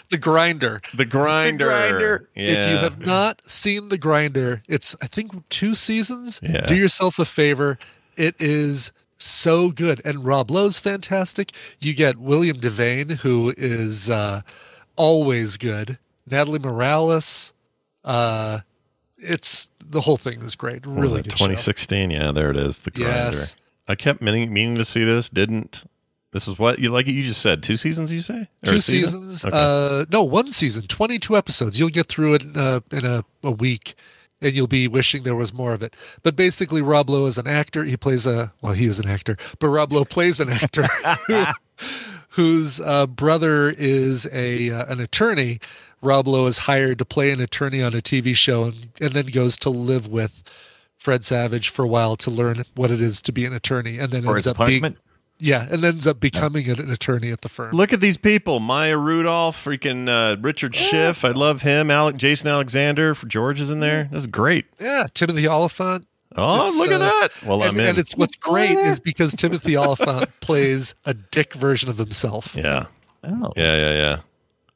[SPEAKER 9] The Grinder.
[SPEAKER 6] the grinder.
[SPEAKER 7] Grinder.
[SPEAKER 6] Yeah.
[SPEAKER 9] If you have not seen The Grinder, it's I think two seasons.
[SPEAKER 6] Yeah.
[SPEAKER 9] Do yourself a favor. It is so good, and Rob Lowe's fantastic. You get William Devane, who is uh, always good. Natalie Morales. Uh, it's the whole thing is great.
[SPEAKER 6] What was
[SPEAKER 9] Really
[SPEAKER 6] it,
[SPEAKER 9] good show.
[SPEAKER 6] 2016. Yeah, there it is. The grinder.
[SPEAKER 9] Yes.
[SPEAKER 6] I kept meaning, meaning to see this. Didn't. This is what you like. You just said two seasons. You say Or
[SPEAKER 9] Two
[SPEAKER 6] a season?
[SPEAKER 9] seasons.
[SPEAKER 6] Okay.
[SPEAKER 9] Uh, no, one season, 22 episodes. You'll get through it in a, in a, a week and you'll be wishing there was more of it. But basically, Rob Lowe is an actor. He plays a, well, he is an actor, but Rob Lowe plays an actor who- whose uh, brother is a uh, an attorney. Rob Lowe is hired to play an attorney on a TV show and, and then goes to live with Fred Savage for a while to learn what it is to be an attorney and then
[SPEAKER 7] for
[SPEAKER 9] ends
[SPEAKER 7] his
[SPEAKER 9] up being,
[SPEAKER 7] punishment.
[SPEAKER 9] yeah, and ends up becoming an, an attorney at the firm.
[SPEAKER 6] Look at these people: Maya Rudolph, freaking uh, Richard Schiff. I love him. Alec, Jason Alexander. George is in there. That's great.
[SPEAKER 9] Yeah, Timothy Oliphant.
[SPEAKER 6] Oh,
[SPEAKER 9] It's,
[SPEAKER 6] look at
[SPEAKER 9] uh,
[SPEAKER 6] that. Well,
[SPEAKER 9] and,
[SPEAKER 6] I'm in.
[SPEAKER 9] and it's what's great is because Timothy Oliphant plays a dick version of himself.
[SPEAKER 6] yeah,
[SPEAKER 7] Oh,
[SPEAKER 6] yeah, yeah, yeah.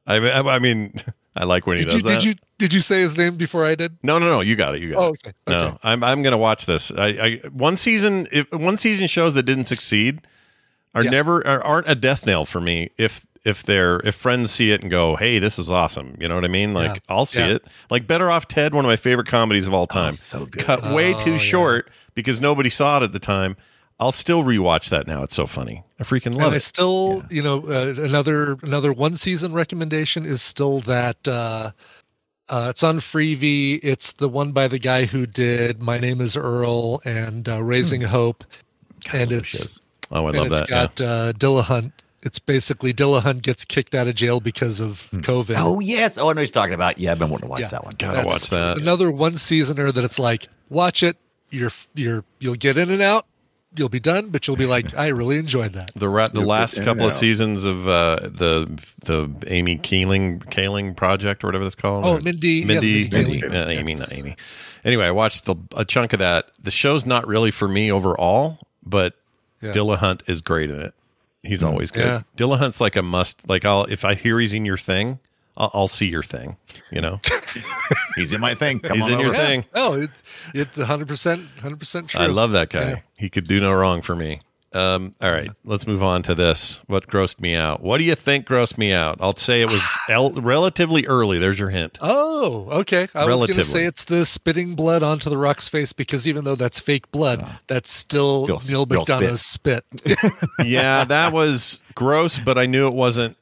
[SPEAKER 6] I mean, I, I mean, I like when he
[SPEAKER 9] Did you
[SPEAKER 6] does that.
[SPEAKER 9] did you did you say his name before I did?
[SPEAKER 6] No, no, no. You got it. You got
[SPEAKER 9] Oh,
[SPEAKER 6] it.
[SPEAKER 9] okay,
[SPEAKER 6] No,
[SPEAKER 9] okay.
[SPEAKER 6] I'm I'm gonna watch this. I, I one season if one season shows that didn't succeed are
[SPEAKER 9] Yeah.
[SPEAKER 6] never are, aren't a death nail for me. If if they're if friends see it and go, hey, this is awesome. You know what I mean? Like
[SPEAKER 9] Yeah.
[SPEAKER 6] I'll see
[SPEAKER 9] Yeah.
[SPEAKER 6] it. Like Better Off Ted, one of my favorite comedies of all time.
[SPEAKER 7] so good.
[SPEAKER 6] Cut way
[SPEAKER 9] Oh,
[SPEAKER 6] too
[SPEAKER 9] yeah.
[SPEAKER 6] short because nobody saw it at the time. I'll still rewatch that now. It's so funny. I freaking love
[SPEAKER 9] and I
[SPEAKER 6] it.
[SPEAKER 9] still, you know, uh, another another one season recommendation is still that uh, uh, it's on Freevee. It's the one by the guy who did My Name Is Earl and uh, Raising Hope, and it's
[SPEAKER 6] Oh, I
[SPEAKER 9] and
[SPEAKER 6] love that.
[SPEAKER 9] it's
[SPEAKER 6] yeah.
[SPEAKER 9] got uh, Dillahunt. It's basically Dillahunt gets kicked out of jail because of
[SPEAKER 6] Hmm.
[SPEAKER 9] COVID.
[SPEAKER 7] Oh yes. Oh, I know he's talking about. Yeah, I've been wanting to watch that one.
[SPEAKER 6] Gotta
[SPEAKER 9] That's
[SPEAKER 6] watch that.
[SPEAKER 9] Another one seasoner that it's like, watch it, you're you're you'll get in and out, you'll be done, but you'll be like, I really enjoyed that.
[SPEAKER 6] The ra- the
[SPEAKER 2] You'll
[SPEAKER 6] last
[SPEAKER 2] get in
[SPEAKER 6] couple of
[SPEAKER 2] and out.
[SPEAKER 6] seasons of uh, the the Amy Keeling Kaling project or whatever that's called.
[SPEAKER 9] Oh,
[SPEAKER 6] or-
[SPEAKER 9] Mindy- yeah,
[SPEAKER 6] Mindy,
[SPEAKER 9] Mindy
[SPEAKER 6] Mindy- uh, Amy, not Amy. Anyway, I watched the, a chunk of that. The show's not really for me overall, but
[SPEAKER 9] Yeah.
[SPEAKER 6] Dillahunt is great in it. He's
[SPEAKER 2] Hmm.
[SPEAKER 6] always good.
[SPEAKER 9] Yeah.
[SPEAKER 6] Dillahunt's like a must. Like I'll if I hear he's in your thing, I'll, I'll see your thing. You know,
[SPEAKER 7] He's in my thing. Come
[SPEAKER 6] he's
[SPEAKER 7] on
[SPEAKER 6] in your
[SPEAKER 7] over.
[SPEAKER 6] thing.
[SPEAKER 9] Oh, it's it's hundred percent hundred percent true.
[SPEAKER 6] I love that guy.
[SPEAKER 9] Yeah.
[SPEAKER 6] He could do no wrong for me. Um, all right, let's move on to this. What grossed me out? What do you think grossed me out? I'll say it was el- relatively early. There's your hint.
[SPEAKER 9] Oh, okay. I was going
[SPEAKER 6] Relatively.
[SPEAKER 9] to say it's the spitting blood onto the rock's face because even though that's fake blood, that's still
[SPEAKER 7] Still s-
[SPEAKER 9] Neil
[SPEAKER 7] still spit.
[SPEAKER 9] McDonough's spit.
[SPEAKER 6] yeah, that was gross, but I knew it wasn't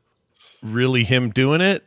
[SPEAKER 6] really him doing it.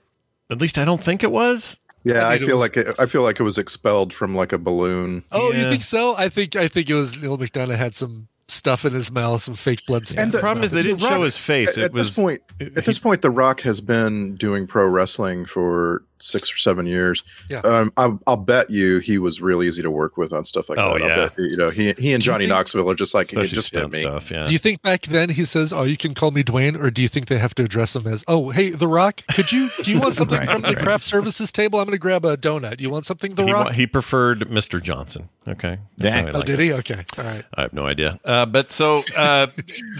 [SPEAKER 6] At least I don't think it was.
[SPEAKER 2] Yeah,
[SPEAKER 9] I
[SPEAKER 2] I,
[SPEAKER 9] mean, it
[SPEAKER 2] feel
[SPEAKER 9] was-
[SPEAKER 2] like it, I feel like it was expelled from like a balloon.
[SPEAKER 9] Oh,
[SPEAKER 6] Yeah.
[SPEAKER 9] you think so? I think I think it was Neil McDonough had some stuff in his mouth, some fake blood stuff.
[SPEAKER 2] And
[SPEAKER 9] in
[SPEAKER 2] the
[SPEAKER 9] his
[SPEAKER 6] problem is
[SPEAKER 9] mouth.
[SPEAKER 6] they didn't
[SPEAKER 2] Rock-
[SPEAKER 6] show his
[SPEAKER 2] At,
[SPEAKER 6] face. It
[SPEAKER 2] at
[SPEAKER 6] was
[SPEAKER 2] this point,
[SPEAKER 6] it-
[SPEAKER 2] at this
[SPEAKER 6] he-
[SPEAKER 2] point, The Rock has been doing pro wrestling for six or seven years.
[SPEAKER 9] Yeah.
[SPEAKER 2] um, I, I'll bet you he was real easy to work with on stuff like
[SPEAKER 6] Oh,
[SPEAKER 2] that. I'll
[SPEAKER 6] yeah.
[SPEAKER 2] bet, you know he he and
[SPEAKER 9] Do you
[SPEAKER 2] Johnny
[SPEAKER 9] think-
[SPEAKER 2] Knoxville are just like it
[SPEAKER 6] especially
[SPEAKER 2] just hit
[SPEAKER 6] stunt
[SPEAKER 2] me.
[SPEAKER 6] stuff. Yeah.
[SPEAKER 9] Do you think back then he says, "Oh, you can call me Dwayne," or do you think they have to address him as, "Oh, hey, The Rock, could you? Do you want something
[SPEAKER 7] Right,
[SPEAKER 9] from the
[SPEAKER 7] right.
[SPEAKER 9] craft services table? I'm going to grab a donut. You want something, The
[SPEAKER 6] he, wa-
[SPEAKER 9] Rock?
[SPEAKER 6] he preferred Mr. Johnson. Okay.
[SPEAKER 7] Yeah.
[SPEAKER 6] how I
[SPEAKER 9] oh,
[SPEAKER 6] like
[SPEAKER 9] did
[SPEAKER 6] it.
[SPEAKER 9] he? Okay, all right.
[SPEAKER 6] I have no idea. Uh, but so uh,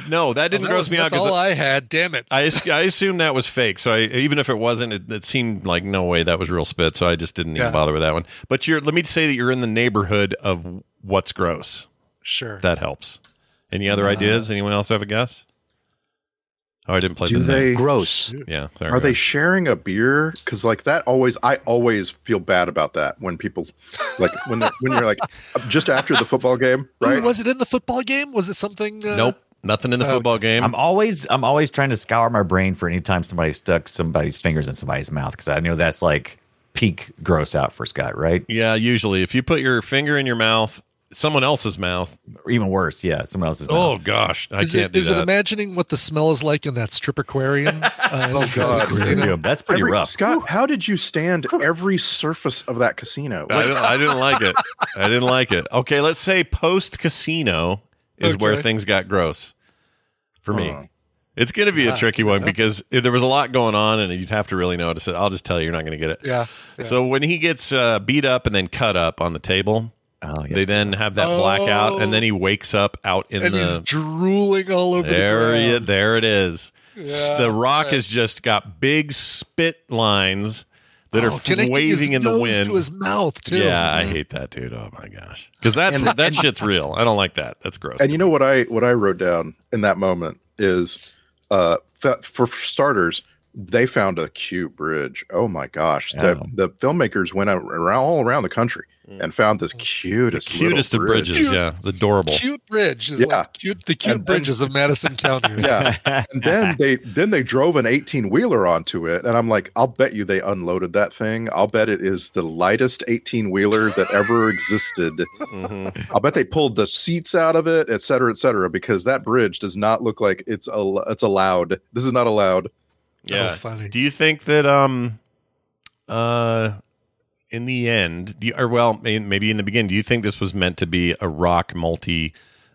[SPEAKER 6] no, that didn't
[SPEAKER 9] That
[SPEAKER 6] gross
[SPEAKER 9] was-
[SPEAKER 6] me out
[SPEAKER 9] that's
[SPEAKER 6] because
[SPEAKER 9] all I had. Damn it!
[SPEAKER 6] I, as- I assumed that was fake. So I, even if it wasn't, it, it seemed like no way that was real spit. So I just didn't
[SPEAKER 9] Yeah.
[SPEAKER 6] even bother with that one. But you're, let me say that you're in the neighborhood of what's gross.
[SPEAKER 9] Sure.
[SPEAKER 6] That helps. Any other ideas? Anyone else have a guess? Oh, I didn't play.
[SPEAKER 2] Do
[SPEAKER 6] the
[SPEAKER 2] they?
[SPEAKER 7] Gross.
[SPEAKER 6] Yeah. Sorry,
[SPEAKER 2] Are they sharing a beer? Because like that always, I always feel bad about that when people, like when they're, when you're like just after the football game,
[SPEAKER 9] Ooh,
[SPEAKER 2] right?
[SPEAKER 9] was it in the football game? Was it something? Uh,
[SPEAKER 6] Nope. Nothing in the football game.
[SPEAKER 7] I'm always I'm always trying to scour my brain for any time somebody stuck somebody's fingers in somebody's mouth because I know that's like peak gross out for Scott, right?
[SPEAKER 6] yeah. Usually, if you put your finger in your mouth, someone else's mouth.
[SPEAKER 7] Or even worse, yeah, someone else's
[SPEAKER 6] Oh
[SPEAKER 7] mouth.
[SPEAKER 6] gosh, I
[SPEAKER 9] Is
[SPEAKER 6] can't
[SPEAKER 9] it,
[SPEAKER 6] do
[SPEAKER 9] is
[SPEAKER 6] that.
[SPEAKER 9] it imagining what the smell is like in that strip aquarium? Uh,
[SPEAKER 2] Oh,
[SPEAKER 9] in the
[SPEAKER 2] God.
[SPEAKER 9] casino?
[SPEAKER 7] Yeah, that's pretty
[SPEAKER 2] Every-
[SPEAKER 7] rough.
[SPEAKER 2] Scott, how did you stand every surface of that casino?
[SPEAKER 6] I didn't, I didn't like it. I didn't like it. Okay, let's say post casino is where
[SPEAKER 9] Okay.
[SPEAKER 6] things got gross for me.
[SPEAKER 2] Huh.
[SPEAKER 6] It's going to be a tricky one because there was a lot going on, and you'd have to really notice it. I'll just tell you, you're not going to get it.
[SPEAKER 9] Yeah, yeah.
[SPEAKER 6] So when he gets uh, beat up and then cut up on the table,
[SPEAKER 7] Oh, yes.
[SPEAKER 6] they then have that blackout, and
[SPEAKER 9] Oh.
[SPEAKER 6] then he wakes up out in
[SPEAKER 9] and
[SPEAKER 6] the
[SPEAKER 9] he's drooling all over
[SPEAKER 6] there,
[SPEAKER 9] the
[SPEAKER 6] it-
[SPEAKER 9] ground.
[SPEAKER 6] there it is. S-
[SPEAKER 9] Yeah.
[SPEAKER 6] The Rock has just got big spit lines that
[SPEAKER 9] Oh,
[SPEAKER 6] are
[SPEAKER 9] connecting his
[SPEAKER 6] waving in the
[SPEAKER 9] nose
[SPEAKER 6] wind
[SPEAKER 9] to his mouth too.
[SPEAKER 6] yeah, I hate that dude. Oh my gosh, because that's that shit's real. I don't like that. That's gross.
[SPEAKER 2] and you know what I what I wrote down in that moment is, uh, fa- for starters, they found a cute bridge. Oh my gosh.
[SPEAKER 7] Yeah.
[SPEAKER 2] The, the filmmakers went out around, all around the country
[SPEAKER 9] Mm.
[SPEAKER 2] and found this cutest, little
[SPEAKER 6] Cutest of
[SPEAKER 2] bridge.
[SPEAKER 6] bridges. Yeah. It's adorable.
[SPEAKER 9] Cute bridge is
[SPEAKER 2] Yeah.
[SPEAKER 9] like cute, the cute
[SPEAKER 2] And then-
[SPEAKER 9] bridges of Madison County. or something.
[SPEAKER 2] Yeah. And then they then they drove an 18 wheeler onto it. And I'm like, I'll bet you they unloaded that thing. I'll bet it is the lightest 18 wheeler that ever existed.
[SPEAKER 6] Mhm.
[SPEAKER 2] I'll bet they pulled the seats out of it, et cetera, et cetera, because that bridge does not look like it's al- it's allowed. This is not allowed.
[SPEAKER 6] Yeah.
[SPEAKER 9] Oh, funny.
[SPEAKER 6] Do you think that um uh in the end, do you, or well, may- maybe in the beginning, do you think this was meant to be a rock multi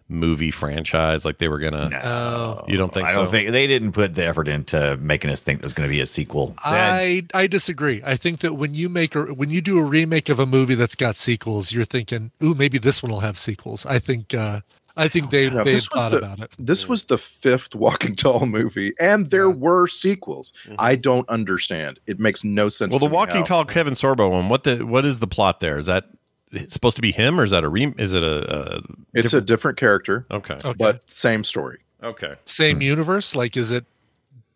[SPEAKER 6] movie franchise? Like they were gonna?
[SPEAKER 9] Oh.
[SPEAKER 6] You don't think
[SPEAKER 7] I don't
[SPEAKER 6] so?
[SPEAKER 7] think they didn't put the effort into making us think there's going to be a sequel.
[SPEAKER 9] I I disagree. I think that when you make a when you do a remake of a movie that's got sequels, you're thinking, "Ooh, maybe this one will have sequels." I think uh I think they
[SPEAKER 2] Yeah, Oh,
[SPEAKER 9] they
[SPEAKER 2] this was
[SPEAKER 9] thought
[SPEAKER 2] the-
[SPEAKER 9] about it.
[SPEAKER 2] This was the fifth Walking Tall movie, and there
[SPEAKER 9] Yeah.
[SPEAKER 2] were sequels. I don't understand. It makes no sense.
[SPEAKER 6] Well, the
[SPEAKER 2] to me
[SPEAKER 6] Walking
[SPEAKER 2] how-
[SPEAKER 6] Tall Kevin Sorbo one. What the? What is the plot there? Is that it's supposed to be him, or is that a re? Is it a? a
[SPEAKER 2] It's a different character,
[SPEAKER 6] okay.
[SPEAKER 9] Okay.
[SPEAKER 2] but same story.
[SPEAKER 6] Okay.
[SPEAKER 9] Same universe? Like, is it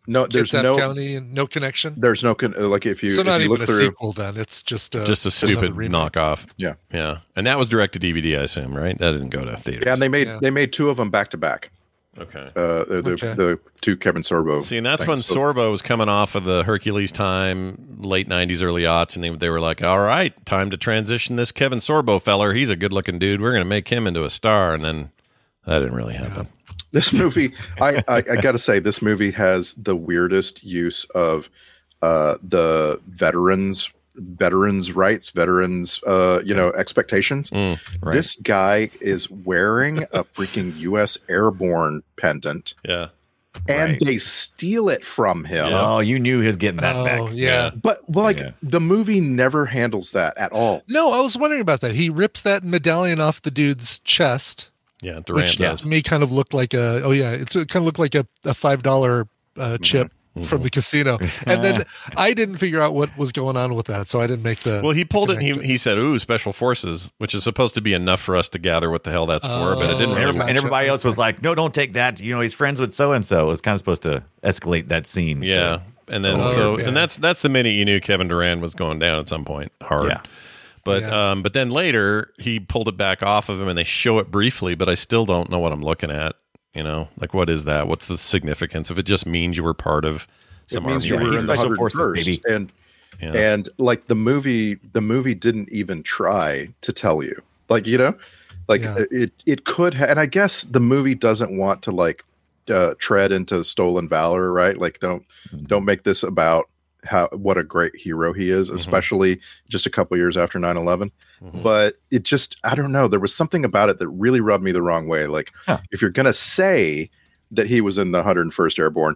[SPEAKER 2] Hmm. No, there's
[SPEAKER 9] Kitsap
[SPEAKER 2] no,
[SPEAKER 9] County and no connection?
[SPEAKER 2] there's no con- uh, like if you
[SPEAKER 9] so
[SPEAKER 2] if
[SPEAKER 9] not
[SPEAKER 2] you
[SPEAKER 9] even
[SPEAKER 2] look
[SPEAKER 9] a
[SPEAKER 2] through.
[SPEAKER 9] sequel. Then it's just a,
[SPEAKER 6] Just a
[SPEAKER 9] another
[SPEAKER 6] stupid
[SPEAKER 9] remake.
[SPEAKER 6] knockoff.
[SPEAKER 2] Yeah.
[SPEAKER 6] Yeah, and that was direct to DVD, I assume, right? That didn't go to theater.
[SPEAKER 2] Yeah, and they made
[SPEAKER 9] Yeah.
[SPEAKER 2] they made two of them back to back.
[SPEAKER 6] okay.
[SPEAKER 2] Uh, the, the,
[SPEAKER 9] Okay.
[SPEAKER 2] the two Kevin Sorbo.
[SPEAKER 6] See, and that's
[SPEAKER 2] things.
[SPEAKER 6] when
[SPEAKER 2] So-
[SPEAKER 6] Sorbo was coming off of the Hercules time, late '90s, early aughts, and they, they were like, "All right, time to transition this Kevin Sorbo feller. He's a good-looking dude. We're going to make him into a star." And then that didn't really happen.
[SPEAKER 2] this movie I, I i gotta say this movie has the weirdest use of uh the veterans veterans rights veterans uh you know expectations
[SPEAKER 6] Mm, right.
[SPEAKER 2] this guy is wearing a freaking us airborne pendant
[SPEAKER 6] Yeah.
[SPEAKER 2] and
[SPEAKER 7] Right.
[SPEAKER 2] they steal it from him
[SPEAKER 6] Yeah.
[SPEAKER 7] Oh, you knew he was getting that
[SPEAKER 9] oh
[SPEAKER 7] back.
[SPEAKER 9] yeah.
[SPEAKER 2] but well, like
[SPEAKER 7] Yeah.
[SPEAKER 2] the movie never handles that at all
[SPEAKER 9] No, I was wondering about that. He rips that medallion off the dude's chest,
[SPEAKER 6] Yeah. Durant
[SPEAKER 9] which
[SPEAKER 6] does.
[SPEAKER 9] to me kind of looked like a oh yeah, it's- it kind of looked like a, a five dollar
[SPEAKER 6] Mm-hmm.
[SPEAKER 9] uh, chip from the casino. And then I didn't figure out what was going on with that, so I didn't make the
[SPEAKER 6] Well, he pulled it and he, he said, Ooh, special forces, which is supposed to be enough for us to gather what the hell that's for, but it didn't
[SPEAKER 9] Oh,
[SPEAKER 7] And, every-
[SPEAKER 6] really.
[SPEAKER 9] gotcha.
[SPEAKER 7] and everybody else was like, "No, don't take that." You know, he's friends with so and so. It was kind of supposed to escalate that scene. to-
[SPEAKER 6] Yeah. And then
[SPEAKER 9] Oh,
[SPEAKER 6] so
[SPEAKER 9] yeah.
[SPEAKER 6] and that's that's the minute you knew Kevin Durant was going down at some point hard.
[SPEAKER 7] Yeah.
[SPEAKER 6] But
[SPEAKER 9] Yeah.
[SPEAKER 6] um but then later he pulled it back off of him and they show it briefly, but I still don't know what I'm looking at. You know, like what is that? What's the significance? If it just means you were part of some
[SPEAKER 2] it means
[SPEAKER 6] army
[SPEAKER 2] you were
[SPEAKER 6] raid.
[SPEAKER 2] in the
[SPEAKER 7] Special forces,
[SPEAKER 2] 101st,
[SPEAKER 7] baby.
[SPEAKER 2] and
[SPEAKER 6] Yeah.
[SPEAKER 2] and like the movie the movie didn't even try to tell you like you know like
[SPEAKER 9] Yeah.
[SPEAKER 2] it it could ha- and i guess the movie doesn't want to like uh, tread into stolen valor right like don't don't make this about how what a great hero he is especially just a couple years after 9-11
[SPEAKER 6] Mhm.
[SPEAKER 2] but it just i don't know there was something about it that really rubbed me the wrong way like
[SPEAKER 7] Huh.
[SPEAKER 2] if you're gonna say that he was in the 101st airborne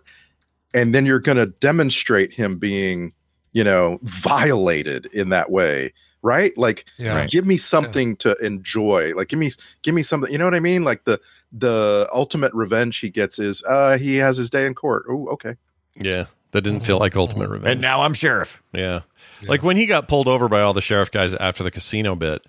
[SPEAKER 2] and then you're gonna demonstrate him being you know violated in that way right like
[SPEAKER 9] yeah.
[SPEAKER 7] Right.
[SPEAKER 2] give me something to enjoy like give me give me something you know what i mean like the the ultimate revenge he gets is uh he has his day in court oh okay
[SPEAKER 6] Yeah. That didn't feel like ultimate revenge.
[SPEAKER 7] And now I'm sheriff.
[SPEAKER 6] Yeah.
[SPEAKER 9] Yeah.
[SPEAKER 6] Like when he got pulled over by all the sheriff guys after the casino bit,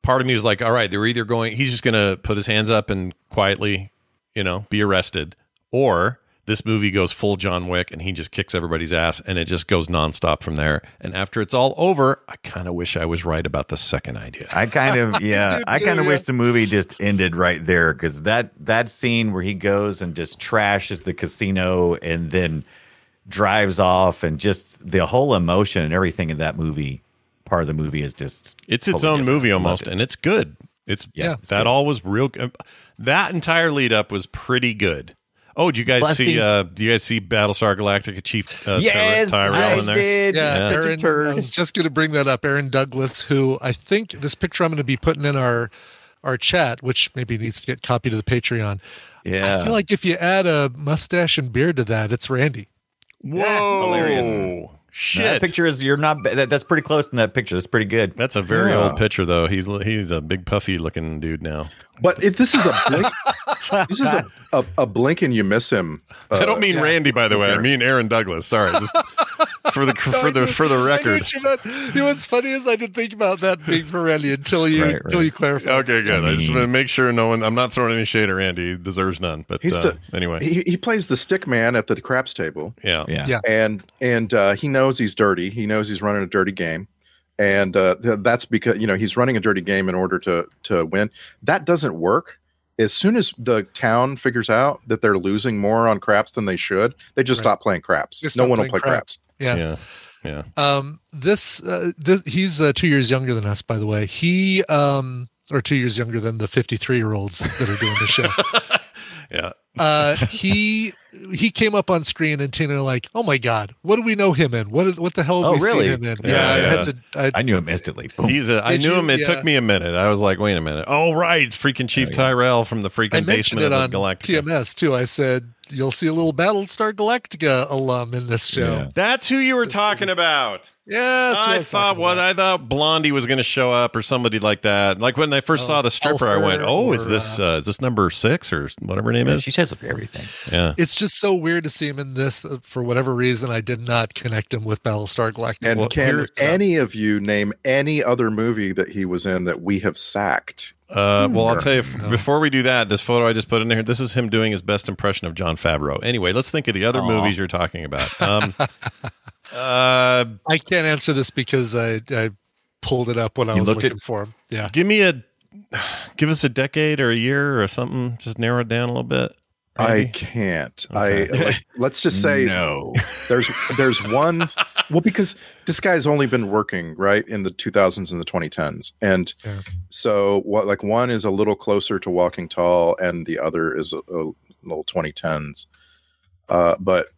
[SPEAKER 6] part of me is like, all right, they're either going, he's just going to put his hands up and quietly, you know, be arrested, or this movie goes full John Wick and he just kicks everybody's ass and it just goes nonstop from there. And after it's all over, I kind of wish I was right about the second idea.
[SPEAKER 7] I kind of yeah.
[SPEAKER 9] do
[SPEAKER 7] I
[SPEAKER 9] too,
[SPEAKER 7] kind of
[SPEAKER 9] yeah.
[SPEAKER 7] wish the movie just ended right there because that that scene where he goes and just trashes the casino and then drives off and just the whole emotion and everything in that movie part of the movie is just
[SPEAKER 6] It's its
[SPEAKER 7] totally
[SPEAKER 6] own
[SPEAKER 7] different.
[SPEAKER 6] movie
[SPEAKER 7] I loved
[SPEAKER 6] almost,
[SPEAKER 7] it.
[SPEAKER 6] and it's good. It's
[SPEAKER 9] Yeah, it's
[SPEAKER 6] that all was real. g- That entire lead up was pretty good. Oh, do you guys
[SPEAKER 7] Busty.
[SPEAKER 6] see? Uh, do you guys see Battlestar Galactica Chief uh, Tyre-
[SPEAKER 7] yes,
[SPEAKER 6] Tyrell
[SPEAKER 7] I
[SPEAKER 6] in there?
[SPEAKER 7] did.
[SPEAKER 9] Yeah,
[SPEAKER 7] Such a
[SPEAKER 9] Aaron,
[SPEAKER 7] turd.
[SPEAKER 9] I was just going to bring that up. Aaron Douglas, who I think this picture I'm going to be putting in our our chat, which maybe needs to get copied to the Patreon.
[SPEAKER 7] yeah.
[SPEAKER 9] I feel like if you add a mustache and beard to that, it's Randy.
[SPEAKER 6] Whoa!
[SPEAKER 7] Yeah, hilarious.
[SPEAKER 6] hilarious.
[SPEAKER 7] No, That
[SPEAKER 6] Shit!
[SPEAKER 7] picture is you're not. ba- That, that's pretty close in that picture. That's pretty good.
[SPEAKER 6] That's a very
[SPEAKER 2] Yeah.
[SPEAKER 6] old picture, though. He's he's a big puffy looking dude now.
[SPEAKER 2] but if this is a blink this is a, a, a blink and you miss him uh,
[SPEAKER 6] I don't mean Randy, by the way. I mean Aaron Douglas. Sorry, just for the for the for the
[SPEAKER 9] I knew
[SPEAKER 6] record.
[SPEAKER 9] what you, meant. you know what's funny is I didn't think about that being Pirelli until you
[SPEAKER 7] Right,
[SPEAKER 9] until
[SPEAKER 7] right.
[SPEAKER 9] you clarified.
[SPEAKER 6] Okay, good. I just
[SPEAKER 7] Mm.
[SPEAKER 6] want to make sure no one. I'm not throwing any shade at Randy. He deserves none. But
[SPEAKER 2] He's
[SPEAKER 6] uh,
[SPEAKER 2] the-
[SPEAKER 6] anyway,
[SPEAKER 2] He, he plays the stick man at the craps table,
[SPEAKER 6] yeah.
[SPEAKER 7] Yeah.
[SPEAKER 9] Yeah.
[SPEAKER 2] and and uh, he knows he's dirty. He knows he's running a dirty game, and uh, th- that's because you know he's running a dirty game in order to to win. That doesn't work. As soon as the town figures out that they're losing more on craps than they should, they just
[SPEAKER 9] Right.
[SPEAKER 2] stop playing craps.
[SPEAKER 9] Just
[SPEAKER 2] no
[SPEAKER 9] not
[SPEAKER 2] one will
[SPEAKER 9] playing
[SPEAKER 2] play craps.
[SPEAKER 9] Yeah.
[SPEAKER 6] yeah, yeah,
[SPEAKER 9] Um, this, uh, this he's uh, two years younger than us, by the way. He um, or two years younger than the fifty-three-year-olds that are doing the show.
[SPEAKER 6] yeah.
[SPEAKER 9] Uh, he he came up on screen and Tina were like, oh my god, what do we know him in? What what the hell
[SPEAKER 7] Oh,
[SPEAKER 9] have we
[SPEAKER 7] really?
[SPEAKER 9] seen him in? Yeah,
[SPEAKER 6] Yeah,
[SPEAKER 9] I
[SPEAKER 6] yeah.
[SPEAKER 9] had to. I,
[SPEAKER 7] I knew him instantly. Boom.
[SPEAKER 6] He's a. I
[SPEAKER 9] Did
[SPEAKER 6] knew
[SPEAKER 9] you-
[SPEAKER 6] him. It
[SPEAKER 9] yeah.
[SPEAKER 6] took me a minute. I was like, wait a minute. Oh right, it's freaking Chief Tyrell from the freaking
[SPEAKER 9] I mentioned
[SPEAKER 6] basement
[SPEAKER 9] it on
[SPEAKER 6] of the Galactica.
[SPEAKER 9] TMS too. I said you'll see a little Battlestar Galactica alum in this show.
[SPEAKER 6] That's who you were talking about.
[SPEAKER 9] Yeah, that's what
[SPEAKER 6] I,
[SPEAKER 9] was
[SPEAKER 6] thought
[SPEAKER 9] talking
[SPEAKER 6] what
[SPEAKER 9] about.
[SPEAKER 6] I thought Blondie was going to show up or somebody like that. Like when I first saw the stripper, I went,
[SPEAKER 9] Oh, Alfred
[SPEAKER 6] "Oh, is
[SPEAKER 9] or,
[SPEAKER 6] this uh, is this number six or whatever her name
[SPEAKER 7] Yeah,
[SPEAKER 6] is?"
[SPEAKER 7] she sets up everything.
[SPEAKER 6] Yeah,
[SPEAKER 9] it's just so weird to see him in this. uh, For whatever reason, I did not connect him with Battlestar Galactica.
[SPEAKER 2] And
[SPEAKER 6] Well,
[SPEAKER 2] can
[SPEAKER 6] here-
[SPEAKER 2] any of you name any other movie that he was in that we have sacked?
[SPEAKER 7] Hmm.
[SPEAKER 6] Uh, well, I'll tell you before we do that. This photo I just put in there. This is him doing his best impression of John Favreau. Anyway, let's think of the other
[SPEAKER 7] Aw.
[SPEAKER 6] movies you're talking about. Um, uh,
[SPEAKER 9] I can't answer this because I, I pulled it up when I
[SPEAKER 7] You
[SPEAKER 9] was
[SPEAKER 7] looked
[SPEAKER 9] looking
[SPEAKER 7] at-
[SPEAKER 9] for him. Yeah.
[SPEAKER 6] give me a, give us a decade or a year or something. Just narrow it down a little bit.
[SPEAKER 2] I
[SPEAKER 6] Randy?
[SPEAKER 2] can't.
[SPEAKER 6] Okay.
[SPEAKER 2] I like, let's just say
[SPEAKER 7] no.
[SPEAKER 2] there's there's one. Well, because this guy's only been working right in the 2000s and the 2010s, and
[SPEAKER 9] Yeah.
[SPEAKER 2] so what? Like one is a little closer to Walking Tall, and the other is a, a little 2010s. Uh, but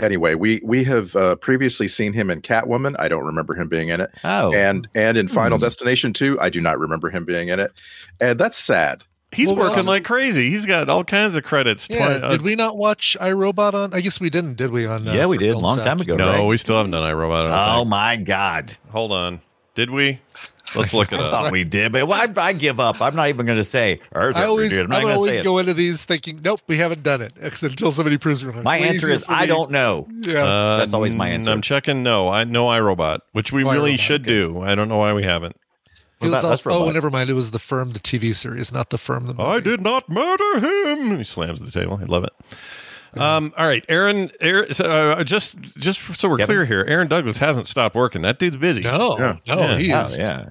[SPEAKER 2] anyway, we we have uh, previously seen him in Catwoman. I don't remember him being in it.
[SPEAKER 7] Oh,
[SPEAKER 2] and and in Final
[SPEAKER 7] Hmm.
[SPEAKER 2] Destination 2, I do not remember him being in it. And that's sad.
[SPEAKER 6] He's
[SPEAKER 9] Well,
[SPEAKER 6] working
[SPEAKER 9] well-
[SPEAKER 6] like crazy. He's got all kinds of credits.
[SPEAKER 9] Yeah.
[SPEAKER 6] Twi- uh,
[SPEAKER 9] did we not watch iRobot on? I guess we didn't, did we? On uh,
[SPEAKER 7] yeah, we
[SPEAKER 9] for
[SPEAKER 7] did a
[SPEAKER 9] Film
[SPEAKER 7] long
[SPEAKER 9] Sack?
[SPEAKER 7] time ago.
[SPEAKER 6] No,
[SPEAKER 7] right?
[SPEAKER 6] we still haven't done iRobot. I
[SPEAKER 7] Oh
[SPEAKER 6] don't
[SPEAKER 7] my God!
[SPEAKER 6] think. Hold on. Did we? Let's look it
[SPEAKER 7] I
[SPEAKER 6] up.
[SPEAKER 7] thought we did, but I, I give up. I'm not even going to say. or is it
[SPEAKER 9] I
[SPEAKER 7] we
[SPEAKER 9] always,
[SPEAKER 7] did?
[SPEAKER 9] I
[SPEAKER 7] I'm not
[SPEAKER 9] would
[SPEAKER 7] going to
[SPEAKER 9] always
[SPEAKER 7] say it.
[SPEAKER 9] go into these thinking, nope, we haven't done it ex- until somebody proves me wrong.
[SPEAKER 7] My
[SPEAKER 9] It's way
[SPEAKER 7] answer
[SPEAKER 9] easier
[SPEAKER 7] is
[SPEAKER 9] for
[SPEAKER 7] I
[SPEAKER 9] me-
[SPEAKER 7] don't know.
[SPEAKER 9] Yeah.
[SPEAKER 6] Uh,
[SPEAKER 7] That's always my
[SPEAKER 6] n-
[SPEAKER 7] answer.
[SPEAKER 6] I'm checking. No, I no iRobot, which we
[SPEAKER 9] No
[SPEAKER 6] really
[SPEAKER 9] iRobot,
[SPEAKER 6] should
[SPEAKER 9] okay.
[SPEAKER 6] do. I don't know why we haven't.
[SPEAKER 9] it was
[SPEAKER 7] about Us
[SPEAKER 9] also, oh,
[SPEAKER 7] Robot?
[SPEAKER 9] never mind. It was the firm, the TV series, not the firm. The
[SPEAKER 6] Oh, I
[SPEAKER 9] movie.
[SPEAKER 6] did not murder him. He slams the table. I love it. Um, all right, Aaron. Aaron so, uh, just just so we're
[SPEAKER 7] Kevin?
[SPEAKER 6] clear here, Aaron Douglas hasn't stopped working. That dude's busy.
[SPEAKER 9] No,
[SPEAKER 2] Yeah.
[SPEAKER 9] no,
[SPEAKER 6] Yeah.
[SPEAKER 9] he
[SPEAKER 7] Oh,
[SPEAKER 9] is. yeah.
[SPEAKER 7] yeah.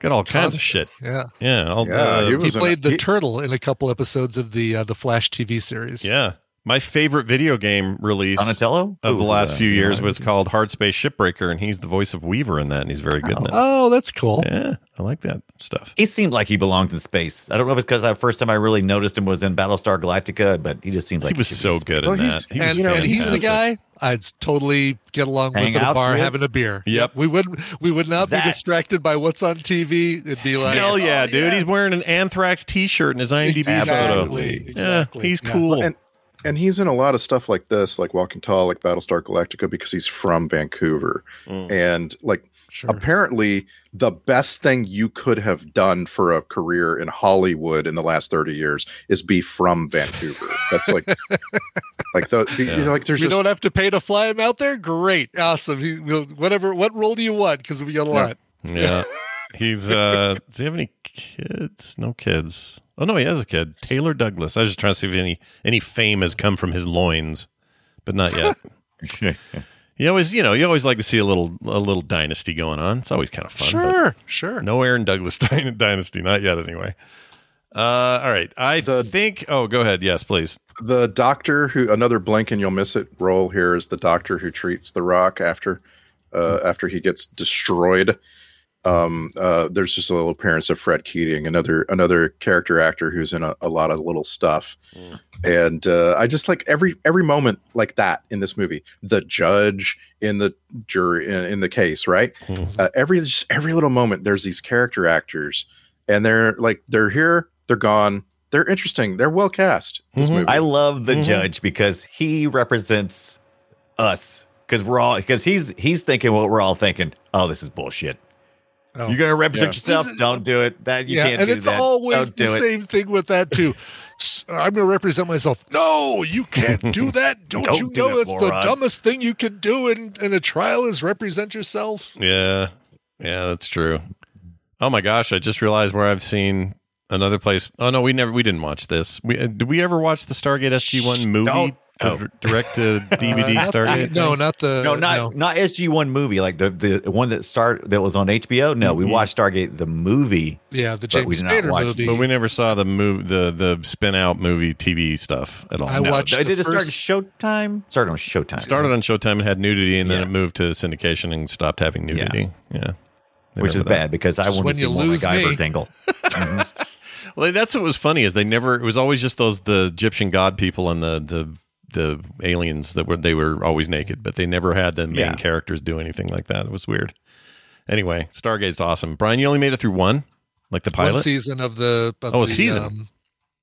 [SPEAKER 6] got all kinds of shit. Yeah, all,
[SPEAKER 2] Yeah,
[SPEAKER 6] uh,
[SPEAKER 2] he
[SPEAKER 9] He
[SPEAKER 2] was in
[SPEAKER 9] played
[SPEAKER 2] a-
[SPEAKER 9] the
[SPEAKER 2] he-
[SPEAKER 9] turtle in a couple episodes of the uh, the Flash TV series.
[SPEAKER 6] yeah. My favorite video game release
[SPEAKER 7] Donatello
[SPEAKER 6] of the
[SPEAKER 7] Ooh,
[SPEAKER 6] last
[SPEAKER 7] uh,
[SPEAKER 6] few
[SPEAKER 7] yeah.
[SPEAKER 6] years was called Hard Space Shipbreaker, and he's the voice of Weaver in that, and he's very good in it.
[SPEAKER 9] Oh, that's cool.
[SPEAKER 6] Yeah, I like that stuff.
[SPEAKER 7] He seemed like he belonged in space. I don't know if it's because the first time I really noticed him was in Battlestar Galactica, but he just seemed like
[SPEAKER 6] he was
[SPEAKER 7] should be
[SPEAKER 6] so
[SPEAKER 7] in space.
[SPEAKER 6] good
[SPEAKER 2] Well,
[SPEAKER 6] in
[SPEAKER 2] he's-
[SPEAKER 6] that. He was
[SPEAKER 9] and, and he's the
[SPEAKER 6] fantastic.
[SPEAKER 9] guy I'd totally get along
[SPEAKER 7] Hang
[SPEAKER 9] with at a
[SPEAKER 7] out
[SPEAKER 9] bar
[SPEAKER 7] with?
[SPEAKER 9] having a beer.
[SPEAKER 6] Yep.
[SPEAKER 9] We would we would not
[SPEAKER 7] That-
[SPEAKER 9] be distracted by what's on TV. It'd be like
[SPEAKER 6] Hell yeah,
[SPEAKER 9] "Oh,
[SPEAKER 6] dude! He's wearing an Anthrax T-shirt in his IMDb photo.
[SPEAKER 9] Exactly, exactly.
[SPEAKER 6] Yeah, he's
[SPEAKER 9] Yeah.
[SPEAKER 6] cool.
[SPEAKER 2] And and he's in a lot of stuff like this, like Walking Tall, like Battlestar Galactica, because he's from Vancouver.
[SPEAKER 6] Mm.
[SPEAKER 2] And like
[SPEAKER 9] Sure.
[SPEAKER 2] apparently the best thing you could have done for a career in Hollywood in the last 30 years is be from Vancouver. That's like like the you know, like there's
[SPEAKER 9] we
[SPEAKER 2] just
[SPEAKER 9] don't have to pay to fly him out there. Great, awesome. He, we'll, whatever, what role do you want? Because we got a lot.
[SPEAKER 6] yeah, he's. uh Does he have any kids? No kids. Oh no, he has a kid, Taylor Douglas. I was just trying to see if any any fame has come from his loins, but not yet. you always, you know, you always like to see a little a little dynasty going on. It's always kind of fun. but
[SPEAKER 9] Sure, sure.
[SPEAKER 6] No Aaron Douglas dyn- dynasty, not yet. Anyway. Uh, all right. I
[SPEAKER 2] The-
[SPEAKER 6] think. Oh, go ahead. Yes, please.
[SPEAKER 2] the doctor who another blink and you'll miss it role here is the doctor who treats the rock after uh, after he gets destroyed um uh there's just a little appearance of fred keating another another character actor who's in a, a lot of little stuff and uh i just like every every moment like that in this movie the judge in the jury in, in the case right uh, every just every little moment there's these character actors and they're like they're here they're gone they're interesting they're well cast this
[SPEAKER 6] Mhm.
[SPEAKER 2] movie
[SPEAKER 7] Mm-hmm. I love the
[SPEAKER 9] Mm-hmm.
[SPEAKER 6] Mhm.
[SPEAKER 7] judge because he represents us because we're all because he's he's thinking what we're all thinking. Oh, this is bullshit.
[SPEAKER 9] Oh.
[SPEAKER 7] You're gonna represent
[SPEAKER 2] Yeah.
[SPEAKER 7] yourself.
[SPEAKER 9] Is it-
[SPEAKER 7] Don't do it. That you
[SPEAKER 9] yeah,
[SPEAKER 7] can't
[SPEAKER 9] and
[SPEAKER 7] do
[SPEAKER 9] it's
[SPEAKER 7] that.
[SPEAKER 9] always
[SPEAKER 7] Don't
[SPEAKER 9] the
[SPEAKER 7] do it.
[SPEAKER 9] same thing with that too. it. I'm going to represent myself. No, you can't do that. Don't,
[SPEAKER 7] Don't
[SPEAKER 9] you
[SPEAKER 7] do
[SPEAKER 9] know
[SPEAKER 7] it,
[SPEAKER 9] it's the
[SPEAKER 7] moron."
[SPEAKER 9] dumbest thing you can do in, in a trial is represent yourself?
[SPEAKER 6] Yeah. Yeah, that's true. Oh my gosh, I just realized where I've seen another place. Oh no, we never we didn't watch this. We uh, did we ever watch the Stargate SG-1 movie
[SPEAKER 7] don't- oh.
[SPEAKER 6] dir- direct to DVD
[SPEAKER 9] Uh, not the-
[SPEAKER 6] Stargate?
[SPEAKER 9] No,
[SPEAKER 6] thing?
[SPEAKER 9] not the.
[SPEAKER 7] no, not not SG one movie like the the one that start that was on HBO. No,
[SPEAKER 9] Mm-hmm.
[SPEAKER 7] we watched Stargate the movie.
[SPEAKER 9] Yeah, the
[SPEAKER 7] But we
[SPEAKER 9] James
[SPEAKER 7] did not
[SPEAKER 9] Spader
[SPEAKER 7] watch-
[SPEAKER 9] movie.
[SPEAKER 6] But we never saw the move the the spin out movie TV stuff at all.
[SPEAKER 9] I
[SPEAKER 6] No.
[SPEAKER 9] watched
[SPEAKER 7] Did
[SPEAKER 9] the
[SPEAKER 7] it start
[SPEAKER 9] first.
[SPEAKER 7] Showtime? Started on Showtime.
[SPEAKER 6] It started on Showtime and had nudity and then
[SPEAKER 7] Yeah.
[SPEAKER 6] it moved to syndication and stopped having nudity. Yeah. I
[SPEAKER 7] which is
[SPEAKER 6] remember that.
[SPEAKER 7] bad because I
[SPEAKER 9] Just
[SPEAKER 7] want
[SPEAKER 9] when
[SPEAKER 7] to see
[SPEAKER 9] you
[SPEAKER 7] more
[SPEAKER 9] lose
[SPEAKER 7] MacGyver
[SPEAKER 9] me.
[SPEAKER 7] dingle.
[SPEAKER 6] Well, that's what was funny is they never. It was always just those the Egyptian god people and the the the aliens that were they were always naked, but they never had the main
[SPEAKER 7] Yeah.
[SPEAKER 6] characters do anything like that. It was weird. Anyway, Stargate's awesome. Brian, you only made it through one, like the
[SPEAKER 9] One
[SPEAKER 6] pilot.
[SPEAKER 9] season of the of
[SPEAKER 6] Oh, a
[SPEAKER 9] the,
[SPEAKER 6] season.
[SPEAKER 9] um,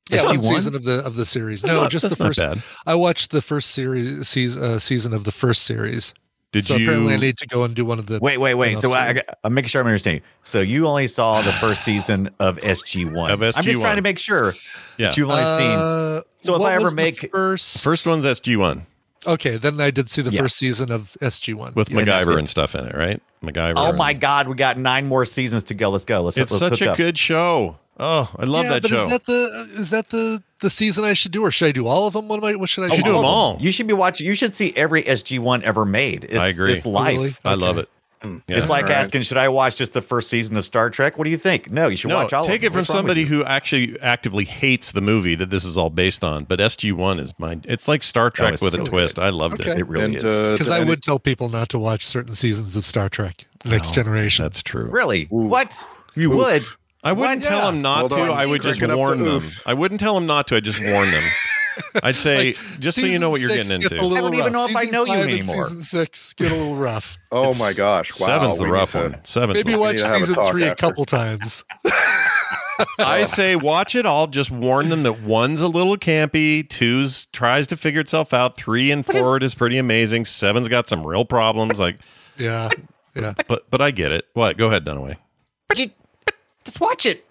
[SPEAKER 9] yeah,
[SPEAKER 7] SG-1?
[SPEAKER 9] one season of the of the series.
[SPEAKER 6] That's
[SPEAKER 9] no,
[SPEAKER 6] not-
[SPEAKER 9] just the
[SPEAKER 6] that's not
[SPEAKER 9] first.
[SPEAKER 6] bad.
[SPEAKER 9] I watched the first series season, uh, season of the first series.
[SPEAKER 6] Did
[SPEAKER 9] so
[SPEAKER 6] you?
[SPEAKER 9] apparently, I need to go and do one of the.
[SPEAKER 7] Wait, wait, wait.
[SPEAKER 9] spin-off
[SPEAKER 7] So I,
[SPEAKER 9] series.
[SPEAKER 7] I'm making sure I'm understanding. So you only saw the first season of SG One.
[SPEAKER 6] Of
[SPEAKER 7] I'm just
[SPEAKER 6] SG-1.
[SPEAKER 7] trying to make sure
[SPEAKER 6] Yeah.
[SPEAKER 7] that you've only seen.
[SPEAKER 9] Uh,
[SPEAKER 7] So if
[SPEAKER 9] what
[SPEAKER 7] I ever
[SPEAKER 9] was the
[SPEAKER 7] make-
[SPEAKER 9] first,
[SPEAKER 6] First one's SG one
[SPEAKER 9] okay, then I did see the
[SPEAKER 7] Yeah.
[SPEAKER 9] first season of SG One
[SPEAKER 6] with
[SPEAKER 9] yes.
[SPEAKER 6] MacGyver and stuff in it, right? MacGyver.
[SPEAKER 7] Oh
[SPEAKER 6] and-
[SPEAKER 7] my God, we got nine more seasons to go. Let's go. Let's.
[SPEAKER 6] It's
[SPEAKER 7] let's
[SPEAKER 6] such
[SPEAKER 7] hook
[SPEAKER 6] a
[SPEAKER 7] up.
[SPEAKER 6] good show. Oh, I love
[SPEAKER 9] yeah,
[SPEAKER 6] that
[SPEAKER 9] but
[SPEAKER 6] show.
[SPEAKER 9] Is that the is that the the season I should do, or should I do all of them? What am I? What should I?
[SPEAKER 6] You should do
[SPEAKER 9] All
[SPEAKER 6] them
[SPEAKER 9] of
[SPEAKER 6] all.
[SPEAKER 7] You should be watching. You should see every SG One ever made. It's,
[SPEAKER 6] I agree.
[SPEAKER 7] It's life.
[SPEAKER 9] Really?
[SPEAKER 6] I love
[SPEAKER 9] Okay. Hmm.
[SPEAKER 6] it. Yeah.
[SPEAKER 7] It's like
[SPEAKER 2] All right.
[SPEAKER 7] asking, should I watch just the first season of Star Trek? What do you think? No, you should
[SPEAKER 6] No,
[SPEAKER 7] watch all.
[SPEAKER 6] take it
[SPEAKER 7] of them.
[SPEAKER 6] from
[SPEAKER 7] What's wrong with
[SPEAKER 6] somebody
[SPEAKER 7] you?
[SPEAKER 6] who actually actively hates the movie that this is all based on. But SG One is my. It's like Star Trek
[SPEAKER 7] was
[SPEAKER 6] with
[SPEAKER 7] so
[SPEAKER 6] a twist. I loved
[SPEAKER 9] Okay.
[SPEAKER 6] it.
[SPEAKER 7] It really
[SPEAKER 2] and,
[SPEAKER 7] is.
[SPEAKER 2] uh,
[SPEAKER 9] Because I
[SPEAKER 2] and-
[SPEAKER 9] would tell people not to watch certain seasons of Star Trek: Next Generation.
[SPEAKER 6] That's true.
[SPEAKER 7] really? What? You would?
[SPEAKER 6] I wouldn't
[SPEAKER 7] What?
[SPEAKER 6] tell them not
[SPEAKER 2] Hold
[SPEAKER 6] to.
[SPEAKER 2] on.
[SPEAKER 6] I would just
[SPEAKER 2] Cranking up the
[SPEAKER 6] warn them.
[SPEAKER 2] oof.
[SPEAKER 6] I wouldn't tell them not to. I just warn them. I'd say just so you know what you're getting into.
[SPEAKER 9] I
[SPEAKER 7] I don't even know if I know you anymore.
[SPEAKER 9] Season six get a little rough.
[SPEAKER 2] Oh
[SPEAKER 6] It's-
[SPEAKER 2] my gosh! Wow,
[SPEAKER 6] Seven's the
[SPEAKER 2] we need
[SPEAKER 6] rough
[SPEAKER 2] to-
[SPEAKER 6] one. Seven's.
[SPEAKER 9] Maybe
[SPEAKER 6] the rough.
[SPEAKER 9] watch
[SPEAKER 2] to have a
[SPEAKER 9] season
[SPEAKER 2] talk
[SPEAKER 9] three a
[SPEAKER 2] after.
[SPEAKER 9] couple times.
[SPEAKER 6] I say watch it all. Just warn them that one's a little campy. Two's tries to figure itself out. Three and forward is pretty amazing. Seven's got some real problems. Like,
[SPEAKER 9] Yeah, yeah.
[SPEAKER 6] but but I get it. What? Go ahead, Dunaway.
[SPEAKER 7] But you just watch it.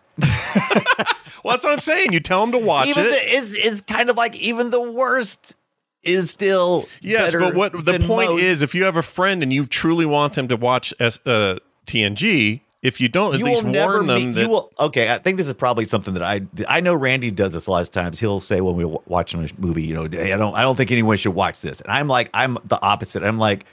[SPEAKER 6] Well, that's what I'm saying. You tell them to watch
[SPEAKER 7] even
[SPEAKER 6] it.
[SPEAKER 7] the is is kind of like even the worst is still
[SPEAKER 6] yes,
[SPEAKER 7] better
[SPEAKER 6] but what the
[SPEAKER 7] than
[SPEAKER 6] point
[SPEAKER 7] most.
[SPEAKER 6] is, if you have a friend and you truly want them to watch S, uh, TNG, if you don't, at
[SPEAKER 7] you
[SPEAKER 6] least
[SPEAKER 7] will never
[SPEAKER 6] warn them
[SPEAKER 7] meet-
[SPEAKER 6] that
[SPEAKER 7] you will. Okay, I think this is probably something that I I know Randy does this a lot of times. He'll say when we're wa- watching a movie, you know, "Hey, I don't I don't think anyone should watch this, and I'm like I'm the opposite. I'm like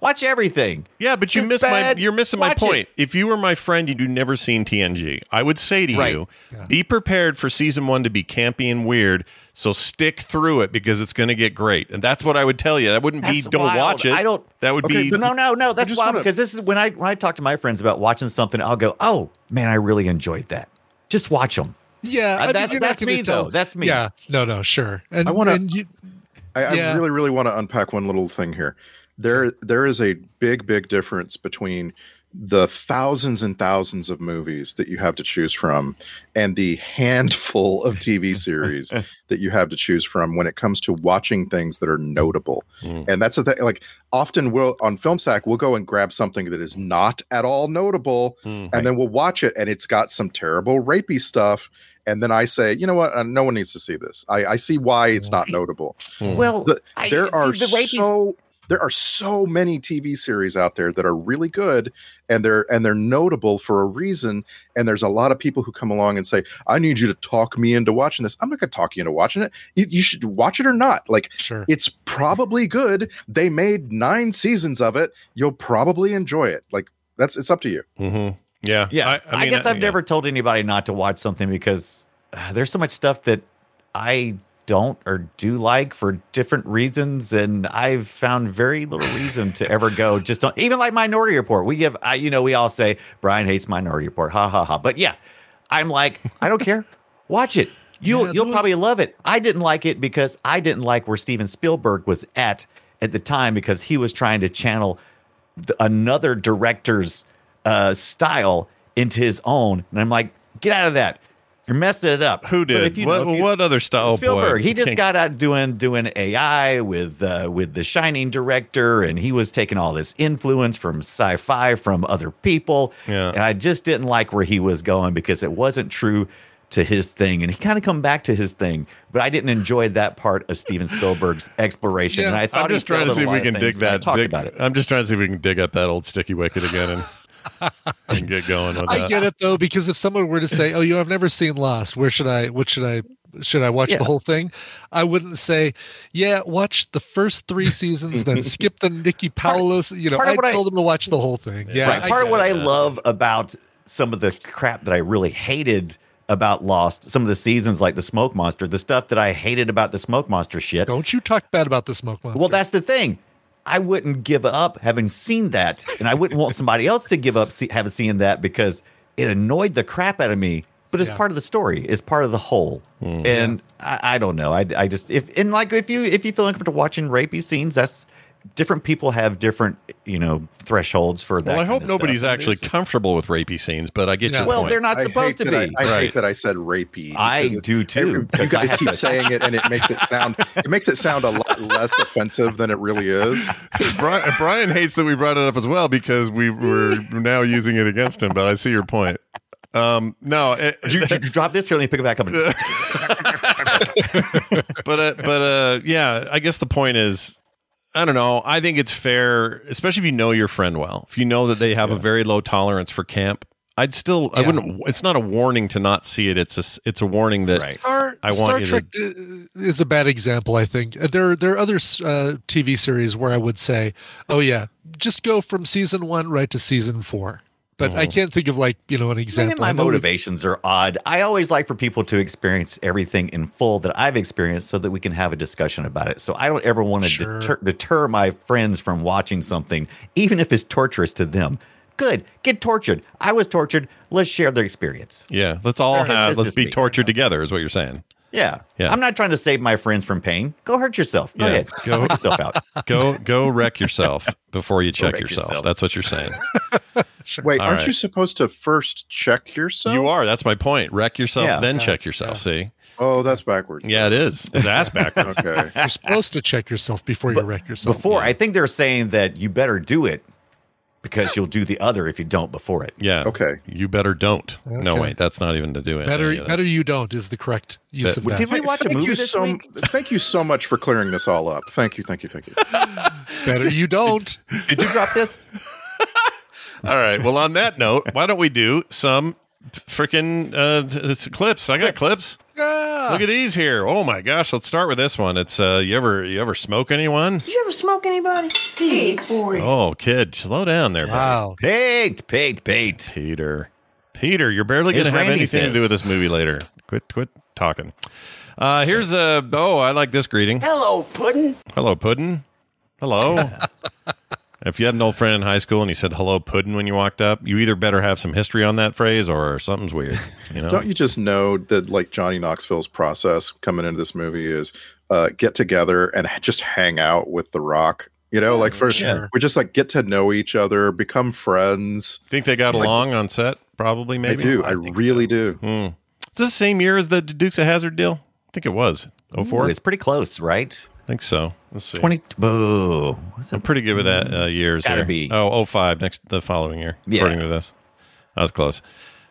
[SPEAKER 7] watch everything.
[SPEAKER 6] Yeah, but you
[SPEAKER 7] It's
[SPEAKER 6] miss
[SPEAKER 7] bad.
[SPEAKER 6] my you're missing my
[SPEAKER 7] Watch
[SPEAKER 6] point.
[SPEAKER 7] it.
[SPEAKER 6] If you were my friend and you'd never seen TNG, I would say to
[SPEAKER 7] Right.
[SPEAKER 6] you, be prepared for season one to be campy and weird. So stick through it because it's going to get great, and that's what I would tell you. That wouldn't be
[SPEAKER 7] That's
[SPEAKER 6] don't
[SPEAKER 7] wild.
[SPEAKER 6] watch it.
[SPEAKER 7] I don't-
[SPEAKER 6] That would
[SPEAKER 2] Okay,
[SPEAKER 6] be
[SPEAKER 7] No, no, no. That's
[SPEAKER 2] just
[SPEAKER 7] why
[SPEAKER 2] wanna-
[SPEAKER 7] because this is when I when I talk to my friends about watching something, I'll go, "Oh man, I really enjoyed that. Just watch them."
[SPEAKER 9] Yeah,
[SPEAKER 7] Uh,
[SPEAKER 9] I mean,
[SPEAKER 7] that's-
[SPEAKER 9] you're not
[SPEAKER 7] that's
[SPEAKER 9] gonna
[SPEAKER 7] me,
[SPEAKER 9] tell-
[SPEAKER 7] though. That's me.
[SPEAKER 9] Yeah, no, no, sure. And
[SPEAKER 2] I wanna-
[SPEAKER 9] and you-
[SPEAKER 2] I, I
[SPEAKER 9] Yeah.
[SPEAKER 2] really, really want to unpack one little thing here. There, there is a big, big difference between the thousands and thousands of movies that you have to choose from and the handful of TV series that you have to choose from when it comes to watching things that are notable.
[SPEAKER 6] Mm.
[SPEAKER 2] And that's the thing. Like often we'll on FilmSack, we'll go and grab something that is not at all notable,
[SPEAKER 6] Mm-hmm.
[SPEAKER 2] and then we'll watch it, and it's got some terrible rapey stuff. And then I say, you know what? Uh, no one needs to see this. I, I see why it's not notable
[SPEAKER 7] Well,
[SPEAKER 2] the,
[SPEAKER 7] I- see,
[SPEAKER 2] there are
[SPEAKER 7] the rapey
[SPEAKER 2] so there are so many TV series out there that are really good and they're and they're notable for a reason. And there's a lot of people who come along and say, "I need you to talk me into watching this." I'm not going to talk you into watching it. You, you should watch it or not. Like
[SPEAKER 9] sure.
[SPEAKER 2] it's probably good. They made nine seasons of it. You'll probably enjoy it. Like that's it's up to you.
[SPEAKER 6] Mhm. yeah,
[SPEAKER 7] Yeah, I,
[SPEAKER 6] mean,
[SPEAKER 7] guess I've
[SPEAKER 6] yeah.
[SPEAKER 7] never told anybody not to watch something because uh, there's so much stuff that I don't or do like for different reasons, and I've found very little reason to ever go. Just don't even like Minority Report. We give, I, you know, we all say Brian hates Minority Report, ha ha ha. But yeah, I'm like, I don't care. Watch it. You
[SPEAKER 9] Yeah,
[SPEAKER 7] you'll
[SPEAKER 9] there was-
[SPEAKER 7] probably love it. I didn't like it because I didn't like where Steven Spielberg was at at the time because he was trying to channel th- another director's uh, style into his own, and I'm like, get out of that. You're messing it up.
[SPEAKER 6] Who
[SPEAKER 7] But
[SPEAKER 6] did
[SPEAKER 7] if you-
[SPEAKER 6] what?
[SPEAKER 7] if you-
[SPEAKER 6] what other style?
[SPEAKER 7] Spielberg.
[SPEAKER 6] Boy.
[SPEAKER 7] He just got out doing doing AI with uh, with the Shining director, and he was taking all this influence from sci-fi from other people.
[SPEAKER 6] Yeah.
[SPEAKER 7] And I just didn't like where he was going because it wasn't true to his thing and he kind of come back to his thing but i didn't enjoy that part of steven spielberg's exploration
[SPEAKER 9] Yeah,
[SPEAKER 7] and i thought
[SPEAKER 6] I'm
[SPEAKER 7] he
[SPEAKER 6] just trying to
[SPEAKER 7] failed
[SPEAKER 6] see if
[SPEAKER 7] at a lot
[SPEAKER 6] we
[SPEAKER 7] of
[SPEAKER 6] can dig
[SPEAKER 7] things, and I
[SPEAKER 6] that.
[SPEAKER 7] talked
[SPEAKER 6] dig-
[SPEAKER 7] about it
[SPEAKER 6] I'm just trying to see if we can dig up that old sticky wicket again and, and get going with that.
[SPEAKER 9] I get it though, because if someone were to say, "Oh, you know, I've never seen Lost. Where should I? What should I? Should I watch
[SPEAKER 7] Yeah.
[SPEAKER 9] the whole thing?" I wouldn't say, "Yeah, watch the first three seasons, then skip the Nikki Paolo." You know,
[SPEAKER 7] part of
[SPEAKER 9] I
[SPEAKER 7] what I-
[SPEAKER 9] told them to watch the whole thing. Yeah,
[SPEAKER 7] right.
[SPEAKER 9] I-
[SPEAKER 7] part of what I
[SPEAKER 6] that.
[SPEAKER 7] love about some of the crap that I really hated about Lost, some of the seasons like the Smoke Monster, the stuff that I hated about the Smoke Monster shit.
[SPEAKER 9] don't you talk bad about the smoke monster.
[SPEAKER 7] Well, that's the thing. I wouldn't give up having seen that, and I wouldn't want somebody else to give up see, having seen that because it annoyed the crap out of me. But it's
[SPEAKER 9] Yeah.
[SPEAKER 7] part of the story. It's part of the whole.
[SPEAKER 6] Mm.
[SPEAKER 7] And I, I don't know. I, I just if and like if you if you feel uncomfortable watching rapey scenes, that's different people have different you know thresholds for that.
[SPEAKER 6] Well, I
[SPEAKER 7] kind
[SPEAKER 6] hope
[SPEAKER 7] of stuff.
[SPEAKER 6] nobody's actually comfortable with rapey scenes, but I get
[SPEAKER 9] Yeah.
[SPEAKER 6] your
[SPEAKER 7] Well,
[SPEAKER 6] point.
[SPEAKER 7] Oh, they're not
[SPEAKER 2] I
[SPEAKER 7] supposed
[SPEAKER 2] hate
[SPEAKER 7] to be.
[SPEAKER 2] that I, I
[SPEAKER 6] Right.
[SPEAKER 2] hate that I said rapey.
[SPEAKER 7] I
[SPEAKER 2] because it-
[SPEAKER 7] do too,
[SPEAKER 2] every- You
[SPEAKER 7] because I
[SPEAKER 2] guys
[SPEAKER 7] have
[SPEAKER 2] keep
[SPEAKER 7] to-
[SPEAKER 2] saying it, and it makes it sound it makes it sound a lot less offensive than it really is.
[SPEAKER 6] Brian, Brian hates that we brought it up as well because we were now using it against him. But I see your point. Um, no, it-
[SPEAKER 7] Did you, did you drop this here? Let me pick it back up.
[SPEAKER 6] but uh, but uh, yeah, I guess the point is, I don't know. I think it's fair, especially if you know your friend well. If you know that they have a very low tolerance for camp, I'd still, I
[SPEAKER 9] Yeah.
[SPEAKER 6] wouldn't. It's not a warning to not see it. It's a, s- it's a warning that
[SPEAKER 7] Right.
[SPEAKER 9] Star,
[SPEAKER 6] I want
[SPEAKER 9] Star
[SPEAKER 6] you to-
[SPEAKER 9] Trek uh, is a bad example, I think. Uh, There, there are other uh, TV series where I would say, "Oh yeah, just go from season one right to season four. But
[SPEAKER 6] Mm-hmm.
[SPEAKER 9] I can't think of like you know an
[SPEAKER 7] Maybe
[SPEAKER 9] example.
[SPEAKER 7] my
[SPEAKER 9] I know we-
[SPEAKER 7] motivations are odd. I always like for people to experience everything in full that I've experienced so that we can have a discussion about it. So I don't ever want to
[SPEAKER 9] Sure.
[SPEAKER 7] deter, deter my friends from watching something, even if it's torturous to them. Good. Get tortured. I was tortured. Let's share their experience.
[SPEAKER 6] yeah, let's all
[SPEAKER 7] Fair enough,
[SPEAKER 6] have
[SPEAKER 7] this
[SPEAKER 6] let's
[SPEAKER 7] is
[SPEAKER 6] be
[SPEAKER 7] me.
[SPEAKER 6] tortured together. Is what you're saying.
[SPEAKER 7] Yeah.
[SPEAKER 6] Yeah.
[SPEAKER 7] I'm not trying to save my friends from pain. Go hurt yourself. Go
[SPEAKER 6] Yeah.
[SPEAKER 7] ahead.
[SPEAKER 6] Go-
[SPEAKER 7] Go hurt yourself out.
[SPEAKER 6] Go go wreck yourself before you check
[SPEAKER 7] wreck
[SPEAKER 6] yourself.
[SPEAKER 7] yourself.
[SPEAKER 6] That's what you're saying.
[SPEAKER 2] Wait,
[SPEAKER 6] All
[SPEAKER 2] aren't
[SPEAKER 6] right.
[SPEAKER 2] you supposed to first check yourself?
[SPEAKER 6] You are. That's my point. Wreck yourself,
[SPEAKER 7] Yeah.
[SPEAKER 6] then check yourself. See,
[SPEAKER 2] Oh, that's backwards.
[SPEAKER 6] yeah, it is. It's ass backwards.
[SPEAKER 2] Okay.
[SPEAKER 9] You're supposed to check yourself before you wreck yourself.
[SPEAKER 7] Before, I think they're saying that you better do it because you'll do the other if you don't before it.
[SPEAKER 6] Yeah.
[SPEAKER 2] Okay.
[SPEAKER 6] You better don't. No,
[SPEAKER 9] Okay.
[SPEAKER 6] wait. That's not even to do it.
[SPEAKER 9] better, better you don't is the correct use
[SPEAKER 6] But-
[SPEAKER 9] of
[SPEAKER 7] Did
[SPEAKER 9] that.
[SPEAKER 7] we watch a
[SPEAKER 2] Thank
[SPEAKER 7] movie
[SPEAKER 2] you
[SPEAKER 7] this
[SPEAKER 2] so.
[SPEAKER 7] week?
[SPEAKER 2] Thank you so much for clearing this all up. Thank you. Thank you. Thank you.
[SPEAKER 9] Better you don't.
[SPEAKER 7] Did you drop this?
[SPEAKER 6] All right. Well, on that note, why don't we do some freaking uh, th- it's clips? I got clips.
[SPEAKER 9] Ah,
[SPEAKER 6] Look at these here. Oh my gosh. Let's start with this one. It's uh, you ever you ever smoke anyone?
[SPEAKER 12] Did you ever smoke anybody?
[SPEAKER 6] Oh, kid, slow down there, buddy.
[SPEAKER 9] wow.
[SPEAKER 7] Paint, paint, paint.
[SPEAKER 6] Peter. Peter, you're barely going
[SPEAKER 7] Here's
[SPEAKER 6] to have
[SPEAKER 7] Randy
[SPEAKER 6] anything to
[SPEAKER 7] says.
[SPEAKER 6] do with this movie later. Quit, quit talking. Uh, here's a. Oh, I like this greeting.
[SPEAKER 12] Hello, Puddin'.
[SPEAKER 6] Hello, Puddin. Hello. if you had an old friend in high school and he said hello, Puddin, when you walked up, you either better have some history on that phrase or something's weird. You know?
[SPEAKER 2] Don't you just know that like Johnny Knoxville's process coming into this movie is uh, get together and h- just hang out with The Rock. You know, like first
[SPEAKER 9] Sure.
[SPEAKER 2] we just like get to know each other, become friends.
[SPEAKER 6] think they got
[SPEAKER 2] Like-
[SPEAKER 6] along on set? Probably, maybe.
[SPEAKER 2] I do. I, really do.
[SPEAKER 9] Mm-hmm.
[SPEAKER 6] Hmm. Is this the same year as the Dukes of Hazard deal? I think it was.
[SPEAKER 7] Ooh,
[SPEAKER 6] 04? I
[SPEAKER 7] It's pretty close, right?
[SPEAKER 6] think so. Let's see.
[SPEAKER 7] 20. Boo. What's
[SPEAKER 6] I'm
[SPEAKER 7] that?
[SPEAKER 6] pretty good with that uh, years.
[SPEAKER 7] Gotta
[SPEAKER 6] there.
[SPEAKER 7] be.
[SPEAKER 6] Oh, 05, next, the following year,
[SPEAKER 7] Yeah.
[SPEAKER 6] according to this. That was close.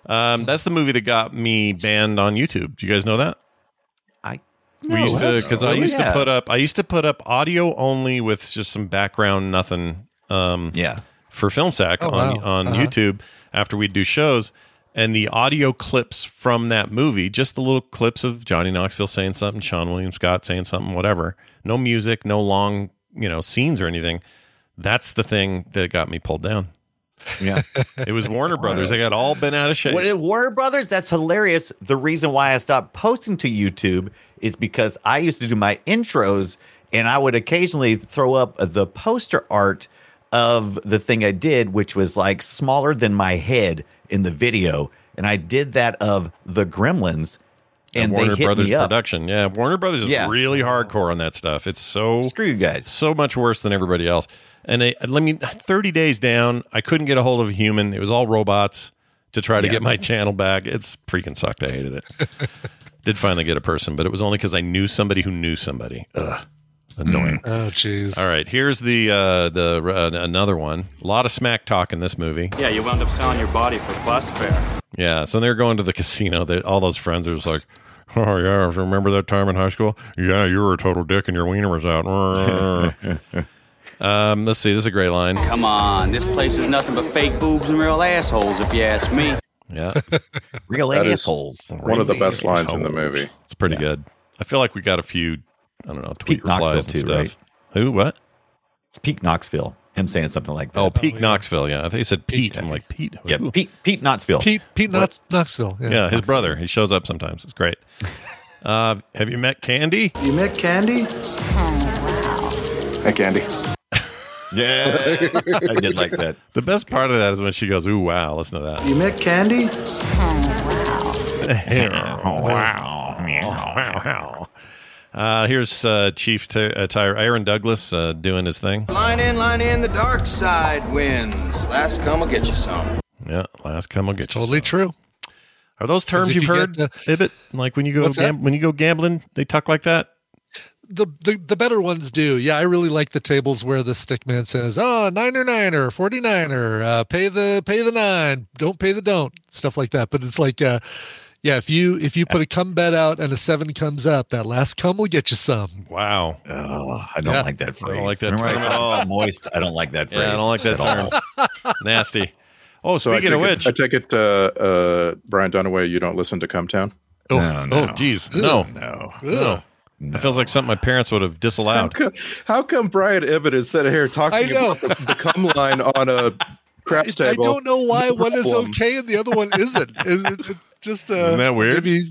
[SPEAKER 6] Um, that's the movie that got me banned on YouTube. Do you guys know that?
[SPEAKER 7] I,
[SPEAKER 6] we
[SPEAKER 7] No,
[SPEAKER 6] used to
[SPEAKER 7] that's-
[SPEAKER 6] because I
[SPEAKER 7] really?
[SPEAKER 6] used to
[SPEAKER 7] Yeah.
[SPEAKER 6] put up I used to put up audio only with just some background nothing um,
[SPEAKER 7] Yeah.
[SPEAKER 6] for film sack
[SPEAKER 9] Oh,
[SPEAKER 6] on
[SPEAKER 9] wow.
[SPEAKER 6] on
[SPEAKER 9] Uh-huh.
[SPEAKER 6] YouTube after we'd do shows and the audio clips from that movie just the little clips of Johnny Knoxville saying something Sean William Scott saying something whatever no music no long you know scenes or anything that's the thing that got me pulled down
[SPEAKER 7] Yeah.
[SPEAKER 6] it was Warner Brothers they got all been out of shape
[SPEAKER 7] What, Warner Brothers? That's hilarious. The reason why I stopped posting to YouTube is because I used to do my intros and I would occasionally throw up the poster art of the thing I did, which was like smaller than my head in the video. And I did that of the Gremlins. And,
[SPEAKER 6] and
[SPEAKER 7] they
[SPEAKER 6] Warner
[SPEAKER 7] hit
[SPEAKER 6] Brothers
[SPEAKER 7] me up.
[SPEAKER 6] production yeah Warner Brothers is
[SPEAKER 7] Yeah.
[SPEAKER 6] really hardcore on that stuff it's so
[SPEAKER 7] Screw you guys.
[SPEAKER 6] so much worse than everybody else. And they, let me, 30 days down, I couldn't get a hold of a human. It was all robots to try to get my channel back. It's freaking sucked. I hated it. Did finally get a person, but it was only because I knew somebody who knew somebody. Ugh, annoying.
[SPEAKER 9] Oh, jeez.
[SPEAKER 6] All right, here's the uh, the uh, another one. A lot of smack talk in this movie.
[SPEAKER 12] Yeah, you wound up selling your body for bus fare.
[SPEAKER 6] Yeah, so they're going to the casino. They, all those friends are just like, oh yeah, remember that time in high school? Yeah, you were a total dick and your wiener was out. um, let's see. This is a great line.
[SPEAKER 12] Come on, this place is nothing but fake boobs and real assholes, if you ask me.
[SPEAKER 6] Yeah,
[SPEAKER 7] Real
[SPEAKER 2] That is
[SPEAKER 7] assholes.
[SPEAKER 2] One of the best lines in the movie.
[SPEAKER 6] it's pretty good. I feel like we got a few. I don't know tweet
[SPEAKER 7] Pete Knoxville
[SPEAKER 6] replies and
[SPEAKER 7] too,
[SPEAKER 6] stuff.
[SPEAKER 7] right?
[SPEAKER 6] Who? What?
[SPEAKER 7] It's Pete Knoxville. Him saying something like that.
[SPEAKER 6] Oh, Pete Knoxville. Yeah, I think he said Pete. I'm like Pete.
[SPEAKER 7] yeah,
[SPEAKER 6] who?
[SPEAKER 7] Pete Pete Knoxville.
[SPEAKER 9] Pete Pete Knox, Knoxville. Yeah.
[SPEAKER 6] Yeah, his brother. He shows up sometimes. It's great. Uh, have you met Candy?
[SPEAKER 3] You met Candy?
[SPEAKER 10] Hey, Candy.
[SPEAKER 7] Yeah, I did like that.
[SPEAKER 6] The best part of that is when she goes, "Ooh, wow!" Listen to that.
[SPEAKER 3] You met Candy?
[SPEAKER 6] Oh, wow. Uh, here's uh, Chief Ty- uh, Tyre Aaron Douglas uh, doing his thing.
[SPEAKER 12] Line in, line in, the dark side wins. Last come will get you some.
[SPEAKER 6] Yeah, last come will get you.
[SPEAKER 9] Totally
[SPEAKER 6] some.
[SPEAKER 9] true.
[SPEAKER 6] Are those terms
[SPEAKER 9] if
[SPEAKER 6] you've
[SPEAKER 9] you
[SPEAKER 6] heard,
[SPEAKER 9] get
[SPEAKER 6] Ibbot? Like when you go
[SPEAKER 9] What's that?
[SPEAKER 6] gam- when you go gambling, they talk like that.
[SPEAKER 9] The, the the better ones do. Yeah, I really like the tables where the stick man says, "Oh, niner, niner, forty niner, uh, pay the pay the nine, don't pay the don't," stuff like that. But it's like, uh, yeah, if you if you put a come bet out and a seven comes up, that last come will get you some.
[SPEAKER 6] Wow.
[SPEAKER 7] Oh, I don't
[SPEAKER 9] Yeah.
[SPEAKER 7] like that phrase.
[SPEAKER 6] don't like that
[SPEAKER 7] Remember I
[SPEAKER 6] term at
[SPEAKER 7] talked
[SPEAKER 6] all.
[SPEAKER 7] about moist. I don't like that phrase.
[SPEAKER 6] Yeah, I don't like that
[SPEAKER 7] at all.
[SPEAKER 6] term. Nasty. Oh,
[SPEAKER 2] So
[SPEAKER 6] speaking
[SPEAKER 2] I
[SPEAKER 6] of
[SPEAKER 2] take
[SPEAKER 6] which,
[SPEAKER 2] it, I take it, uh, uh, Brian Dunaway, you don't listen to Cumtown.
[SPEAKER 6] oh,
[SPEAKER 7] No, no.
[SPEAKER 6] oh, geez, no,
[SPEAKER 7] No.
[SPEAKER 6] no. It feels like something my parents would have
[SPEAKER 2] How
[SPEAKER 6] disallowed.
[SPEAKER 2] come, how come Brian Evan is sitting here
[SPEAKER 9] I
[SPEAKER 2] talking
[SPEAKER 9] know.
[SPEAKER 2] about the, the cum line on a craps
[SPEAKER 9] I
[SPEAKER 2] table?
[SPEAKER 9] don't know why one is
[SPEAKER 2] problem.
[SPEAKER 9] okay and the other one isn't. Is it it just uh,
[SPEAKER 6] Isn't that weird?
[SPEAKER 9] Maybe,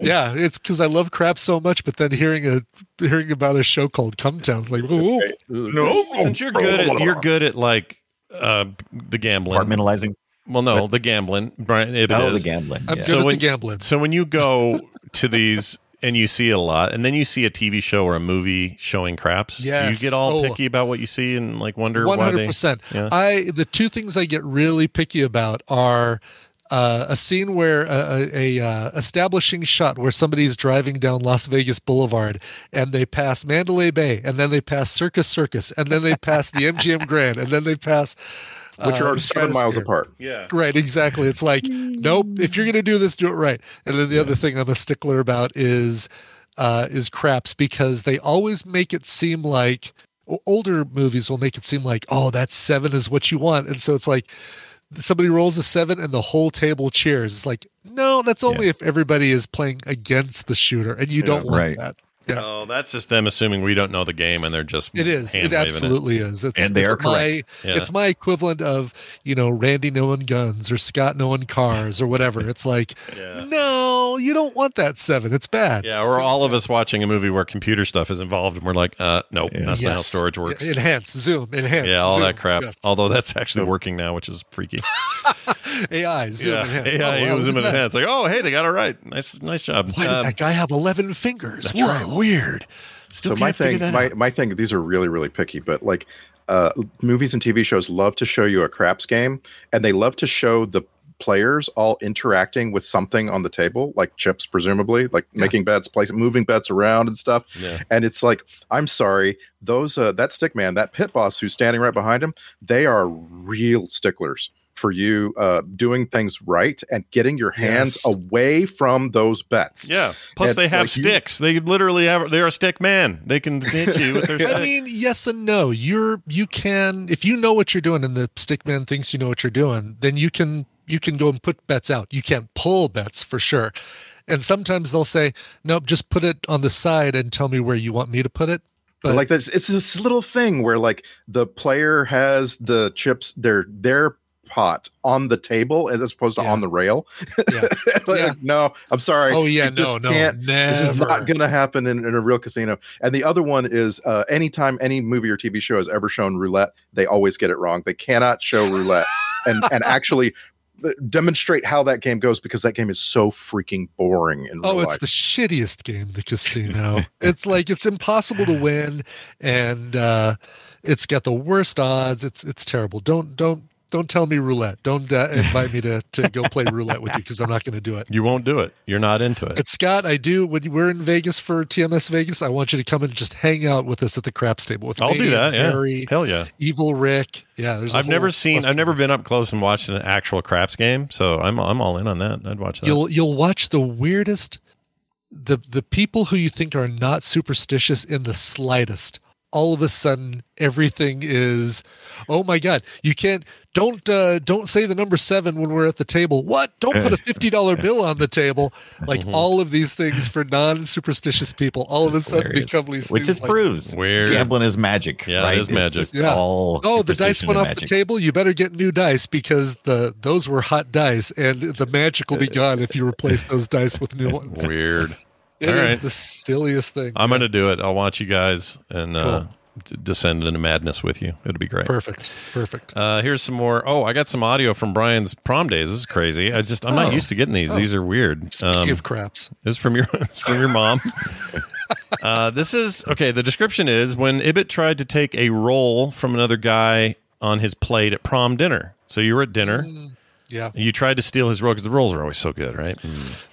[SPEAKER 9] yeah, it's because I love crap so much, but then hearing a hearing about a show called Come Town, it's like, ooh,
[SPEAKER 6] No, since you're good at you're good at like uh, the gambling.
[SPEAKER 7] Compartmentalizing.
[SPEAKER 6] Well, no, the gambling. Brian Ibbot
[SPEAKER 7] Oh, the
[SPEAKER 6] is.
[SPEAKER 7] gambling.
[SPEAKER 9] I'm
[SPEAKER 7] yeah.
[SPEAKER 9] good
[SPEAKER 6] So
[SPEAKER 9] at
[SPEAKER 6] when-
[SPEAKER 9] the gambling.
[SPEAKER 6] So when you go to these and you see it a lot, and then you see a TV show or a movie showing craps, do you
[SPEAKER 9] Yes.
[SPEAKER 6] get all
[SPEAKER 9] Oh.
[SPEAKER 6] picky about what you see and like wonder
[SPEAKER 9] One
[SPEAKER 6] why
[SPEAKER 9] hundred
[SPEAKER 6] they?
[SPEAKER 9] percent.
[SPEAKER 6] Yeah.
[SPEAKER 9] I the two things I get really picky about are uh, a scene where a, a, a uh, establishing shot where somebody's driving down Las Vegas Boulevard and they pass Mandalay Bay and then they pass Circus Circus and then they pass the MGM Grand and then they pass.
[SPEAKER 2] Which
[SPEAKER 9] uh,
[SPEAKER 2] are seven miles
[SPEAKER 9] Stratosphere.
[SPEAKER 2] apart.
[SPEAKER 6] Yeah.
[SPEAKER 9] Right, exactly. It's like, nope, if you're going to do this, do it right. And then the other thing I'm a stickler about is uh is craps because they always make it seem like o- older movies will make it seem like, "Oh, that 7 is what you want." And so it's like somebody rolls a 7 and the whole table cheers. It's like, "No, that's only if everybody is playing against the shooter and you don't want
[SPEAKER 7] right.
[SPEAKER 9] that." Yeah.
[SPEAKER 6] Oh, that's just them assuming we don't know the game and they're just
[SPEAKER 9] It is. It
[SPEAKER 6] hand-waving
[SPEAKER 9] absolutely is. It's,
[SPEAKER 7] And they
[SPEAKER 9] it's
[SPEAKER 7] are
[SPEAKER 9] my,
[SPEAKER 7] correct.
[SPEAKER 6] Yeah.
[SPEAKER 9] It's my equivalent of you know Randy no one guns or Scott no one cars or whatever. It's like
[SPEAKER 6] Yeah.
[SPEAKER 9] no, you don't want that seven. It's bad.
[SPEAKER 6] Yeah, or all of us watching a movie where computer stuff is involved, and we're like, uh, nope, that's not how
[SPEAKER 9] Yes.
[SPEAKER 6] storage works.
[SPEAKER 9] Yeah, Enhance Zoom. Enhance.
[SPEAKER 6] yeah, all
[SPEAKER 9] Zoom.
[SPEAKER 6] that crap.
[SPEAKER 9] Yes.
[SPEAKER 6] Although that's actually working now, which is freaky.
[SPEAKER 9] AI Zoom.
[SPEAKER 6] yeah,
[SPEAKER 9] Enhance.
[SPEAKER 6] AI
[SPEAKER 9] Oh, wow,
[SPEAKER 6] was
[SPEAKER 9] look
[SPEAKER 6] in
[SPEAKER 9] at
[SPEAKER 6] my
[SPEAKER 9] that.
[SPEAKER 6] head. It's like, oh, hey, they got it right. Nice, nice job.
[SPEAKER 9] Why does
[SPEAKER 6] Um,
[SPEAKER 9] that guy have eleven fingers?
[SPEAKER 6] That's
[SPEAKER 9] Whoa.
[SPEAKER 6] right. Weird. Still
[SPEAKER 2] so my
[SPEAKER 6] can't figure
[SPEAKER 2] thing,
[SPEAKER 6] that
[SPEAKER 2] my,
[SPEAKER 6] out.
[SPEAKER 2] my thing, these are really, really picky, but like uh, movies and TV shows love to show you a craps game and they love to show the players all interacting with something on the table, like chips, presumably, like making bets, placing, moving bets around and stuff.
[SPEAKER 6] Yeah.
[SPEAKER 2] And it's like, I'm sorry, those, uh, that stick man, that pit boss who's standing right behind him, they are real sticklers for you uh, doing things right and getting your hands
[SPEAKER 9] Yes.
[SPEAKER 2] away from those bets.
[SPEAKER 6] Yeah. Plus,
[SPEAKER 2] And,
[SPEAKER 6] they have
[SPEAKER 2] like, you-
[SPEAKER 6] sticks. They literally have. They are a stick man. They can hit you with their stick.
[SPEAKER 9] I mean, yes and no. You're you can if you know what you're doing and the stickman thinks you know what you're doing, then you can you can go and put bets out. You can't pull bets for sure. And sometimes they'll say, "Nope, just put it on the side and tell me where you want me to put it." But
[SPEAKER 2] But like this, it's this little thing where like the player has the chips, their their pot on the table as opposed to
[SPEAKER 9] Yeah.
[SPEAKER 2] on the rail.
[SPEAKER 9] Yeah.
[SPEAKER 2] Like,
[SPEAKER 9] Yeah.
[SPEAKER 2] No, I'm sorry.
[SPEAKER 9] oh yeah,
[SPEAKER 2] You
[SPEAKER 9] no,
[SPEAKER 2] just
[SPEAKER 9] no,
[SPEAKER 2] can't- This is
[SPEAKER 9] never.
[SPEAKER 2] not going to happen in, in a real casino. And the other one is uh, anytime any movie or TV show has ever shown roulette, they always get it wrong. They cannot show roulette and and actually uh, demonstrate how that game goes because that game is so freaking boring in real
[SPEAKER 9] Oh, it's
[SPEAKER 2] life.
[SPEAKER 9] the shittiest game, the casino. it's like it's impossible to win, and uh, it's got the worst odds. It's it's terrible. Don't don't don't tell me roulette. Don't uh, invite me to to go play roulette with you because I'm not going to do it.
[SPEAKER 6] You won't do it. You're not into it.
[SPEAKER 9] But Scott, I do. When we're in Vegas for TMS Vegas, I want you to come and just hang out with us at the craps table with
[SPEAKER 6] I'll
[SPEAKER 9] me,
[SPEAKER 6] do that. Yeah.
[SPEAKER 9] Mary,
[SPEAKER 6] Hell yeah.
[SPEAKER 9] Evil Rick. Yeah, there's. a
[SPEAKER 6] I've never
[SPEAKER 9] whole
[SPEAKER 6] seen.
[SPEAKER 9] bunch
[SPEAKER 6] I've
[SPEAKER 9] of-
[SPEAKER 6] never been up close and watched an actual craps game. So I'm. I'm all in on that. I'd watch that.
[SPEAKER 9] You'll you'll watch the weirdest, the the people who you think are not superstitious in the slightest. All of a sudden, everything is, oh my god! You can't don't uh, don't say the number seven when we're at the table. What? Don't put a fifty dollar bill on the table. Like
[SPEAKER 7] Mm-hmm.
[SPEAKER 9] all of these things for non superstitious people, all of a sudden
[SPEAKER 7] Hilarious.
[SPEAKER 9] become these
[SPEAKER 7] Which
[SPEAKER 9] things
[SPEAKER 7] just
[SPEAKER 9] like,
[SPEAKER 7] proves
[SPEAKER 6] Weird.
[SPEAKER 7] gambling is magic.
[SPEAKER 6] Yeah, it
[SPEAKER 7] right?
[SPEAKER 6] is magic.
[SPEAKER 7] It's just
[SPEAKER 9] Yeah.
[SPEAKER 7] all
[SPEAKER 9] Oh, the dice
[SPEAKER 7] superstition
[SPEAKER 9] went
[SPEAKER 7] and
[SPEAKER 9] off the
[SPEAKER 7] magic.
[SPEAKER 9] table. You better get new dice because the those were hot dice, and the magic will be gone if you replace those dice with new ones.
[SPEAKER 6] Weird.
[SPEAKER 9] It is
[SPEAKER 6] All right.
[SPEAKER 9] the silliest thing.
[SPEAKER 6] I'm gonna do it. I'll watch you guys and uh, d- descend into madness with you. It'll be great.
[SPEAKER 9] perfect. Perfect.
[SPEAKER 6] Uh, here's some more. Oh, I got some audio from Brian's prom days. This is crazy. I just I'm not
[SPEAKER 9] Oh.
[SPEAKER 6] used to getting these. These are weird.
[SPEAKER 9] King
[SPEAKER 6] Um,
[SPEAKER 9] of craps.
[SPEAKER 6] This is from your this is from your mom. uh, this is okay. The description is when Ibbot tried to take a roll from another guy on his plate at prom dinner. So you were at dinner.
[SPEAKER 9] Mm, Yeah, Mm,
[SPEAKER 6] and You tried to steal his roll because the rolls are always so good, right?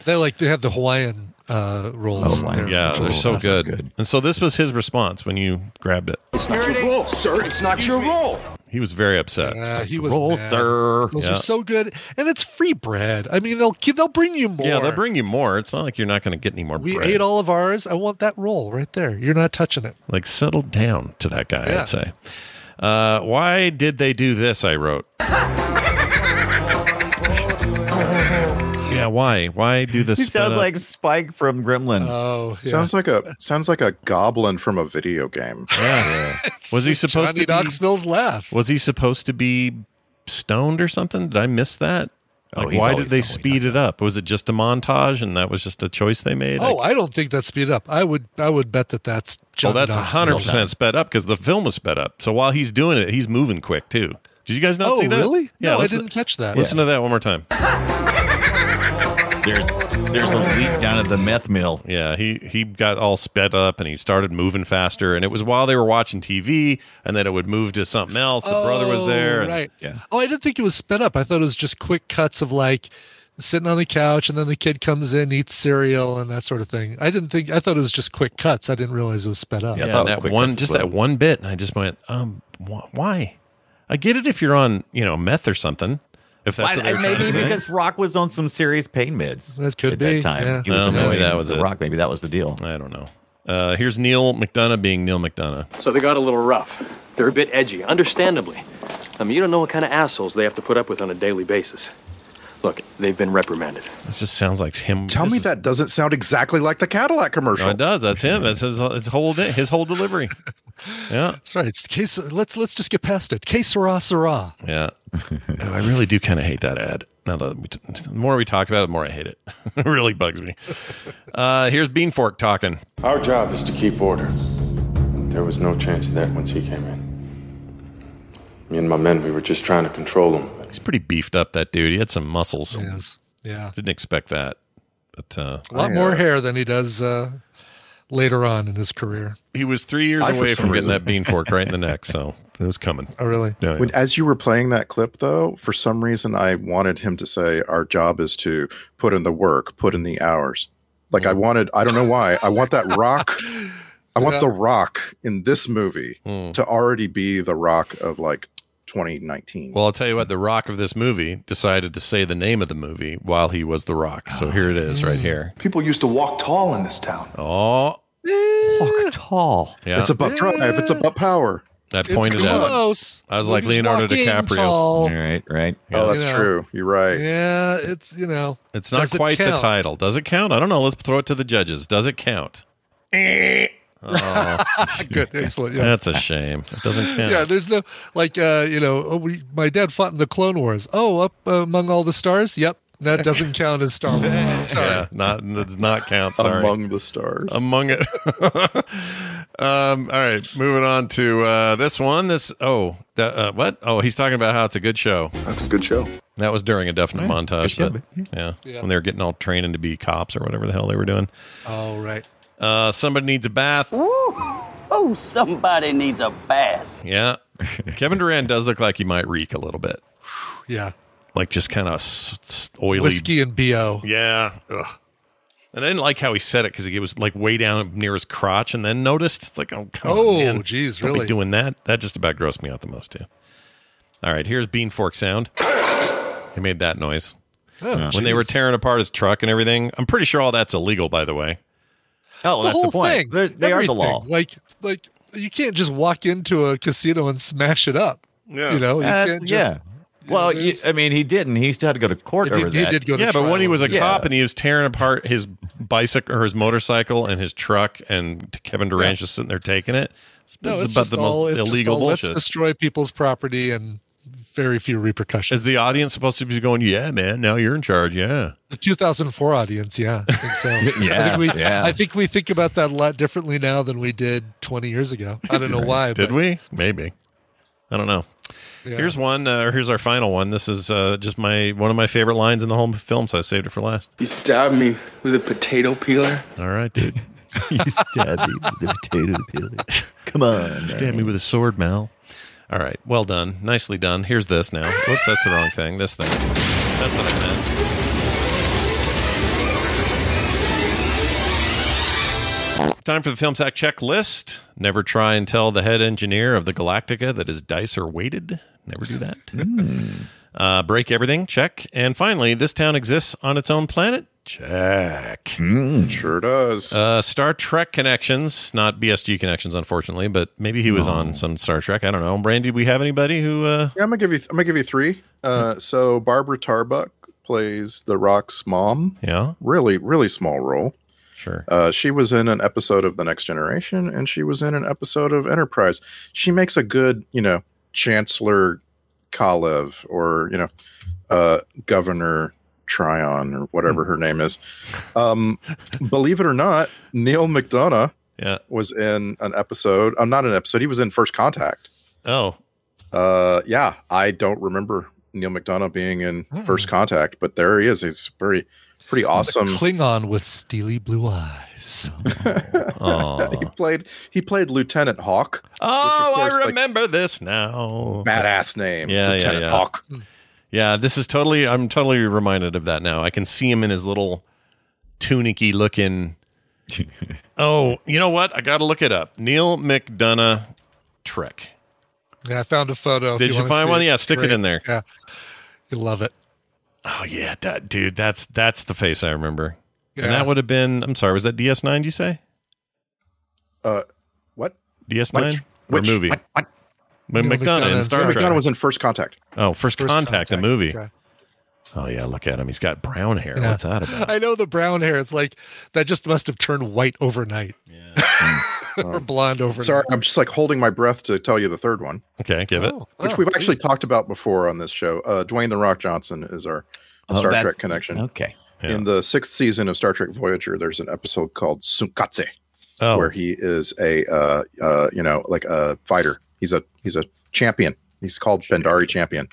[SPEAKER 9] they like they have the Hawaiian uh, rolls.
[SPEAKER 7] Oh, my
[SPEAKER 9] They're-
[SPEAKER 7] God.
[SPEAKER 6] Yeah, they're so
[SPEAKER 7] that's
[SPEAKER 6] good.
[SPEAKER 7] good.
[SPEAKER 6] And so this was his response when you grabbed it.
[SPEAKER 12] It's not your role, sir. It's not your role.
[SPEAKER 6] He was very upset.
[SPEAKER 9] Uh, he was
[SPEAKER 7] Roll
[SPEAKER 9] mad.
[SPEAKER 7] third.
[SPEAKER 9] Those
[SPEAKER 6] Yeah.
[SPEAKER 9] are so good, and it's free bread. I mean, they'll keep- they'll bring you more.
[SPEAKER 6] yeah, they'll bring you more. It's not like you're not going to get any more
[SPEAKER 9] We
[SPEAKER 6] bread.
[SPEAKER 9] ate all of ours. I want that roll right there. You're not touching it.
[SPEAKER 6] like settle down to that guy,
[SPEAKER 9] Yeah.
[SPEAKER 6] I'd say. Uh, why did they do this? I wrote. yeah, why? Why do this?
[SPEAKER 7] He
[SPEAKER 6] sped
[SPEAKER 7] sounds
[SPEAKER 6] up?
[SPEAKER 7] like Spike from Gremlins.
[SPEAKER 9] Oh, yeah.
[SPEAKER 2] Sounds like a sounds like a goblin from a video game.
[SPEAKER 6] Yeah. was he supposed
[SPEAKER 9] Johnny
[SPEAKER 6] to be?
[SPEAKER 9] Knoxville's laugh.
[SPEAKER 6] Was he supposed to be stoned or something? Did I miss that?
[SPEAKER 7] Oh,
[SPEAKER 6] Like,
[SPEAKER 7] he's
[SPEAKER 6] why
[SPEAKER 7] always
[SPEAKER 6] did they
[SPEAKER 7] stoned.
[SPEAKER 6] speed it up? Was it just a montage, and that was just a choice they made?
[SPEAKER 9] Oh, I don't think that's speed up. I would I would bet that that's
[SPEAKER 6] well,
[SPEAKER 9] John
[SPEAKER 6] that's hundred
[SPEAKER 9] Knoxville's.
[SPEAKER 6] percent sped up because the film was sped up. So while he's doing it, he's moving quick too. Did you guys not
[SPEAKER 9] Oh,
[SPEAKER 6] see that?
[SPEAKER 9] really?
[SPEAKER 6] Yeah,
[SPEAKER 9] no, I
[SPEAKER 6] listen-
[SPEAKER 9] didn't catch that.
[SPEAKER 6] Listen to that one more time.
[SPEAKER 7] There's there's a leak down at the meth mill.
[SPEAKER 6] Yeah, he he got all sped up and he started moving faster, and it was while they were watching TV, and then it would move to something else. The brother was
[SPEAKER 9] Oh,
[SPEAKER 6] there. and-
[SPEAKER 9] right.
[SPEAKER 7] yeah.
[SPEAKER 9] Oh, I didn't think it was sped up. I thought it was just quick cuts of like sitting on the couch and then the kid comes in, eats cereal and that sort of thing. I didn't think I thought it was just quick cuts. I didn't realize it was sped up.
[SPEAKER 7] Yeah.
[SPEAKER 6] Yeah,
[SPEAKER 7] that was
[SPEAKER 6] that
[SPEAKER 7] quick
[SPEAKER 6] one,
[SPEAKER 7] cuts as
[SPEAKER 6] just
[SPEAKER 7] well.
[SPEAKER 6] that one bit, and I just went, um, wh- why? I get it if you're on, you know, meth or something. If that's what
[SPEAKER 7] I,
[SPEAKER 6] they're
[SPEAKER 7] I-
[SPEAKER 6] trying to
[SPEAKER 7] maybe
[SPEAKER 6] say.
[SPEAKER 7] because Rock was on some serious pain meds.
[SPEAKER 9] That could
[SPEAKER 7] at
[SPEAKER 9] be,
[SPEAKER 7] That time.
[SPEAKER 9] yeah.
[SPEAKER 7] He was
[SPEAKER 6] Oh, maybe
[SPEAKER 7] annoyed
[SPEAKER 6] that was
[SPEAKER 7] with
[SPEAKER 6] it.
[SPEAKER 7] Rock. Maybe that was the deal.
[SPEAKER 6] I don't know. Uh, here's Neil McDonough being Neil McDonough.
[SPEAKER 11] So they got a little rough. They're a bit edgy, understandably. I mean, you don't know what kind of assholes they have to put up with on a daily basis. Look, they've been reprimanded.
[SPEAKER 6] This just sounds like him.
[SPEAKER 2] Tell
[SPEAKER 6] this
[SPEAKER 2] me
[SPEAKER 6] is-
[SPEAKER 2] that doesn't sound exactly like the Cadillac commercial.
[SPEAKER 6] No, it does. That's him. That's his, his whole de- his whole delivery. Yeah,
[SPEAKER 9] That's right. It's case, let's let's just get past it. Case Sarah Sarah.
[SPEAKER 6] yeah. Oh, I really do kind of hate that ad. Now that we t- the more we talk about it, the more I hate it. it really bugs me. Uh, here's Beanfork talking.
[SPEAKER 13] Our job is to keep order. There was no chance of that once he came in. Me and my men, we were just trying to control him.
[SPEAKER 6] He's pretty beefed up. That dude. He had some muscles.
[SPEAKER 9] Yes. Yeah.
[SPEAKER 6] Didn't expect that. But uh,
[SPEAKER 9] A lot more hair than he does uh, later on in his career.
[SPEAKER 6] he was three years
[SPEAKER 2] I, for
[SPEAKER 6] away
[SPEAKER 2] some
[SPEAKER 6] from getting
[SPEAKER 2] reason-
[SPEAKER 6] that bean fork right in the neck, so it was coming.
[SPEAKER 9] Oh really?
[SPEAKER 6] Yeah,
[SPEAKER 2] When,
[SPEAKER 6] yeah.
[SPEAKER 2] as you were playing that clip, though, for some reason I wanted him to say, "Our job is to put in the work, put in the hours." Like
[SPEAKER 6] Hmm.
[SPEAKER 2] I wanted, I don't know why. I want that rock. I want
[SPEAKER 9] Yeah.
[SPEAKER 2] the rock in this movie
[SPEAKER 6] Hmm.
[SPEAKER 2] to already be the rock of like 2019.
[SPEAKER 6] Well, I'll tell you what. The Rock of this movie decided to say the name of the movie while he was the Rock. So here it is, right here.
[SPEAKER 10] People used to walk tall in this town.
[SPEAKER 6] Oh,
[SPEAKER 7] Fuck tall.
[SPEAKER 6] yeah.
[SPEAKER 2] It's about triumph. It's about power.
[SPEAKER 6] I pointed
[SPEAKER 9] it's
[SPEAKER 6] out.
[SPEAKER 9] close.
[SPEAKER 6] I was like
[SPEAKER 9] Movies
[SPEAKER 6] Leonardo
[SPEAKER 9] walking
[SPEAKER 6] DiCaprio's-
[SPEAKER 9] tall.
[SPEAKER 7] All right, right.
[SPEAKER 6] Yeah.
[SPEAKER 2] Oh, that's
[SPEAKER 9] You know.
[SPEAKER 2] true. You're right.
[SPEAKER 9] Yeah, it's you know.
[SPEAKER 6] It's not
[SPEAKER 9] Does it
[SPEAKER 6] quite the
[SPEAKER 9] count?
[SPEAKER 6] title. Does it count? I don't know. Let's throw it to the judges. Does it count?
[SPEAKER 9] Oh. Good, excellent. Yeah.
[SPEAKER 6] Oh. That's a shame. It doesn't count.
[SPEAKER 9] yeah, there's no like uh, you know, oh, we, my dad fought in the Clone Wars. Oh, up among all the stars. Yep, that doesn't count as Star Wars. Sorry.
[SPEAKER 6] Yeah, not does not count. Sorry.
[SPEAKER 2] Among the stars.
[SPEAKER 6] among it. um, all right, moving on to uh, this one. This oh, that, uh, what? Oh, he's talking about how it's a good show.
[SPEAKER 10] That's a good show.
[SPEAKER 6] That was during a definite montage,
[SPEAKER 7] show,
[SPEAKER 6] but
[SPEAKER 7] but-
[SPEAKER 6] yeah,
[SPEAKER 9] Yeah.
[SPEAKER 6] when they were getting all training to be cops or whatever the hell they were doing.
[SPEAKER 9] Oh right.
[SPEAKER 6] Uh, somebody needs a bath.
[SPEAKER 4] Oh, somebody needs a bath.
[SPEAKER 6] Yeah, Kevin Durant does look like he might reek a little bit.
[SPEAKER 9] Yeah.
[SPEAKER 6] Like just kind of s- s- oily
[SPEAKER 9] Whiskey and bo.
[SPEAKER 6] Yeah. Ugh. And I didn't like how he said it because it was like way down near his crotch, and then noticed. It's like, oh, come
[SPEAKER 9] Oh,
[SPEAKER 6] on, man.
[SPEAKER 9] geez,
[SPEAKER 6] Don't
[SPEAKER 9] really?
[SPEAKER 6] Be doing that. That just about grossed me out the most too. All right, here's bean fork sound. he made that noise
[SPEAKER 9] Oh,
[SPEAKER 6] when they were
[SPEAKER 9] jeez.
[SPEAKER 6] tearing apart his truck and everything. I'm pretty sure all that's illegal, by the way.
[SPEAKER 7] Oh,
[SPEAKER 9] the
[SPEAKER 7] that's
[SPEAKER 9] whole
[SPEAKER 7] the point.
[SPEAKER 9] thing.
[SPEAKER 7] They're- They are the
[SPEAKER 9] Everything.
[SPEAKER 7] law.
[SPEAKER 9] Like like you can't just walk into a casino and smash it up.
[SPEAKER 6] Yeah.
[SPEAKER 9] You know, you
[SPEAKER 7] That's-
[SPEAKER 9] can't just
[SPEAKER 7] yeah. Well, you, I mean, he didn't. He still had to go to court
[SPEAKER 9] He
[SPEAKER 7] over
[SPEAKER 9] did- he
[SPEAKER 7] that.
[SPEAKER 9] did go to
[SPEAKER 6] yeah, but when he
[SPEAKER 9] trial
[SPEAKER 6] was a
[SPEAKER 9] over that.
[SPEAKER 6] cop and he was tearing apart his bicycle or his motorcycle and his truck, and Kevin Durant's just sitting there taking it. It's,
[SPEAKER 9] No,
[SPEAKER 6] it's
[SPEAKER 9] it's
[SPEAKER 6] about
[SPEAKER 9] just
[SPEAKER 6] the
[SPEAKER 9] all-
[SPEAKER 6] most
[SPEAKER 9] it's just
[SPEAKER 6] illegal
[SPEAKER 9] all, Let's
[SPEAKER 6] bullshit.
[SPEAKER 9] destroy people's property and very few repercussions.
[SPEAKER 6] Is the audience supposed to be going, yeah, man, now you're in charge? Yeah.
[SPEAKER 9] the 2004 audience, yeah, I think so. I
[SPEAKER 7] Yeah,
[SPEAKER 9] think we,
[SPEAKER 7] yeah.
[SPEAKER 9] I think we think about that a lot differently now than we did 20 years ago. I don't know why.
[SPEAKER 6] Did
[SPEAKER 9] but,
[SPEAKER 6] we? Maybe. I don't know.
[SPEAKER 9] yeah.
[SPEAKER 6] Here's one, uh, or here's our final one. This is uh, just my one of my favorite lines in the whole film, so I saved it for last.
[SPEAKER 12] You stabbed me with a potato peeler.
[SPEAKER 6] All right, dude.
[SPEAKER 7] you stabbed me with the potato peeler. Come on.
[SPEAKER 6] Stab me with a sword, Mal. All right, well done, nicely done. Here's this now. Whoops, that's the wrong thing. This thing. That's what I meant. Time for the film sack checklist. Never try and tell the head engineer of the Galactica that his dice are weighted. Never do that.
[SPEAKER 7] Hmm.
[SPEAKER 6] uh, break everything. Check. And finally, this town exists on its own planet. Check.
[SPEAKER 2] Sure does.
[SPEAKER 6] Uh, Star Trek connections, not BSG connections, unfortunately, but maybe he was on some Star Trek. I don't know. Brand, did we have anybody who? Uh,
[SPEAKER 2] yeah, I'm gonna give you. I'm gonna give you three. Uh, so Barbara Tarbuck plays The Rock's mom.
[SPEAKER 6] yeah,
[SPEAKER 2] Really, really small role.
[SPEAKER 6] sure.
[SPEAKER 2] Uh, she was in an episode of The Next Generation, and she was in an episode of Enterprise. She makes a good, you know, Chancellor Kalev or you know, uh, Governor Tryon or whatever her name is. Um, believe it or not, Neil McDonough
[SPEAKER 6] Yeah.
[SPEAKER 2] was in an episode. I'm not an episode. He was in First Contact.
[SPEAKER 6] Oh,
[SPEAKER 2] Uh, yeah, I don't remember Neil McDonough being in First Contact, but there he is. He's very, pretty
[SPEAKER 9] It's the
[SPEAKER 2] awesome.
[SPEAKER 9] Klingon with steely blue eyes.
[SPEAKER 6] Aw.
[SPEAKER 2] he played. He played Lieutenant Hawk.
[SPEAKER 6] oh,
[SPEAKER 2] course,
[SPEAKER 6] I
[SPEAKER 2] like-
[SPEAKER 6] remember this now.
[SPEAKER 2] Badass name.
[SPEAKER 6] Yeah, yeah,
[SPEAKER 2] Lieutenant
[SPEAKER 6] yeah.
[SPEAKER 2] Hawk.
[SPEAKER 6] Yeah, this is totally. I'm totally reminded of that now. I can see him in his little tunicky looking. oh, you know what? I got to look it up. Neil McDonough Trek.
[SPEAKER 9] Yeah, I found a photo. if
[SPEAKER 6] Did you
[SPEAKER 9] wanna
[SPEAKER 6] find
[SPEAKER 9] see
[SPEAKER 6] one?
[SPEAKER 9] it.
[SPEAKER 6] Yeah, stick it
[SPEAKER 9] Great.
[SPEAKER 6] in there.
[SPEAKER 9] Yeah, you love it.
[SPEAKER 6] Oh yeah, that, dude. That's that's the face I remember.
[SPEAKER 9] Yeah.
[SPEAKER 6] And that would have been. I'm sorry. Was that DS9? Did you say
[SPEAKER 2] Uh, what?
[SPEAKER 6] DS9
[SPEAKER 2] Which-
[SPEAKER 6] or
[SPEAKER 2] which-
[SPEAKER 6] movie?
[SPEAKER 2] what- what?
[SPEAKER 6] When
[SPEAKER 9] Neil
[SPEAKER 6] McDonough in
[SPEAKER 9] McDonough.
[SPEAKER 6] Star
[SPEAKER 2] Neil
[SPEAKER 6] Trek.
[SPEAKER 2] McDonough was in First Contact.
[SPEAKER 6] oh, First,
[SPEAKER 9] First
[SPEAKER 6] Contact, the movie.
[SPEAKER 9] Okay.
[SPEAKER 6] Oh yeah, look at him. He's got brown hair.
[SPEAKER 9] Yeah.
[SPEAKER 6] What's that about?
[SPEAKER 9] I know the brown hair. It's like that just must have turned white overnight. or blonde overnight.
[SPEAKER 2] Um, Sorry, I'm just like holding my breath to tell you the third one,
[SPEAKER 6] Okay, give it.
[SPEAKER 9] Oh,
[SPEAKER 2] which
[SPEAKER 9] oh,
[SPEAKER 2] we've actually
[SPEAKER 9] geez.
[SPEAKER 2] talked about before on this show. Uh, Dwayne the Rock Johnson is our
[SPEAKER 7] Oh,
[SPEAKER 2] Star
[SPEAKER 7] that's-
[SPEAKER 2] Trek connection.
[SPEAKER 7] Okay.
[SPEAKER 6] Yeah.
[SPEAKER 2] In the sixth season of Star Trek Voyager, there's an episode called Sunkatsu.
[SPEAKER 6] Oh,
[SPEAKER 2] where he is a uh, uh, you know like a fighter. He's a he's a champion. He's called Bendari champion.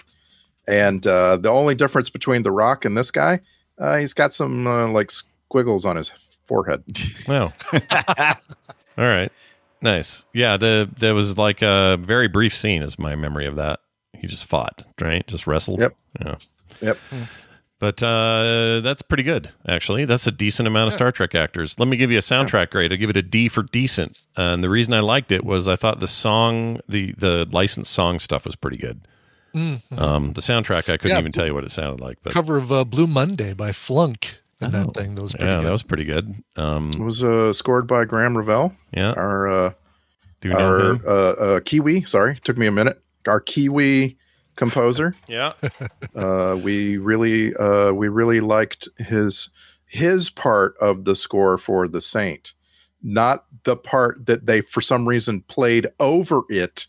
[SPEAKER 2] And uh, the only difference between The Rock and this guy, uh, he's got some uh, like squiggles on his forehead.
[SPEAKER 6] wow. All right, nice. Yeah, the there was like a very brief scene is my memory of that. He just fought, right? Just wrestled.
[SPEAKER 2] Yep.
[SPEAKER 6] Yeah.
[SPEAKER 2] Yep.
[SPEAKER 6] But uh, that's pretty good, actually. That's a decent amount of Star Trek actors. Let me give you a soundtrack grade. I give it a D for decent. And the reason I liked it was I thought the song, the the licensed song stuff was pretty good.
[SPEAKER 9] Mm-hmm.
[SPEAKER 2] Mm-hmm.
[SPEAKER 6] Um, the soundtrack, I couldn't
[SPEAKER 9] Yeah,
[SPEAKER 6] even tell you what it sounded like, but Oh,
[SPEAKER 9] cover of uh, Blue Monday by Flunk and that thing. That was pretty
[SPEAKER 6] yeah,
[SPEAKER 9] good.
[SPEAKER 6] that was pretty good.
[SPEAKER 2] It
[SPEAKER 6] Um,
[SPEAKER 2] was uh, scored by Graham Revell,
[SPEAKER 6] yeah,
[SPEAKER 2] our uh,
[SPEAKER 6] do you know
[SPEAKER 2] our
[SPEAKER 6] him?
[SPEAKER 2] uh, uh, Kiwi. Sorry, took me a minute. Our Kiwi composer.
[SPEAKER 6] Yeah,
[SPEAKER 2] uh, we really uh, we really liked his his part of the score for the saint not the part that they for some reason played over it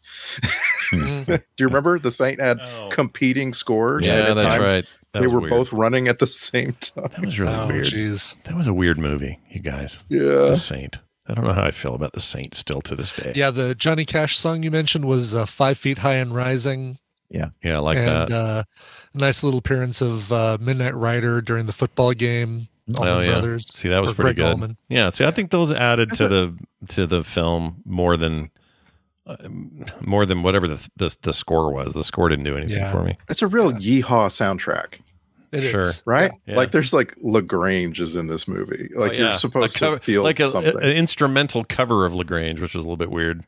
[SPEAKER 2] do you remember the saint had
[SPEAKER 6] Oh.
[SPEAKER 2] competing scores and
[SPEAKER 6] yeah,
[SPEAKER 2] at
[SPEAKER 6] that's
[SPEAKER 2] times
[SPEAKER 6] right. That
[SPEAKER 2] they
[SPEAKER 6] was
[SPEAKER 2] were
[SPEAKER 6] weird.
[SPEAKER 2] both running at the same time
[SPEAKER 6] That was really
[SPEAKER 9] oh,
[SPEAKER 6] weird.
[SPEAKER 9] jeez.
[SPEAKER 6] That was a weird movie, you guys.
[SPEAKER 2] yeah
[SPEAKER 6] The Saint. I don't know how I feel about the Saint still to this day.
[SPEAKER 9] Yeah, the Johnny Cash song you mentioned was uh, Five Feet High and Rising.
[SPEAKER 6] yeah, I like
[SPEAKER 9] and
[SPEAKER 6] that.
[SPEAKER 9] uh, a nice little appearance of uh, Midnight Rider during the football game. Allman
[SPEAKER 6] oh yeah,
[SPEAKER 9] Brothers.
[SPEAKER 6] see that was
[SPEAKER 9] or
[SPEAKER 6] pretty
[SPEAKER 9] Greg
[SPEAKER 6] good.
[SPEAKER 9] Allman.
[SPEAKER 6] Yeah, see, I think those added to the to the film more than uh, more than whatever the, the the score was. The score didn't do anything
[SPEAKER 2] Yeah.
[SPEAKER 6] for me.
[SPEAKER 2] It's a real yeehaw soundtrack.
[SPEAKER 6] It is. Sure.
[SPEAKER 2] Right?
[SPEAKER 6] Yeah.
[SPEAKER 2] Like there's like Lagrange is in this movie. Like
[SPEAKER 6] Oh, yeah.
[SPEAKER 2] you're supposed
[SPEAKER 6] A cover-
[SPEAKER 2] to feel
[SPEAKER 6] like a,
[SPEAKER 2] something.
[SPEAKER 6] an instrumental cover of Lagrange, which was a little bit weird,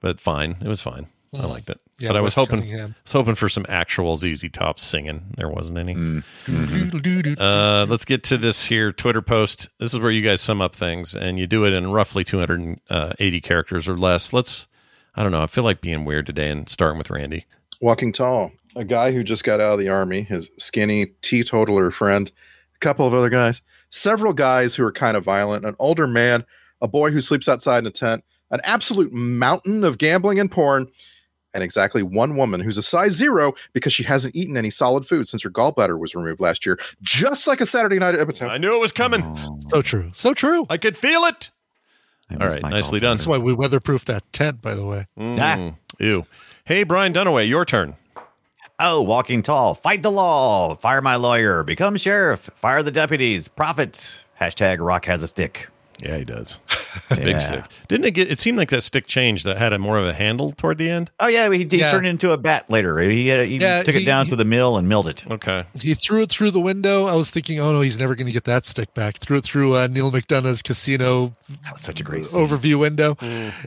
[SPEAKER 6] but fine. It was fine. I
[SPEAKER 2] Mm.
[SPEAKER 6] liked it.
[SPEAKER 2] Yeah,
[SPEAKER 6] but I was
[SPEAKER 2] Wes
[SPEAKER 6] hoping
[SPEAKER 2] Cunningham.
[SPEAKER 6] was hoping for some actual ZZ Top singing. There wasn't any. Uh, let's get to this here Twitter post. This is where you guys sum up things, and you do it in roughly 280 uh, characters or less. Let's. I don't know. I feel like being weird today and starting with Randy.
[SPEAKER 2] Walking Tall, a guy who just got out of the army, his skinny teetotaler friend, a couple of other guys, several guys who are kind of violent, an older man, a boy who sleeps outside in a tent, an absolute mountain of gambling and porn, and exactly one woman who's a size zero because she hasn't eaten any solid food since her gallbladder was removed last year, just like a Saturday night episode. I
[SPEAKER 6] knew it was coming.
[SPEAKER 9] So true. So true.
[SPEAKER 6] I could feel it. All right, nicely done.
[SPEAKER 9] That's why we weatherproofed that tent, by the way.
[SPEAKER 6] Mm, Ew. Hey, Brian Dunaway, your turn.
[SPEAKER 7] Oh, walking tall. Fight the law. Fire my lawyer. Become sheriff. Fire the deputies. Profit. Hashtag rock has a stick.
[SPEAKER 6] Yeah, he does. It's a big stick. Didn't it get? It seemed like that stick changed that had a more of a handle toward the end.
[SPEAKER 7] Oh, yeah. He, he
[SPEAKER 6] Yeah.
[SPEAKER 7] turned it into a bat later. He, uh, he
[SPEAKER 9] Yeah,
[SPEAKER 7] took it
[SPEAKER 9] he-
[SPEAKER 7] down to the mill and milled it.
[SPEAKER 6] Okay.
[SPEAKER 9] He threw it through the window. I was thinking, oh no, he's never going to get that stick back. Threw it through uh, Neil McDonough's casino
[SPEAKER 7] That was such a great scene.
[SPEAKER 9] overview window,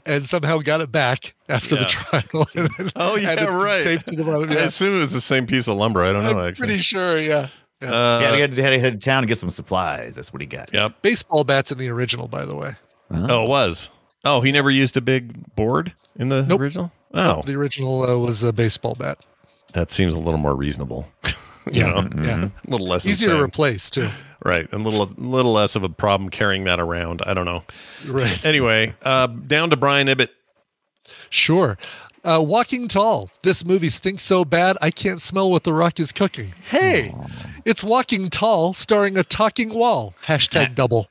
[SPEAKER 9] and somehow got it back after
[SPEAKER 6] Mm. Yeah.
[SPEAKER 9] the trial. And then
[SPEAKER 6] Oh yeah,
[SPEAKER 9] had it
[SPEAKER 6] right.
[SPEAKER 9] taped to the bottom.
[SPEAKER 6] I
[SPEAKER 9] Yeah.
[SPEAKER 6] assume it was the same piece of lumber. I don't know.
[SPEAKER 9] I'm
[SPEAKER 6] actually.
[SPEAKER 9] pretty sure. Yeah. Yeah.
[SPEAKER 6] Uh,
[SPEAKER 7] yeah, he had, had to head to town to get some supplies. That's what he got.
[SPEAKER 6] Yep.
[SPEAKER 9] Baseball bats in the original, by the way.
[SPEAKER 6] Oh, it was. Oh, he never used a big board in the original. Oh,
[SPEAKER 9] The original uh, was a baseball bat.
[SPEAKER 6] that seems a little more reasonable. you
[SPEAKER 9] Yeah,
[SPEAKER 6] know,
[SPEAKER 9] yeah.
[SPEAKER 6] a little less
[SPEAKER 9] Easier to
[SPEAKER 6] Mm-hmm. insane.
[SPEAKER 9] replace too.
[SPEAKER 6] Right, and a little little less of a problem carrying that around. I don't know.
[SPEAKER 9] Right.
[SPEAKER 6] Anyway, uh, down to Brian Ibbett.
[SPEAKER 9] Sure. Uh, Walking Tall. This movie stinks so bad I can't smell what The Rock is cooking. Hey, it's Walking Tall starring a talking wall. Hashtag double.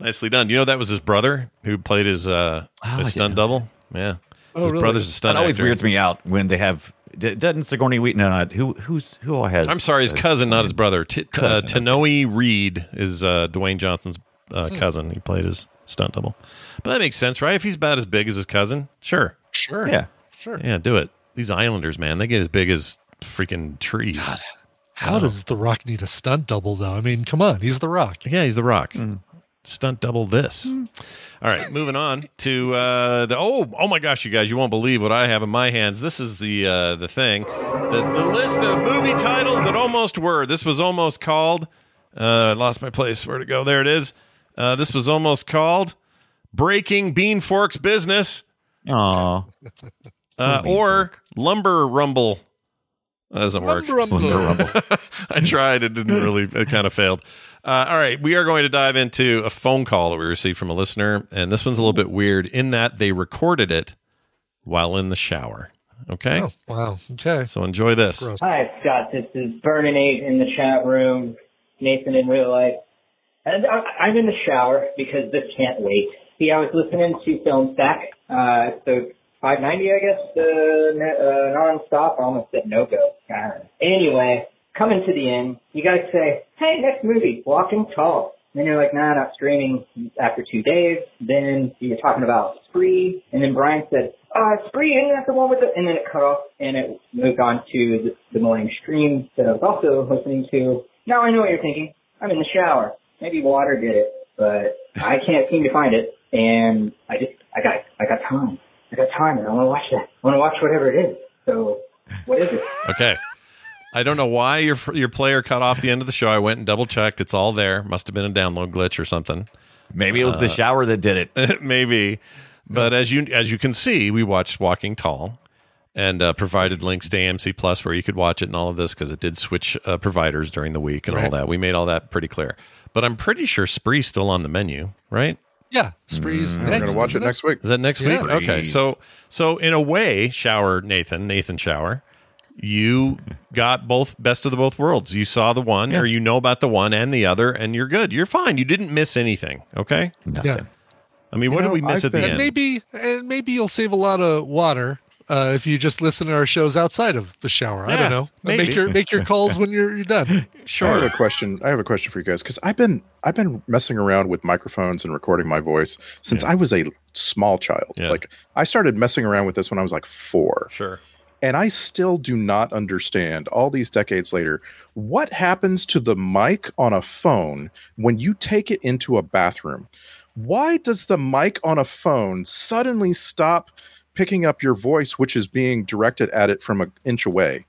[SPEAKER 6] Nicely done. You know that was his brother who played his uh, his stunt double. Yeah,
[SPEAKER 9] Oh,
[SPEAKER 6] his
[SPEAKER 9] really?
[SPEAKER 6] brother's a
[SPEAKER 7] That
[SPEAKER 6] stunt.
[SPEAKER 7] always
[SPEAKER 6] actor.
[SPEAKER 7] weirds me out when they have. d- Doesn't Sigourney Wheaton? No, not who? Who's who? All has?
[SPEAKER 6] I'm sorry, his cousin, not his brother. T- t- uh,
[SPEAKER 7] Cousin,
[SPEAKER 6] Tanoe Reed is uh, Dwayne Johnson's uh,
[SPEAKER 9] Hmm.
[SPEAKER 6] cousin. He played his stunt double. But that makes sense, right? If he's about as big as his cousin, sure.
[SPEAKER 9] Sure.
[SPEAKER 7] Yeah.
[SPEAKER 9] Sure.
[SPEAKER 6] Yeah, do it. These islanders, man, they get as big as freaking trees.
[SPEAKER 9] How does The Rock need a stunt double though? I mean, come on, he's The Rock.
[SPEAKER 6] Yeah, he's the rock. Stunt double this. All right, moving on to uh, the oh oh my gosh, you guys, you won't believe what I have in my hands. This is the uh, the thing, the, the list of movie titles that almost were. This was almost called. Uh, I lost my place. Where to go? There it is. Uh, this was almost called Breaking Bean Forks Business
[SPEAKER 7] Aw.
[SPEAKER 6] uh, or Lumber Rumble. That doesn't work. I tried. It didn't really. It kind of failed. Uh, all right, we are going to dive into a phone call that we received from a listener, and this one's a little bit weird in that they recorded it while in the shower. Okay,
[SPEAKER 9] Oh, wow. Okay.
[SPEAKER 6] so enjoy this.
[SPEAKER 4] Hi, Scott. This is Vern and Nate in the chat room. Nathan in real life. And I- I'm in the shower because this can't wait. See, I was listening to Film Stack, uh, so 590, I guess, uh, ne- uh, non-stop. I almost said no-go. God. Anyway, coming to the end, you guys say, hey, next movie, Walking Tall. And then you're like, nah, not streaming after two days. Then you're talking about Spree. And then Brian said, uh, Spree, isn't that the one with the... And then it cut off, and it moved on to the, the morning stream that I was also listening to. Now I know what you're thinking. I'm in the shower. Maybe water did it, but I can't seem to find it. And I just, I got, I got time. I got time, and I want to watch that. I want to watch whatever it is. So, what is it?
[SPEAKER 6] Okay, I don't know why your your player cut off the end of the show. I went and double checked. It's all there. Must have been a download glitch or something.
[SPEAKER 7] Maybe it was the
[SPEAKER 6] Uh,
[SPEAKER 7] shower that did it.
[SPEAKER 6] maybe. But as you as you can see, we watched Walking Tall and uh, provided links to AMC Plus where you could watch it and all of this because it did switch uh, providers during the week and all
[SPEAKER 9] Right.
[SPEAKER 6] that. We made all that pretty clear. But I'm pretty sure Spree's still on the menu, right?
[SPEAKER 9] Yeah. Spree's
[SPEAKER 2] We're
[SPEAKER 9] next.
[SPEAKER 2] gonna Mm, watch
[SPEAKER 9] isn't
[SPEAKER 2] it next week.
[SPEAKER 6] Is that next
[SPEAKER 9] Yeah.
[SPEAKER 6] week? Okay.
[SPEAKER 7] Spree's.
[SPEAKER 6] So so in a way, shower Nathan, Nathan shower. You got both best of the both worlds. You saw the one,
[SPEAKER 7] Yeah.
[SPEAKER 6] or you know about the one and the other, and you're good. You're fine. You didn't miss anything. Okay.
[SPEAKER 7] Nothing.
[SPEAKER 9] Yeah.
[SPEAKER 6] I mean, what
[SPEAKER 2] know,
[SPEAKER 6] did we miss
[SPEAKER 2] I
[SPEAKER 6] at the
[SPEAKER 2] bet-
[SPEAKER 6] end?
[SPEAKER 9] And maybe and maybe you'll save a lot of water uh, if you just listen to our shows outside of the shower. I
[SPEAKER 2] Yeah,
[SPEAKER 9] don't know.
[SPEAKER 2] maybe.
[SPEAKER 9] Make your make your calls when you're you're done.
[SPEAKER 2] I have a question. I have a question for you guys because I've been I've been messing around with microphones and recording my voice since I was a small child. Like I started messing around with this when I was like four.
[SPEAKER 6] Sure.
[SPEAKER 2] And I still do not understand all these decades later what happens to the mic on a phone when you take it into a bathroom. Why does the mic on a phone suddenly stop picking up your voice, which is being directed at it from an inch away?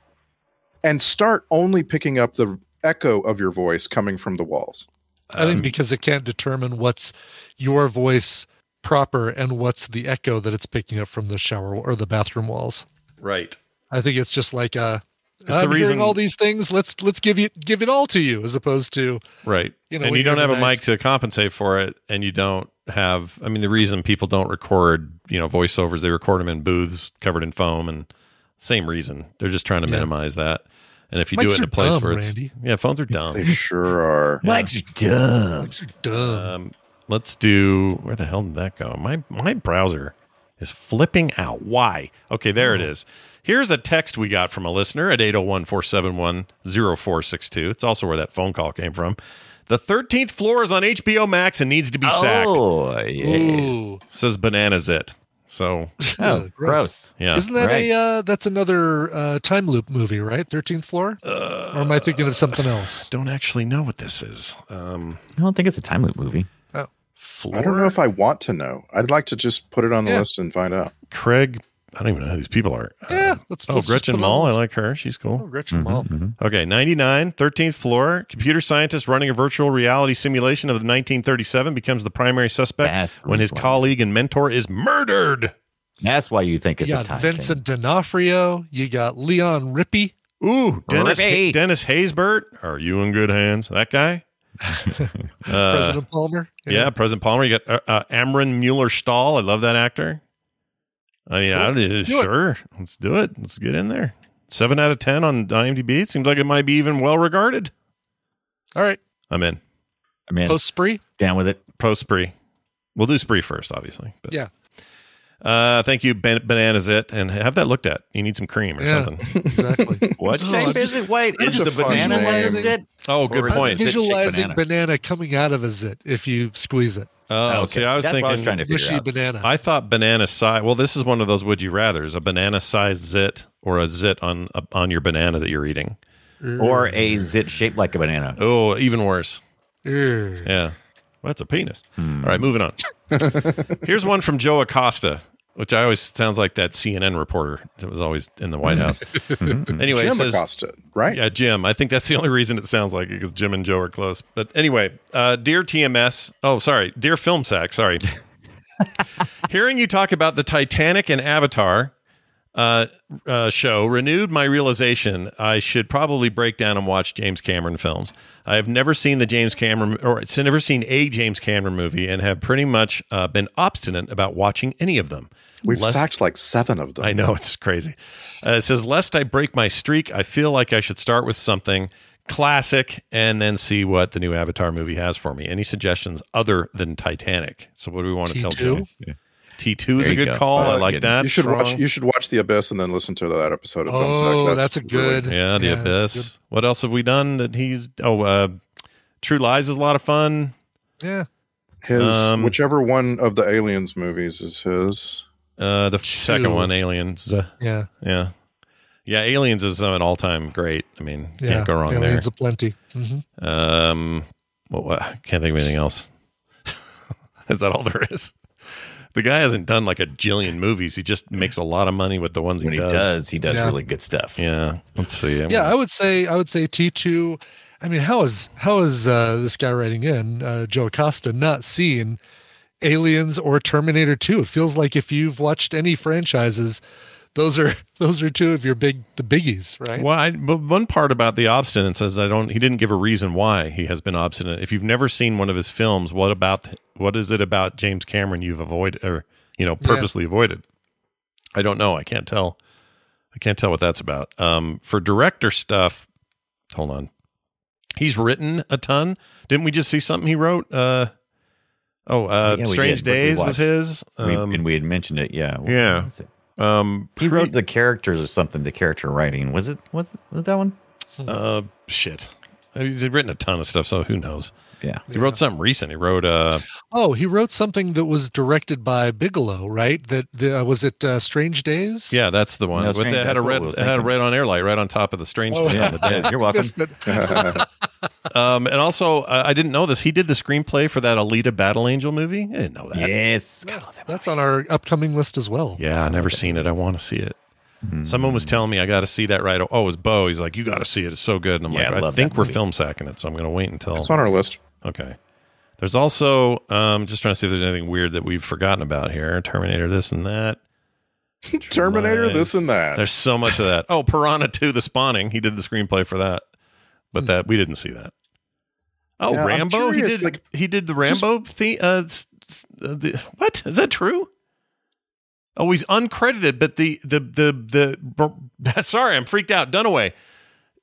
[SPEAKER 2] and start only picking up the echo of your voice coming from the walls.
[SPEAKER 9] I think because it can't determine what's your voice proper and what's the echo that it's picking up from the shower or the bathroom walls.
[SPEAKER 6] Right.
[SPEAKER 9] I think it's just like uh
[SPEAKER 6] It's the
[SPEAKER 9] I'm hearing
[SPEAKER 6] reason-
[SPEAKER 9] all these things. Let's let's give you give it all to you as opposed to
[SPEAKER 6] Right.
[SPEAKER 9] You know,
[SPEAKER 6] and
[SPEAKER 9] when
[SPEAKER 6] you don't
[SPEAKER 9] you're
[SPEAKER 6] have a
[SPEAKER 9] nice-
[SPEAKER 6] mic to compensate for it. And you don't have, I mean, the reason people don't record, you know, voiceovers, they record them in booths covered in foam and same reason. They're just trying to
[SPEAKER 9] Yeah.
[SPEAKER 6] minimize that. And if you do
[SPEAKER 9] Mics
[SPEAKER 6] it in
[SPEAKER 9] are
[SPEAKER 6] a place
[SPEAKER 9] dumb,
[SPEAKER 6] where it's,
[SPEAKER 9] Randy.
[SPEAKER 6] yeah, phones are dumb.
[SPEAKER 2] They sure are.
[SPEAKER 6] Mics
[SPEAKER 7] dumb.
[SPEAKER 9] Mics are dumb.
[SPEAKER 6] Um, let's do, where the hell did that go? My, my browser is flipping out. Why? Okay, there
[SPEAKER 9] Hmm.
[SPEAKER 6] it is. Here's a text we got from a listener at 801 471 0462. It's also where that phone call came from. The 13th floor is on HBO Max and needs to be sacked.
[SPEAKER 7] Oh, yes.
[SPEAKER 6] Says bananas it. So
[SPEAKER 9] Ugh,
[SPEAKER 6] Yeah.
[SPEAKER 9] Isn't that a uh, that's another uh, time loop movie, right? Thirteenth floor?
[SPEAKER 6] Uh,
[SPEAKER 9] or am I thinking of something else?
[SPEAKER 6] Don't actually know what this is. Um,
[SPEAKER 7] I don't think it's a time loop movie.
[SPEAKER 6] uh,
[SPEAKER 9] Oh.
[SPEAKER 2] I don't know if I want to know. I'd like to just put it on the
[SPEAKER 9] Yeah.
[SPEAKER 2] list and find out.
[SPEAKER 6] Craig, I don't even know who these people are.
[SPEAKER 9] Yeah, let's,
[SPEAKER 6] Oh,
[SPEAKER 9] let's just
[SPEAKER 6] Gretchen
[SPEAKER 9] put it on
[SPEAKER 6] Mall.
[SPEAKER 9] the
[SPEAKER 6] I
[SPEAKER 9] list.
[SPEAKER 6] like Mm-hmm. her. She's cool.
[SPEAKER 9] Oh, Gretchen Mall.
[SPEAKER 7] Mm-hmm.
[SPEAKER 6] Okay, 99, 13th floor. Computer scientist running a virtual reality simulation of the 1937 becomes the primary suspect when his colleague and mentor is murdered.
[SPEAKER 7] That's why you think
[SPEAKER 9] You
[SPEAKER 7] it's a
[SPEAKER 9] got
[SPEAKER 7] time thing.
[SPEAKER 9] Vincent D'Onofrio. You got Leon Rippey.
[SPEAKER 6] Ooh, Dennis,
[SPEAKER 9] Rippy.
[SPEAKER 6] Dennis Haysbert. Are you in good hands? That guy? Uh,
[SPEAKER 9] President Palmer.
[SPEAKER 6] Yeah, President Palmer. You got uh, uh, Amron Mueller Stahl. I love that actor. I mean, I,
[SPEAKER 9] Cool.
[SPEAKER 6] uh,
[SPEAKER 9] Do it.
[SPEAKER 6] sure. Let's do it. Let's get in there. Seven out of 10 on IMDb. It seems like it might be even well regarded.
[SPEAKER 9] All right.
[SPEAKER 6] I'm in.
[SPEAKER 7] I'm in.
[SPEAKER 9] Post spree.
[SPEAKER 7] Down with it.
[SPEAKER 6] Post spree. We'll do spree first, obviously. But
[SPEAKER 9] Yeah.
[SPEAKER 6] uh, thank you, ben- Bananas It. And have that looked at. You need some cream or
[SPEAKER 9] Yeah.
[SPEAKER 6] something.
[SPEAKER 9] Exactly.
[SPEAKER 7] What
[SPEAKER 9] Oh,
[SPEAKER 7] shape
[SPEAKER 9] I'm
[SPEAKER 7] is
[SPEAKER 9] just-
[SPEAKER 7] it? Wait,
[SPEAKER 9] I'm
[SPEAKER 7] is it a
[SPEAKER 9] just
[SPEAKER 7] banana
[SPEAKER 9] visualizing-
[SPEAKER 7] layer zit?
[SPEAKER 6] Oh, good
[SPEAKER 7] Or is it
[SPEAKER 6] point.
[SPEAKER 7] zit-shaped
[SPEAKER 9] Visualizing
[SPEAKER 7] banana?
[SPEAKER 9] banana. coming out of a zit if you squeeze it.
[SPEAKER 6] Oh, okay. I was
[SPEAKER 7] That's what
[SPEAKER 6] thinking
[SPEAKER 7] I was trying to figure
[SPEAKER 9] Mushy
[SPEAKER 7] out.
[SPEAKER 9] banana.
[SPEAKER 6] I thought banana size. Well, this is one of those would you rather's a banana sized zit or a zit on a, on your banana that you're eating.
[SPEAKER 7] Or a zit shaped like a banana.
[SPEAKER 6] Oh, even worse.
[SPEAKER 9] Err.
[SPEAKER 6] Yeah. Well, that's a penis. All right, moving on. Here's one from Joe Acosta, which I always sounds like that CNN reporter that was always in the White House. anyway, it
[SPEAKER 2] Jim
[SPEAKER 6] says,
[SPEAKER 2] Acosta, right?
[SPEAKER 6] Yeah, Jim. I think that's the only reason it sounds like it because Jim and Joe are close. But anyway, uh, dear TMS. Oh, sorry, dear Film Sack. Sorry. Hearing you talk about the Titanic and Avatar uh, uh, show renewed my realization I should probably break down and watch James Cameron films. I have never seen the James Cameron or it's never seen a James Cameron movie and have pretty much uh, been obstinate about watching any of them.
[SPEAKER 2] We've
[SPEAKER 6] Less-
[SPEAKER 2] sacked like seven of them.
[SPEAKER 6] I know it's crazy. Uh, it says, "Lest I break my streak, I feel like I should start with something classic and then see what the new Avatar movie has for me. Any suggestions other than Titanic? So, what do we want to tell
[SPEAKER 9] T2?
[SPEAKER 6] Jim? T two is
[SPEAKER 7] There
[SPEAKER 6] a
[SPEAKER 7] you
[SPEAKER 6] good
[SPEAKER 7] go.
[SPEAKER 6] call.
[SPEAKER 2] Uh,
[SPEAKER 6] I like that.
[SPEAKER 2] You should watch.
[SPEAKER 6] Strong.
[SPEAKER 2] You should watch The Abyss and then listen to that episode of Film Sack.
[SPEAKER 9] Oh, that's, a
[SPEAKER 2] really-
[SPEAKER 9] good.
[SPEAKER 6] yeah, The
[SPEAKER 9] yeah, that's
[SPEAKER 6] Abyss. What else have we done that he's? Oh, uh, True Lies is a lot of fun.
[SPEAKER 9] Yeah.
[SPEAKER 2] his
[SPEAKER 6] Um,
[SPEAKER 2] whichever one of the Aliens movies is his.
[SPEAKER 6] Uh, the second one, Aliens. Uh,
[SPEAKER 9] Yeah.
[SPEAKER 6] yeah, yeah. Aliens is uh, an all time great. I mean,
[SPEAKER 9] Yeah.
[SPEAKER 6] can't go wrong there.
[SPEAKER 9] Aliens aplenty. Mhm.
[SPEAKER 6] Um, well, what, I can't think of anything else. is that all there is? The guy hasn't done like a jillion movies. He just makes a lot of money with the ones
[SPEAKER 7] When
[SPEAKER 6] he
[SPEAKER 7] he
[SPEAKER 6] does.
[SPEAKER 7] does, he does
[SPEAKER 9] Yeah.
[SPEAKER 7] really good stuff.
[SPEAKER 6] Yeah. Let's see. I'm-
[SPEAKER 9] Yeah, I would say I would say T two. I mean, how is how is uh, this guy writing in uh, Joe Acosta not seen Aliens or Terminator Two? It feels like if you've watched any franchises, those are those are two of your big the biggies, right?
[SPEAKER 6] Well, I, but one part about the obstinance is I don't. He didn't give a reason why he has been obstinate. If you've never seen one of his films, what about what is it about James Cameron you've avoided or you know
[SPEAKER 9] Yeah.
[SPEAKER 6] purposely avoided? I don't know. I can't tell. I can't tell what that's about. Um, for director stuff, hold on. He's written a ton. Didn't we just see something he wrote? Uh, oh, uh,
[SPEAKER 7] Yeah, we
[SPEAKER 6] Strange
[SPEAKER 7] did. We- we
[SPEAKER 6] Days was
[SPEAKER 7] watched.
[SPEAKER 6] his.
[SPEAKER 7] We-
[SPEAKER 6] Um,
[SPEAKER 7] and we had mentioned it. Yeah. What
[SPEAKER 6] Yeah.
[SPEAKER 7] was it?
[SPEAKER 6] Um,
[SPEAKER 7] he wrote the characters or something. The character writing was it? Was it, was it that one?
[SPEAKER 6] Uh, shit. He's written a ton of stuff, so who knows?
[SPEAKER 7] Yeah,
[SPEAKER 6] he wrote something recent. He wrote uh,
[SPEAKER 9] Oh, he wrote something that was directed by Bigelow, right? That the, uh, was it. Uh, Strange Days.
[SPEAKER 6] yeah, that's the one.
[SPEAKER 7] No,
[SPEAKER 6] with
[SPEAKER 7] Strange,
[SPEAKER 6] the- it had
[SPEAKER 7] that's
[SPEAKER 6] a
[SPEAKER 7] what
[SPEAKER 6] red,
[SPEAKER 7] we was
[SPEAKER 6] it had a
[SPEAKER 7] thinking.
[SPEAKER 6] red on air light right on top of the strange.
[SPEAKER 9] Oh,
[SPEAKER 6] thing.
[SPEAKER 9] yeah,
[SPEAKER 6] the
[SPEAKER 7] You're welcome.
[SPEAKER 9] Missed it.
[SPEAKER 6] um, and also, uh, I didn't know this. He did the screenplay for that Alita Battle Angel movie. I didn't know that.
[SPEAKER 7] Yes.
[SPEAKER 9] That's on our upcoming list as well.
[SPEAKER 6] Yeah, I never seen it. I want to see it. Someone
[SPEAKER 7] Hmm.
[SPEAKER 6] was telling me I got to see that right. Oh, it was Bo. He's like, you got to see it. It's so good. And I'm
[SPEAKER 7] Yeah, I
[SPEAKER 6] like, I,
[SPEAKER 7] love
[SPEAKER 6] think
[SPEAKER 7] that
[SPEAKER 6] we're
[SPEAKER 7] movie.
[SPEAKER 6] film sacking it, so I'm going to wait until.
[SPEAKER 2] It's on our list.
[SPEAKER 6] okay. There's also um, just trying to see if there's anything weird that we've forgotten about here. Terminator, this and that.
[SPEAKER 2] Terminator,
[SPEAKER 6] Lies.
[SPEAKER 2] this and that.
[SPEAKER 6] There's so much of that. Oh, Piranha 2, The Spawning. He did the screenplay for that, but that we didn't see that. Oh,
[SPEAKER 2] Yeah, I'm
[SPEAKER 6] Rambo.
[SPEAKER 2] curious,
[SPEAKER 6] he did.
[SPEAKER 2] like,
[SPEAKER 6] he did the Rambo theme. Uh, s- s- uh, the, what is that true? Oh, he's uncredited, but the the the the. sorry, I'm freaked out. Dunaway.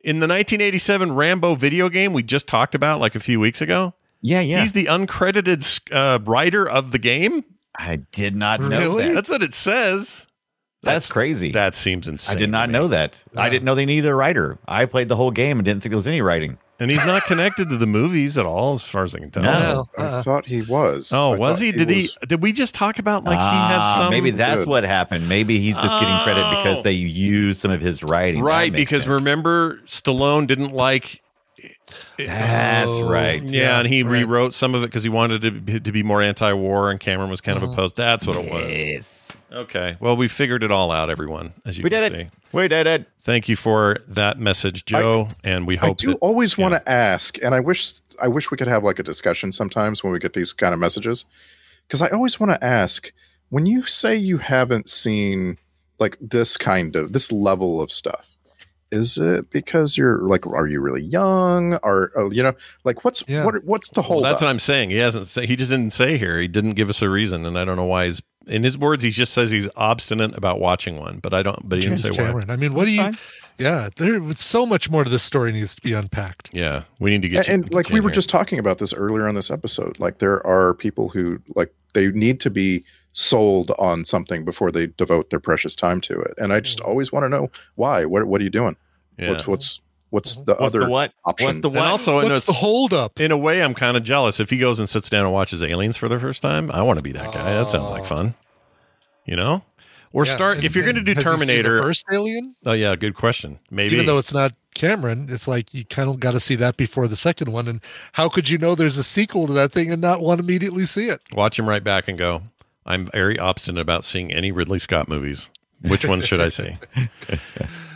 [SPEAKER 6] In the 1987 Rambo video game we just talked about like a few weeks ago,
[SPEAKER 7] Yeah, yeah.
[SPEAKER 6] he's the uncredited uh, writer of the game.
[SPEAKER 7] I did not know
[SPEAKER 9] Really?
[SPEAKER 7] that.
[SPEAKER 6] That's what it says.
[SPEAKER 7] That's crazy.
[SPEAKER 6] That seems insane.
[SPEAKER 7] I did not
[SPEAKER 6] to me.
[SPEAKER 7] know that. I didn't know they needed a writer. I played the whole game and didn't think there was any writing.
[SPEAKER 6] And he's not connected to the movies at all, as far as I can tell.
[SPEAKER 7] No.
[SPEAKER 9] Oh,
[SPEAKER 2] I
[SPEAKER 9] uh,
[SPEAKER 2] thought he was.
[SPEAKER 6] Oh,
[SPEAKER 2] I
[SPEAKER 6] was
[SPEAKER 2] thought
[SPEAKER 6] he? Did he?
[SPEAKER 2] was-
[SPEAKER 6] Did we just talk about like he had
[SPEAKER 7] Ah,
[SPEAKER 6] some?
[SPEAKER 7] maybe that's
[SPEAKER 2] Good.
[SPEAKER 7] what happened. Maybe he's just getting credit
[SPEAKER 6] Oh.
[SPEAKER 7] because they used some of his writing. That
[SPEAKER 6] right
[SPEAKER 7] makes
[SPEAKER 6] because
[SPEAKER 7] sense.
[SPEAKER 6] remember Stallone didn't like.
[SPEAKER 7] That's
[SPEAKER 9] Oh,
[SPEAKER 7] right.
[SPEAKER 6] Yeah,
[SPEAKER 9] Yeah,
[SPEAKER 6] and he
[SPEAKER 9] right.
[SPEAKER 6] rewrote some of it because he wanted to be, to be more anti-war, and Cameron was kind of opposed. That's what it was.
[SPEAKER 7] Yes.
[SPEAKER 6] Okay, well, we figured it all out, everyone. As you
[SPEAKER 7] We
[SPEAKER 6] can
[SPEAKER 7] did
[SPEAKER 6] see,
[SPEAKER 7] it. We did it.
[SPEAKER 6] thank you for that message, Joe, and we
[SPEAKER 2] I
[SPEAKER 6] hope
[SPEAKER 2] do
[SPEAKER 6] that-
[SPEAKER 2] always
[SPEAKER 6] yeah.
[SPEAKER 2] want to ask, and I wish I wish we could have like a discussion sometimes when we get these kind of messages, because I always want to ask when you say you haven't seen like this kind of this level of stuff. Is it because you're like, are you really young? Or, or, you know, like what's
[SPEAKER 9] Yeah.
[SPEAKER 2] what what's the
[SPEAKER 6] Well,
[SPEAKER 2] whole?
[SPEAKER 6] that's what I'm saying. He hasn't. Say, he just didn't say here. He didn't give us a reason, and I don't know why. He's in his words. He just says he's obstinate about watching one, but I don't. But he didn't
[SPEAKER 9] James
[SPEAKER 6] say why.
[SPEAKER 9] Cameron. I mean, what do you?
[SPEAKER 7] Fine.
[SPEAKER 9] Yeah, there was so much more to this story needs to be unpacked.
[SPEAKER 6] Yeah, we need to
[SPEAKER 2] and,
[SPEAKER 6] get. you-
[SPEAKER 2] and,
[SPEAKER 6] get
[SPEAKER 2] like
[SPEAKER 6] you
[SPEAKER 2] we
[SPEAKER 6] in
[SPEAKER 2] were
[SPEAKER 6] here.
[SPEAKER 2] just talking about this earlier on this episode like there are people who like they need to be sold on something before they devote their precious time to it and i just
[SPEAKER 7] Mm.
[SPEAKER 2] always want to know why what, what are you doing
[SPEAKER 6] Yeah.
[SPEAKER 2] what's what's what's the
[SPEAKER 7] Mm-hmm. What's
[SPEAKER 2] other
[SPEAKER 7] the what?
[SPEAKER 2] option
[SPEAKER 7] What's the
[SPEAKER 6] and
[SPEAKER 7] what?
[SPEAKER 6] also, in a,
[SPEAKER 9] What's the hold up?
[SPEAKER 6] in a way, I'm kind of jealous. If he goes and sits down and watches Aliens for the first time, I want to be that guy. That sounds like
[SPEAKER 9] Oh.
[SPEAKER 6] fun. You know, or
[SPEAKER 9] Yeah,
[SPEAKER 6] start
[SPEAKER 9] and-
[SPEAKER 6] if you're going to
[SPEAKER 9] and
[SPEAKER 6] do
[SPEAKER 9] has he seen the
[SPEAKER 6] Terminator.
[SPEAKER 9] first Alien.
[SPEAKER 6] Oh yeah, good question. Maybe
[SPEAKER 9] Even though it's not Cameron, it's like you kind of got to see that before the second one. And how could you know there's a sequel to that thing and not want to immediately see it?
[SPEAKER 6] watch him right back and go. I'm very obstinate about seeing any Ridley Scott movies. Which one should I see?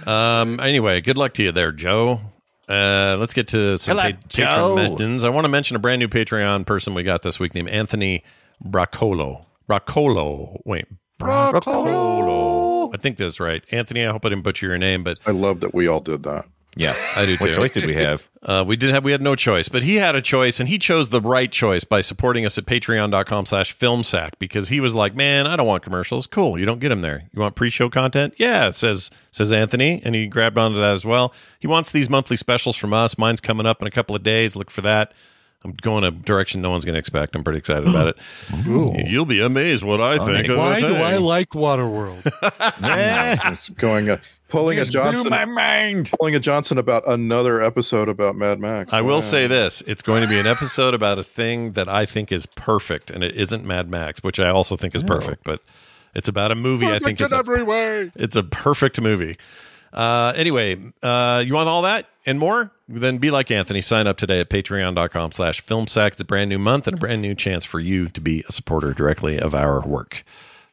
[SPEAKER 6] um. Anyway, good luck to you there, Joe. Uh, let's get to some
[SPEAKER 7] Good
[SPEAKER 6] pa-
[SPEAKER 7] luck, Joe.
[SPEAKER 6] patron mentions. I want to mention a brand new Patreon person we got this week named Anthony Bracolo. Bracolo. Wait, Bracolo. I think that's right, Anthony. I hope I didn't butcher your name, but
[SPEAKER 2] i love that we all did that
[SPEAKER 6] yeah, I do too.
[SPEAKER 7] What choice did we have?
[SPEAKER 6] Uh, we did have we had no choice, but he had a choice, and he chose the right choice by supporting us at Patreon.com/slash FilmSack because he was like, "Man, I don't want commercials. Cool, you don't get them there. You want pre-show content? Yeah," says says Anthony, and he grabbed onto that as well. He wants these monthly specials from us. Mine's coming up in a couple of days. Look for that. I'm going a direction no one's going to expect. I'm pretty excited about it. You'll be amazed what I think. of the
[SPEAKER 9] Why do
[SPEAKER 6] thing.
[SPEAKER 9] I like Waterworld?
[SPEAKER 7] yeah.
[SPEAKER 2] it's going uh, pulling a
[SPEAKER 7] Just blew
[SPEAKER 2] johnson
[SPEAKER 7] my mind.
[SPEAKER 2] pulling a johnson about another episode about mad max
[SPEAKER 6] I
[SPEAKER 2] Wow.
[SPEAKER 6] will say this: it's going to be an episode about a thing that I think is perfect, and it isn't Mad Max, which I also think is perfect. But it's about a movie I think
[SPEAKER 9] Oh. Perfect
[SPEAKER 6] is
[SPEAKER 9] in
[SPEAKER 6] a,
[SPEAKER 9] every way.
[SPEAKER 6] it's a perfect movie. Uh, anyway, uh, you want all that and more? Then be like Anthony. Sign up today at patreon.com slash filmsack. It's a brand new month and a brand new chance for you to be a supporter directly of our work.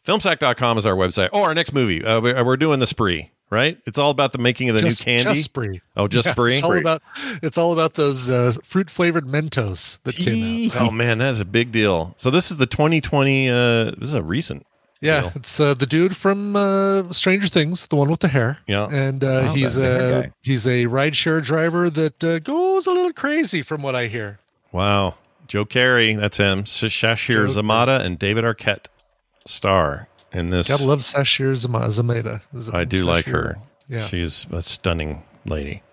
[SPEAKER 6] Filmsack.com is our website. Oh, our next movie. Uh, we're, we're doing the spree, right? It's all about the making of the
[SPEAKER 9] just,
[SPEAKER 6] new candy.
[SPEAKER 9] just spree.
[SPEAKER 6] Oh, just
[SPEAKER 9] Yeah,
[SPEAKER 6] spree.
[SPEAKER 9] It's all about it's all about those uh, fruit flavored Mentos that came out.
[SPEAKER 6] Oh man, that is a big deal. So this is the 2020. Uh, this is a recent.
[SPEAKER 9] Yeah,
[SPEAKER 6] deal.
[SPEAKER 9] it's uh, the dude from uh, Stranger Things, the one with the hair.
[SPEAKER 6] Yeah.
[SPEAKER 9] and uh,
[SPEAKER 7] Wow,
[SPEAKER 9] he's
[SPEAKER 7] that Oh, hair
[SPEAKER 9] a
[SPEAKER 7] guy.
[SPEAKER 9] he's a rideshare driver that uh, goes a little crazy, from what I hear.
[SPEAKER 6] Wow, Joe Carey, that's him. Sh- Shashir
[SPEAKER 9] Joe
[SPEAKER 6] Zamata and David Arquette star in this.
[SPEAKER 9] Gotta love Sashir Zama- Zameda.
[SPEAKER 6] I do like her.
[SPEAKER 9] Yeah. Mm-hmm.
[SPEAKER 6] she's a stunning lady.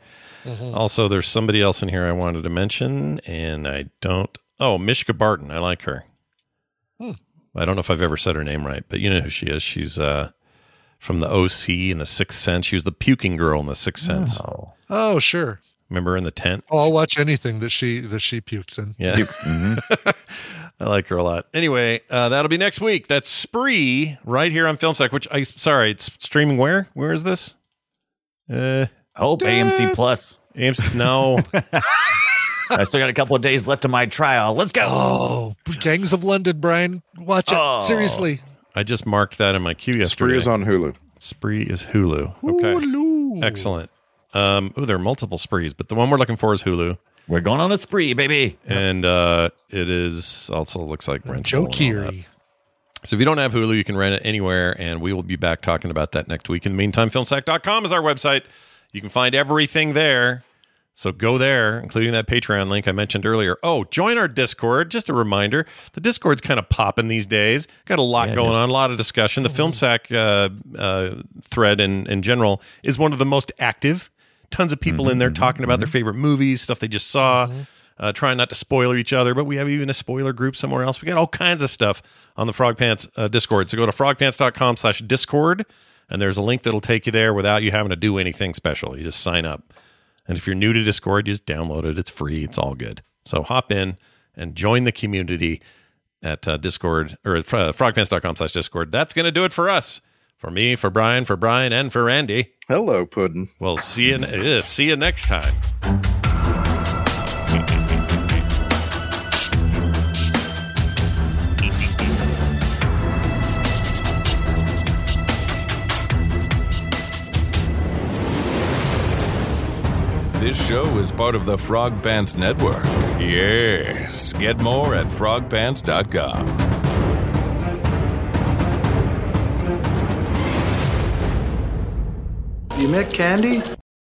[SPEAKER 6] Also, there's somebody else in here I wanted to mention, and I don't. Oh, Mishka Barton, I like
[SPEAKER 9] Hmm.
[SPEAKER 6] her. I don't know if I've ever said her name right, but you know who she is. She's uh, from the OC and the Sixth Sense. She was the puking girl in the Sixth Sense.
[SPEAKER 9] Oh, sure.
[SPEAKER 6] Remember in the tent?
[SPEAKER 9] Oh, I'll watch anything that she that she pukes in.
[SPEAKER 6] Yeah.
[SPEAKER 2] mm-hmm.
[SPEAKER 6] I like her a lot. Anyway, uh, that'll be next week. That's Spree right here on FilmSec, which I sorry, it's streaming where? Where is this? Uh,
[SPEAKER 7] oh, AMC Plus.
[SPEAKER 6] AMC no.
[SPEAKER 7] I still got a couple of days left of my trial. Let's go.
[SPEAKER 9] Oh, Gangs of London, Brian. Watch it.
[SPEAKER 7] Oh.
[SPEAKER 9] Seriously.
[SPEAKER 6] I just marked that in my queue yesterday.
[SPEAKER 2] Spree is on Hulu.
[SPEAKER 6] Spree is Hulu. Okay.
[SPEAKER 9] Hulu.
[SPEAKER 6] Excellent. Um, oh, there are multiple sprees, but the one we're looking for is Hulu.
[SPEAKER 7] We're going on a spree, baby.
[SPEAKER 6] And uh, it is also looks like rentable. and all that.
[SPEAKER 9] Jokiri.
[SPEAKER 6] So if you don't have Hulu, you can rent it anywhere, and we will be back talking about that next week. In the meantime, filmsack.com is our website. You can find everything there. So go there, including that Patreon link I mentioned earlier. Oh, join our Discord. Just a reminder, the Discord's kind of popping these days. Got a lot
[SPEAKER 7] Yeah, it
[SPEAKER 6] going
[SPEAKER 7] is. Mm-hmm.
[SPEAKER 6] on, a lot of discussion. The FilmSack uh, uh, thread in, in general is one of the most active. Tons of
[SPEAKER 7] Mm-hmm,
[SPEAKER 6] people in there talking about their favorite movies, stuff they just saw, uh, trying not to spoil each other. But we have even a spoiler group somewhere else. We got all kinds of stuff on the Frog Pants uh, Discord. So go to frogpants.com slash Discord, and there's a link that'll take you there without you having to do anything special. You just sign up. And if you're new to Discord, just download it. It's free. It's all good. So hop in and join the community at uh, Discord or uh, frogpants.com slash Discord. That's going to do it for us. For me, for Brian, for Brian, and for Randy.
[SPEAKER 2] Hello, Puddin.
[SPEAKER 6] We'll see you, uh, see you next time.
[SPEAKER 5] This show is part of the Frog Pants Network. Yes. Get more at frogpants.com.
[SPEAKER 12] You met Candy?